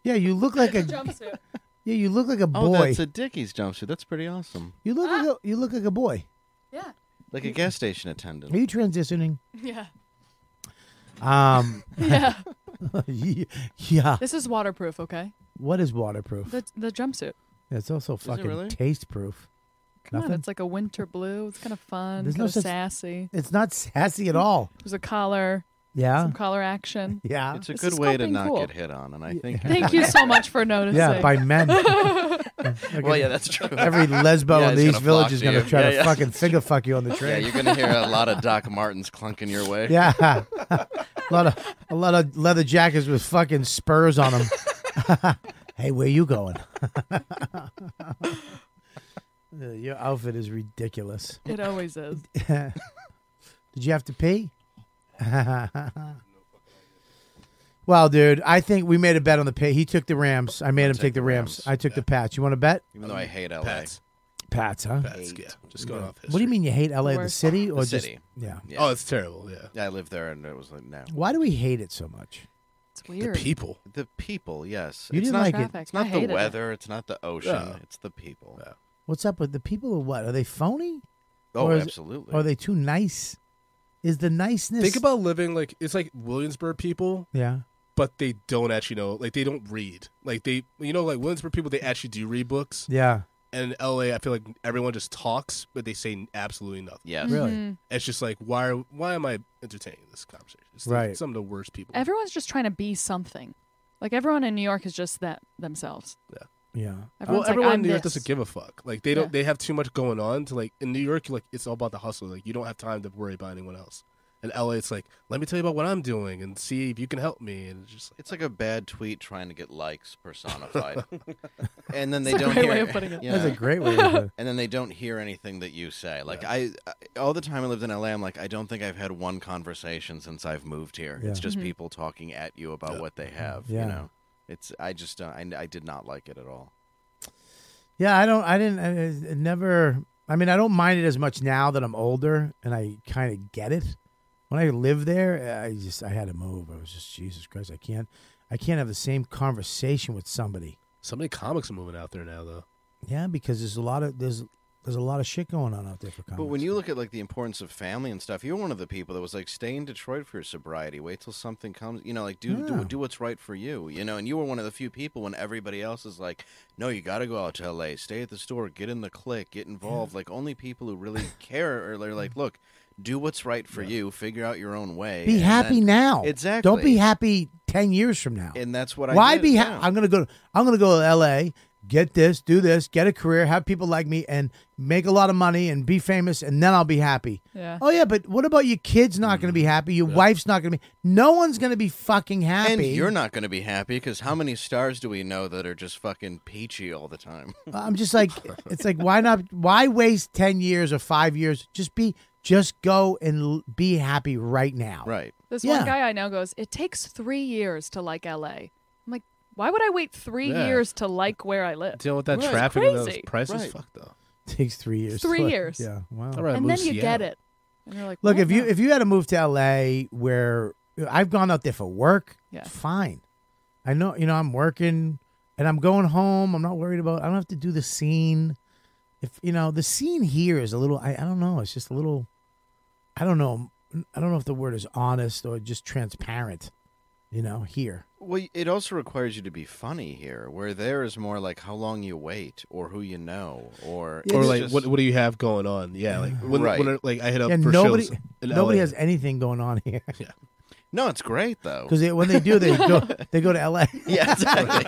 Yeah, you look like a Jumpsuit. yeah. You look like a oh, boy. that's a Dickies jumpsuit. That's pretty awesome. you look like a, you look like a boy. Yeah. Like a gas station Are attendant. you transitioning? Yeah. Um, Yeah. yeah. this is waterproof, okay? What is waterproof? The the jumpsuit. That's also it fucking really? taste proof. Come Nothing? on, it's like a winter blue. It's kind of fun. There's There's no kind of such- sassy. It's not sassy at all. There's a collar, Yeah. some collar action. Ah. Yeah. It's a This good is way to something not cool. get hit on, and I think. Thank you so much for noticing. yeah, by men. Well, yeah, that's true. Every lesbo Yeah, in it's these gonna villages flock is to gonna you. try Yeah, to yeah. fucking finger fuck you on the yeah, train. you're gonna hear a lot of Doc Martens clunking your way. Yeah, a lot of a lot of leather jackets with fucking spurs on them. hey, where you going? Uh, Your outfit is ridiculous. It always is. Did you have to pee? well, dude, I think we made a bet on the pay. He took the Rams. I made him take the Rams. Rams, I took the Pats. You want to bet? Even though I hate LA. Pats. Pats, huh? Pats, yeah. Just going off history. What do you mean you hate LA, the Worst. city, or The just city. yeah? Yeah. Oh, it's terrible. Yeah. I lived there, and it was like no. Why do we hate it so much? It's weird. The people. The people, yes. You it's didn't not. like it. Traffic. it's not the I hated it. weather. It's not the ocean. Yeah. It's the people. Yeah. What's up with the people? Or what are they phony? Oh, Or is- absolutely. Are they too nice? Is the niceness? Think about living like it's like Williamsburg people, yeah, but they don't actually know. Like they don't read. Like they, you know, like Williamsburg people, they actually do read books. yeah. And in LA, I feel like everyone just talks, but they say absolutely nothing. yes. Really? Mhm. It's just like why? are- Why am I entertaining this conversation? It's like Right. Some of the worst people. Everyone's just trying to be something. Like everyone in New York is just that themselves. Yeah. Oh, Everyone's well, everyone like, in I'm New York this. doesn't give a fuck. Like they don't. Yeah. They have too much going on to like. In New York, you're like it's all about the hustle. Like you don't have time to worry about anyone else. In LA, it's like let me tell you about what I'm doing and see if you can help me. And it's just like It's like a bad tweet trying to get likes personified, and then they It's a don't great hear. way of putting it. you That's know, a great way. To put it. and then they don't hear anything that you say. Like I, I, all the time I lived in LA, I'm like, I don't think I've had one conversation since I've moved here. It's Yeah. Mm-hmm. just people talking at you about what they have. Yeah. You know, it's I just don't, I, I did not like it at all. Yeah, I don't. I didn't. I, I- it never. I mean, I don't mind it as much now that I'm older and I kind of get it. When I lived there, I just I had to move. I was just Jesus Christ. I can't. I can't have the same conversation with somebody. so many comics are moving out there now, though. Yeah, because there's a lot of there's there's a lot of shit going on out there for comics. But when you look at like the importance of family and stuff, you're one of the people that was like, stay in Detroit for your sobriety. Wait till something comes. You know, like do Yeah. do, do what's right for you. You know, and you were one of the few people when everybody else is like, no, you got to go out to L.A. Stay at the store, get in the clique, get involved. Like only people who really care are they're like, look, do what's right for you. Figure out your own way. be and happy then- now. Exactly. Don't be happy ten years from now. And that's what I. Why did, be? Ha- yeah. I'm gonna go. I'm gonna go to L.A. Get this, do this, get a career, have people like me, and make a lot of money and be famous, and then I'll be happy. Yeah. Oh yeah, but what about your kids? Not gonna be happy. Your wife's not gonna be. No one's gonna be fucking happy. Mm-hmm. And you're not going to be happy because how many stars do we know that are just fucking peachy all the time? Uh, I'm just like, it's like why not? Why waste ten years or five years? Just be, just go and l- be happy right now. right. This Yeah. one guy I know goes, It takes three years to like LA. I'm like, why would I wait three Yeah. years to like where I live? Dealing with that Right. traffic and those Crazy. prices, Right. fuck though. Takes three years. to Three look. years. Yeah. Wow. All right, and move then to you get Seattle. it. And you're like, Look, "Well, if you no." if you had to move to LA where I've gone out there for work, Yeah. fine. I know, you know, I'm working and I'm going home. I'm not worried about I don't have to do the scene. If you know, the scene here is a little I, I don't know, it's just a little I don't know. I don't know if the word is honest or just transparent, you know, here. Well, it also requires you to be funny here, where there is more like how long you wait or who you know or Yeah, Or it's like, just- Mm. what what do you have going on? Yeah, like when, Right. when like I hit up yeah, for nobody shows in nobody LA. has anything going on here. No, it's great though. Because when they do, they go they go to LA. yeah, exactly.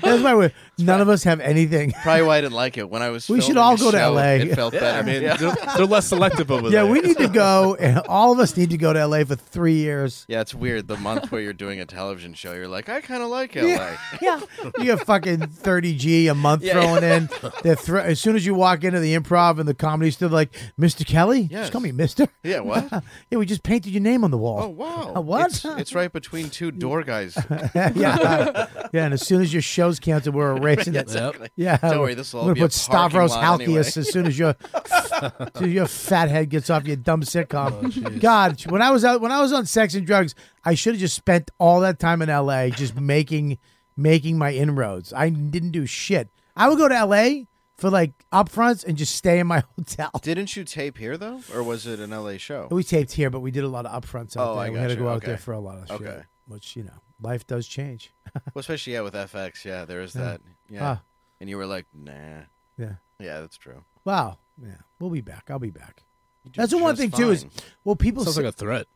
That's why we're, none of us have anything. Probably why I didn't like it when I was. We should filming all the go to show, LA. It felt Yeah, better. I mean, yeah. they're, they're less selective over Yeah, there. we need to go, and all of us need to go to LA for three years. Yeah, it's weird. The month where you're doing a television show, you're like, I kind of like LA. Yeah, you get fucking thirty g a month Yeah, thrown in. They're thro- as soon as you walk into the improv and the comedy store, they're like Mr. Kelly, just Yes. call me Mister. Yeah, what? Yeah, we just painted your name on the wall. Oh wow. Uh, What? It's, it's right between two door guys. yeah, yeah. And as soon as your show's canceled, we're erasing it. Exactly. Yeah, Don't worry, this will all we're be gonna a put Stavros parking lot Halkias anyway. as soon as your as soon as your fathead gets off your dumb Oh, sitcom. God, when I was out, when I was on Sex and Drugs, I should have just spent all that time in L.A. just making making my inroads. I didn't do shit. I would go to L.A. for like upfronts and just stay in my hotel. Didn't you tape here though, or was it an LA show? We taped here, but we did a lot of upfronts out Oh, there. I we had to gotcha. go out there Okay. for a lot of shit, Okay. which you know, life does change. Well, especially yeah with FX, yeah, there is that. Yeah, Ah. and you were like, nah, Yeah. yeah, that's true. Wow. Yeah. We'll be back. I'll be back. You do That's the one just thing too is fine. well people Sounds say, like a threat.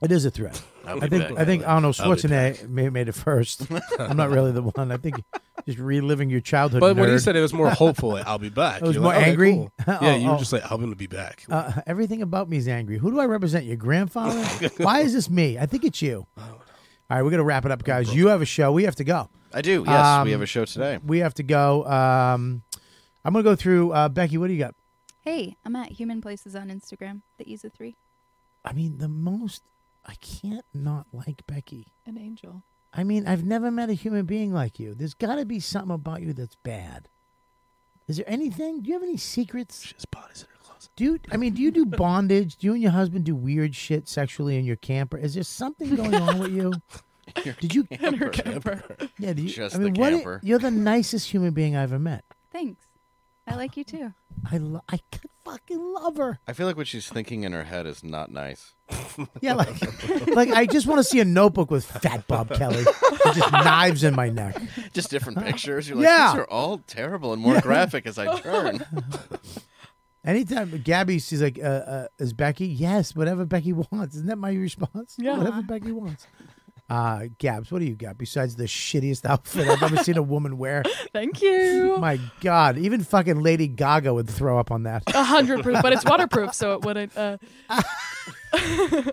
it is a threat. I'll I be think back. I think Arnold I'll be back. Schwarzenegger ma- made it first. I'm not really the one. I think just reliving your childhood. But when he nerd. said it was more hopeful, like, I'll be back. It was You're more like, okay, angry? cool. Oh, Yeah, you oh. were just like, I'm going to be back. uh, everything about me is angry. Who do I represent? Your grandfather? Oh, Why is this me? I think it's you. All right, we're gonna wrap it up, guys. You have a show. We have to go. I do. Yes, Um, we have a show today. We have to go. Um, I'm gonna go through uh, Becky. What do you got? Hey, I'm at Human Places on Instagram. The Ease of Three. I mean, the most I can't not like Becky. An angel. I mean, I've never met a human being like you. There's got to be something about you that's bad. Is there anything? Do you have any secrets? His body's in her closet. Do you, I mean, do you do bondage? Do you and your husband do weird shit sexually in your camper? Is there something going on with you? Did you? Her camper. Yeah, do you, Just I mean, the what? i- camper. you're the nicest human being I ever met. Thanks. I like you too. I lo- I could fucking love her. I feel like what she's thinking in her head is not nice. Yeah, like, like I just want to see a notebook with Fat Bob Kelly, and just knives in my neck. Just different pictures. You're like, Yeah. these are all terrible and more graphic as I turn. Anytime Gabby she's like, uh, uh, "Is Becky?" Yes, whatever Becky wants. Isn't that my response? Yeah. whatever Becky wants. Uh, Gabs, what do you got besides the shittiest outfit I've ever seen a woman wear? Thank you. My God, even fucking Lady Gaga would throw up on that. A hundred proof, but it's waterproof, so it wouldn't. Uh...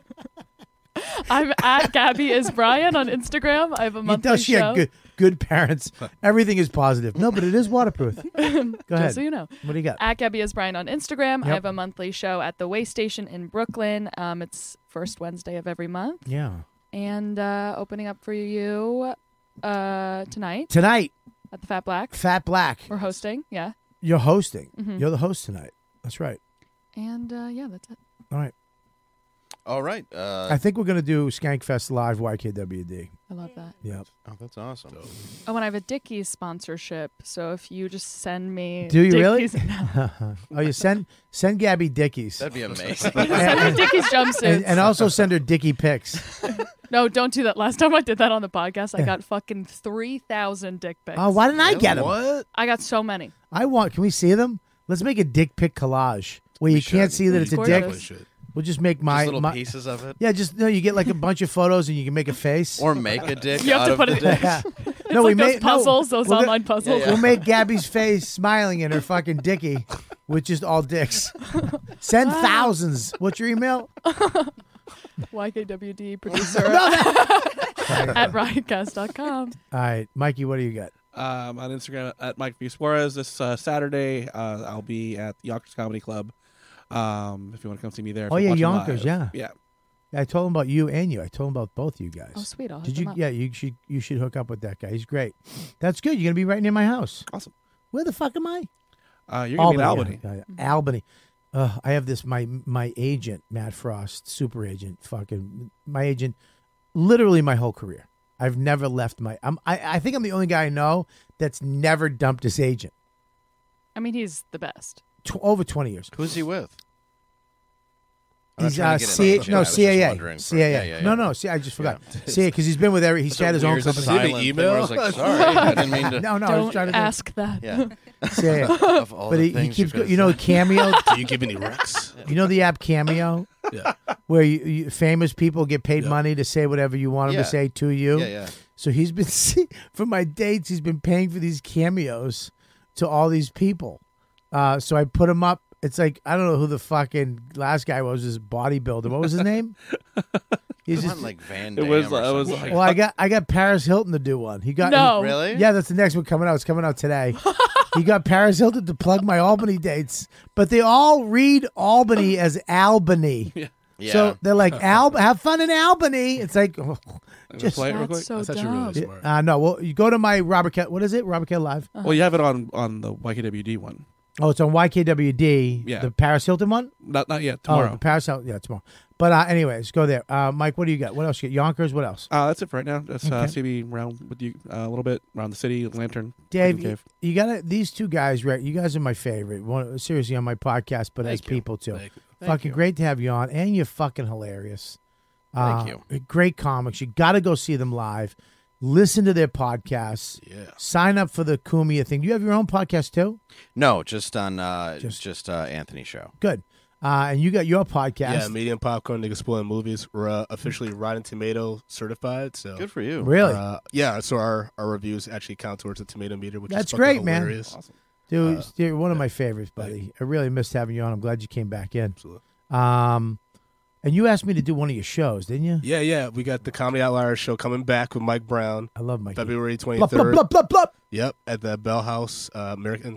I'm at Gabby is Brian on Instagram. I have a You monthly tell she show. had good, good parents. Everything is positive. No, but it is waterproof. Go ahead. Just so you know. Uh, What do you got? At Gabby is Brian on Instagram. I Yep. have a monthly show at the Way Station in Brooklyn. Um, it's first Wednesday of every month, Yeah. and uh, opening up for you uh, tonight Tonight, at the Fat Black. Fat Black, We're hosting, yeah. you're hosting. Mhm. You're the host tonight. That's right. And uh, yeah, that's it. All right. All right. Uh, I think we're gonna do Skankfest live YKWd. I love that. Yep. oh, that's awesome. Oh, and I have a Dickies sponsorship. So if you just send me, Do you really? Dickies- No. oh, you send send Gabby Dickies. That'd be amazing. send me Dickies jumpsuits. and, and also send her dicky pics. no, don't do that. Last time I did that on the podcast, I got fucking three thousand dick pics. Oh, why didn't I get them? What? I got so many. I want. Can we see them? Let's make a dick pic collage where you can't see that it's a dick. Gorgeous. Shit. We'll just make my, just little my- pieces of it, yeah. Just no. You get like a bunch of photos and you can make a face. or make a dick You have out to of put the it- dick. yeah. no, It's like those puzzles, those we're gonna- online puzzles. Yeah, We'll make Gabby's face smiling in her fucking dicky with just all dicks. Send thousands. What's your email? YKWD producer at riotcast.com. All right, Mikey. What do you got? Um, on Instagram at Mike V Suarez this uh, Saturday, uh, I'll be at the Yonkers Comedy Club. Um, if you want to come see me there. if Oh, you're yeah, watching Yonkers, live. yeah. yeah. I told him about you and you. I told him about both you guys. Oh, sweet. I'll Did hit them you? up. Yeah, you should. You should hook up with that guy. He's great. That's good. You're gonna be right near my house. Awesome. Where the fuck am I? Uh, you're gonna be in Albany. Albany. yeah, yeah, Mm-hmm. yeah. Albany. Ugh, I have this. My my agent, Matt Frost, super agent. Fucking my agent. Literally my whole career. I've never left my. I'm. I, I think I'm the only guy I know that's never dumped his agent. I mean, he's the best. Tw- over 20 years. Who's he with? I'm not He's trying uh, to get an C- agent, I no was just CAA. wondering for- CAA. yeah, yeah, No, yeah. no. See, I just forgot. CAA because he's been with every. He's That had his own weird company. silence. silent thing Email? where I was like, sorry, I didn't mean to. No, no. I was Don't trying to ask that. Yeah. CAA. Of all but the he, he things keeps could go, have you know said. cameo Do you give any recs? you know the app cameo Yeah. where you, you, famous people get paid money to say whatever you want them to Yeah. say to you Yeah, yeah. so he's been see, for my dates he's been paying for these cameos to all these people uh, so i put him up it's like i don't know who the fucking last guy was this bodybuilder what was his name he's Come just on, like Van It Damme was- or it was something. well i got i got paris hilton to do one he got No. Really? yeah, that's the next one coming out. It's coming out today. he got Paris Hilton to plug my Albany dates, but they all read Albany as Albany. Yeah. So they're like, Al- have fun in Albany. It's like, oh, I'm gonna just play it real That's quick. so That's actually dumb. really smart. uh, no. Well, you go to my Robert. Kell- what is it? Robert Kell Live. Well, you have it on on the YKWd one. Oh, it's on YKWd. Yeah. The Paris Hilton one. Not not yet. Oh, Tomorrow. the Paris Hilton. Yeah, tomorrow. But uh, anyways, go there. Uh, Mike, what do you got? What else? You got? Yonkers. What else? uh, that's it for right now. That's uh, CB around with you uh, a little bit around the city, lantern. Dave, Cave. you, you gotta these two guys. Right, you guys are my favorite. One, seriously, on my podcast, but as Thank you. people too. Thank you. fucking great to have you on, and you're fucking hilarious. Thank Uh, Great comics. You got to go see them live. Listen to their podcasts. Yeah. Sign up for the Kumia thing. Do you have your own podcast too? no, just on uh, Just- just, uh, Anthony show. Good. Uh, and you got your podcast. Yeah, medium popcorn, niggas spoiling movies. We're uh, officially Rotten Tomato certified. Oh. So Good for you. really, Uh, yeah, so our, our reviews actually count towards the tomato meter, which That's is fucking great, man. hilarious. dude, you're one of my favorites, buddy. I really missed having you on. I'm glad you came back in. Absolutely. Um, and you asked me to do one of your shows, didn't you? Yeah, yeah. We got the Comedy Outliers show coming back with Mike Brown I love my February Blup, blup, 23rd. blup, blup, blup. Yep, at the Bell House, uh,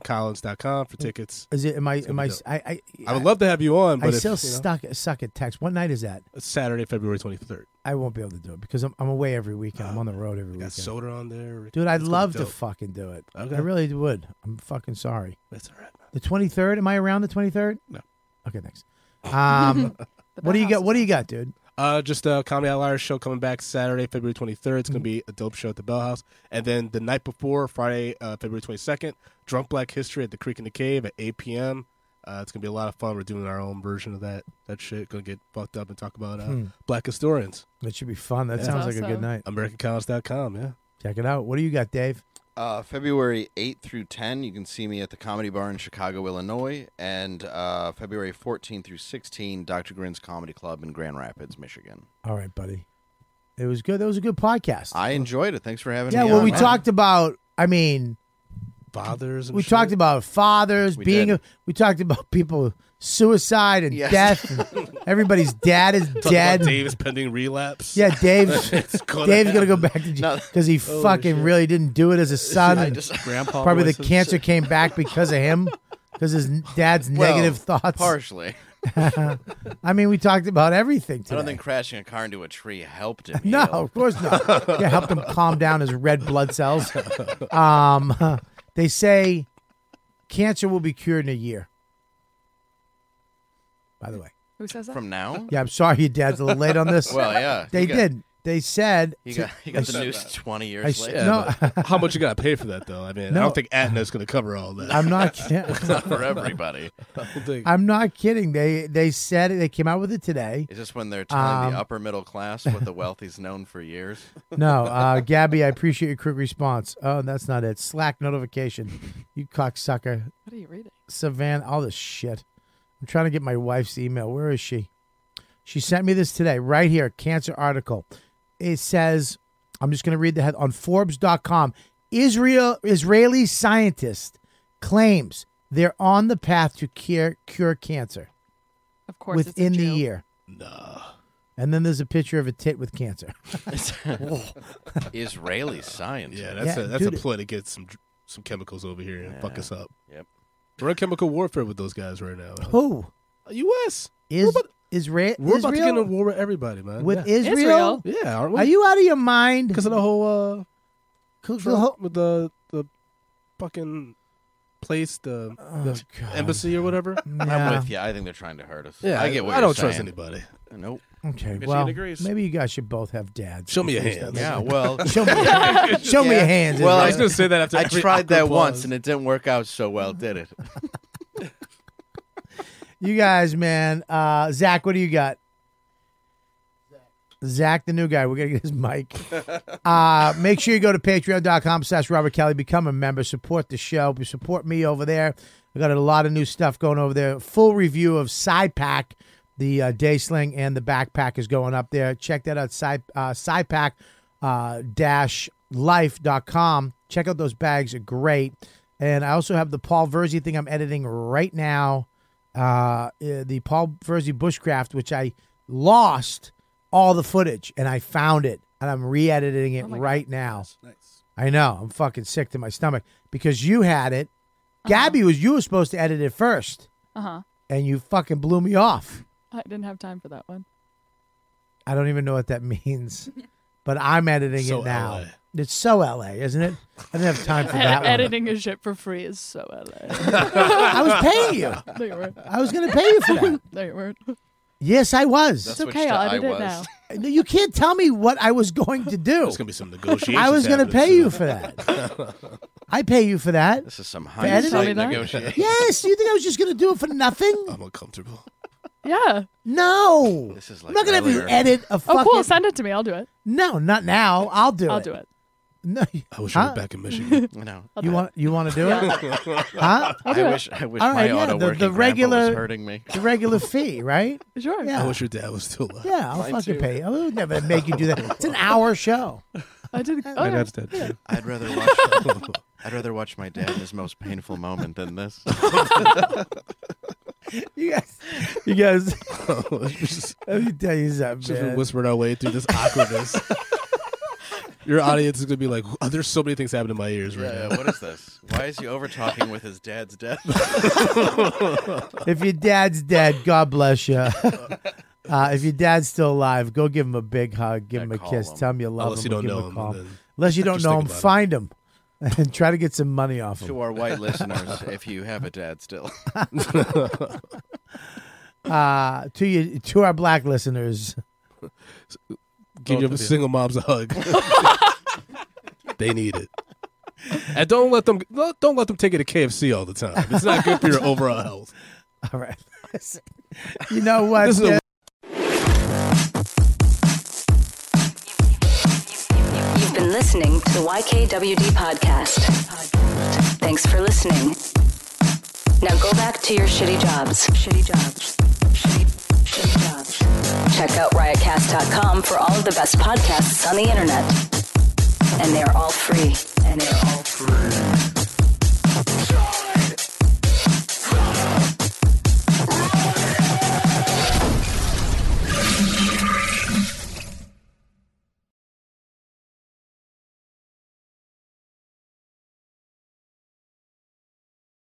AmericanCollins.com for tickets. Is it? Am I? Am gonna I? be dope. I, I, I would love to have you on, I but if, still you know, stuck suck at text. What night is that? it's Saturday, February 23rd. I won't be able to do it because I'm, I'm away every weekend. I'm on the road every We weekend. Ah, got soda on there. Dude, I'd It's gonna be love to dope. fucking do it. Okay. I really would. I'm fucking sorry. That's all right. man. The 23rd. Am I around the 23rd? No. Okay, thanks. Um, what do you got? What do you got, dude? Uh, just a Comedy Outliers show coming back Saturday, February 23rd. Mm-hmm. It's going to be a dope show at the Bell House. And then the night before, Friday, uh, February 22nd, Drunk Black History at the Creek in the Cave at 8 p.m. Uh, it's going to be a lot of fun. We're doing our own version of that that shit. Going to get fucked up and talk about uh, Hmm. black historians. That should be fun. That Yeah. sounds like a Awesome. good night. uh, AmericanCollins.com, yeah. Check it out. What do you got, Dave? Uh, February 8th through 10, you can see me at the Comedy Bar in Chicago, Illinois. And uh, February 14 through 16, Dr. Grin's Comedy Club in Grand Rapids, Michigan. All right, buddy. It was good. That was a good podcast. I enjoyed it. Thanks for having yeah, me well, on, we man. talked about. I mean, Fathers. And we shit. talked about fathers We being. did. we talked about people suicide and Yes. death. And everybody's dad is Talked dead. about Dave's pending relapse. Yeah, Dave. It's gonna Dave's gonna go happen. back to No. because he fucking really didn't do it as a son. I and just- Grandpa. probably the voices. cancer came back because of him, because his n- dad's Well, negative thoughts. Partially. I mean, we talked about everything I today. don't think crashing a car into a tree helped him. no, heal. of course not. yeah, helped him calm down his red blood cells. Um, they say cancer will be cured in a year. By the way, Who says that? From now? yeah, I'm sorry your dad's a little late on this. Well, yeah. they he got- did. They said He got, he got the news 20 years I s- later. no, How much you got to pay for that, though? I mean, No. I don't think Atna's going to cover all that. I'm not. Not for everybody. don't think. I'm not kidding. They they said it. They came out with it today. Is this when they're telling Um, the upper middle class what the wealthy's known for years? No, uh, Gabby, I appreciate your quick response. Oh, that's not it. Slack notification. You cocksucker. What are you reading? Savannah, all this shit. I'm trying to get my wife's email. Where is she? She sent me this today, right here, cancer article. It says, I'm just going to read the head on Forbes.com. Israel Israeli scientist claims they're on the path to cure cure cancer Of course, it's a within the Jew. year. No. And then there's a picture of a tit with cancer. Israeli science. Yeah, that's Yeah, a that's dude. a ploy to get some dr- some chemicals over here and fuck us up. Yep. We're in chemical warfare with those guys right now. Who U.S. is about- Israel? We're about to get in a Israel? war with everybody, man. with yeah. Israel? Israel? yeah, aren't we? Are you out of your mind? because of the whole uh Cook the Trump whole- with the the fucking place the, the Oh, God. embassy or whatever. I'm Yeah. with you. I think they're trying to hurt us. Yeah, I get what I you're don't saying. trust anybody. Nope. Okay, she well, agrees. maybe you guys should both have dads. Show me your Please hands. don't- Yeah, well, Show me, show me your hands. Well, I Israel. was gonna say that after I tried that once and it didn't work out so well, did it? you guys, man. Uh, Zach, what do you got? Zach, the new guy. We're going to get his mic. Uh, make sure you go to patreon.com slash Robert Kelly. Become a member. Support the show. Support me over there. I got a lot of new stuff going over there. Full review of Side Pack. The uh, day sling and the backpack is going up there. Check that out. Side, uh, sidepack uh, dash life.com. Check out those bags. Are great. And I also have the Paul Verzi thing I'm editing right now. Uh, uh, the Paul Verzi bushcraft, which I lost all the footage and I found it and I'm re editing it right now. Nice. I know. I'm fucking sick to my stomach because you had it. Gabby was you were supposed to edit it first Uh huh. and you fucking blew me off. I didn't have time for that one. I don't even know what that means, but I'm editing So it now. LA. It's so LA, isn't it? I didn't have time for Ed- that. one. editing a shit for free is so LA. I was paying you. no, you weren't. I was going to pay you for that. No, you weren't. Yes, I It's was. Switch okay. to I'll I edit it was. now. You can't tell me what I was going to do. There's gonna be some negotiations. I was going to happening pay soon. you for that. I pay you for that. This is some editing? hindsight Tell me that. negotiation. Yes, you think I was just going to do it for nothing? I'm uncomfortable. Yeah. No. This is I'm like not going to have you earlier. edit a fucking. Oh, cool. Send it to me. I'll do it. no, not now. I'll do I'll it. do it. No, I wish I Huh? were back in Michigan. No, you want you want to do it? huh? I wish I wish All right, my yeah, auto the- working grandpa the was regular- hurting me. The regular fee, right? Sure. Yeah. I wish your dad was still alive. Yeah, I'll Mine fucking too. pay. I would never make you do that. It's an hour show. I did. Oh, My yeah. dad's dead. too. I'd rather watch. I'd rather watch my dad in his most painful moment than this. You guys, you guys. just Let me tell you something. Just man. whispered our way through this awkwardness. Your audience is gonna be like, "Oh, "There's so many things happening in my ears right Yeah, now." what is this? Why is he over talking with his dad's death? If your dad's dead, God bless you. Uh, if your dad's still alive, go give him a big hug, give Yeah, him a call kiss, him. tell him you love Unless him, you or don't give know him a him, call. and then Unless you don't just know think him, about him. find him and try to get some money off him. to our white listeners, if you have a dad still, Uh, to you, to our black listeners, Both Give your of you. single moms a hug. they need it. And don't let them don't don't let them take it to KFC all the time. It's not good for your overall health. all right. you know what? This is Dad? a You've been listening to the YKWD podcast. Thanks for listening. Now go back to your shitty jobs. Shitty jobs. Shitty, shitty jobs. Check out riotcast.com for all of the best podcasts on the internet. And they are all free. And they are all free.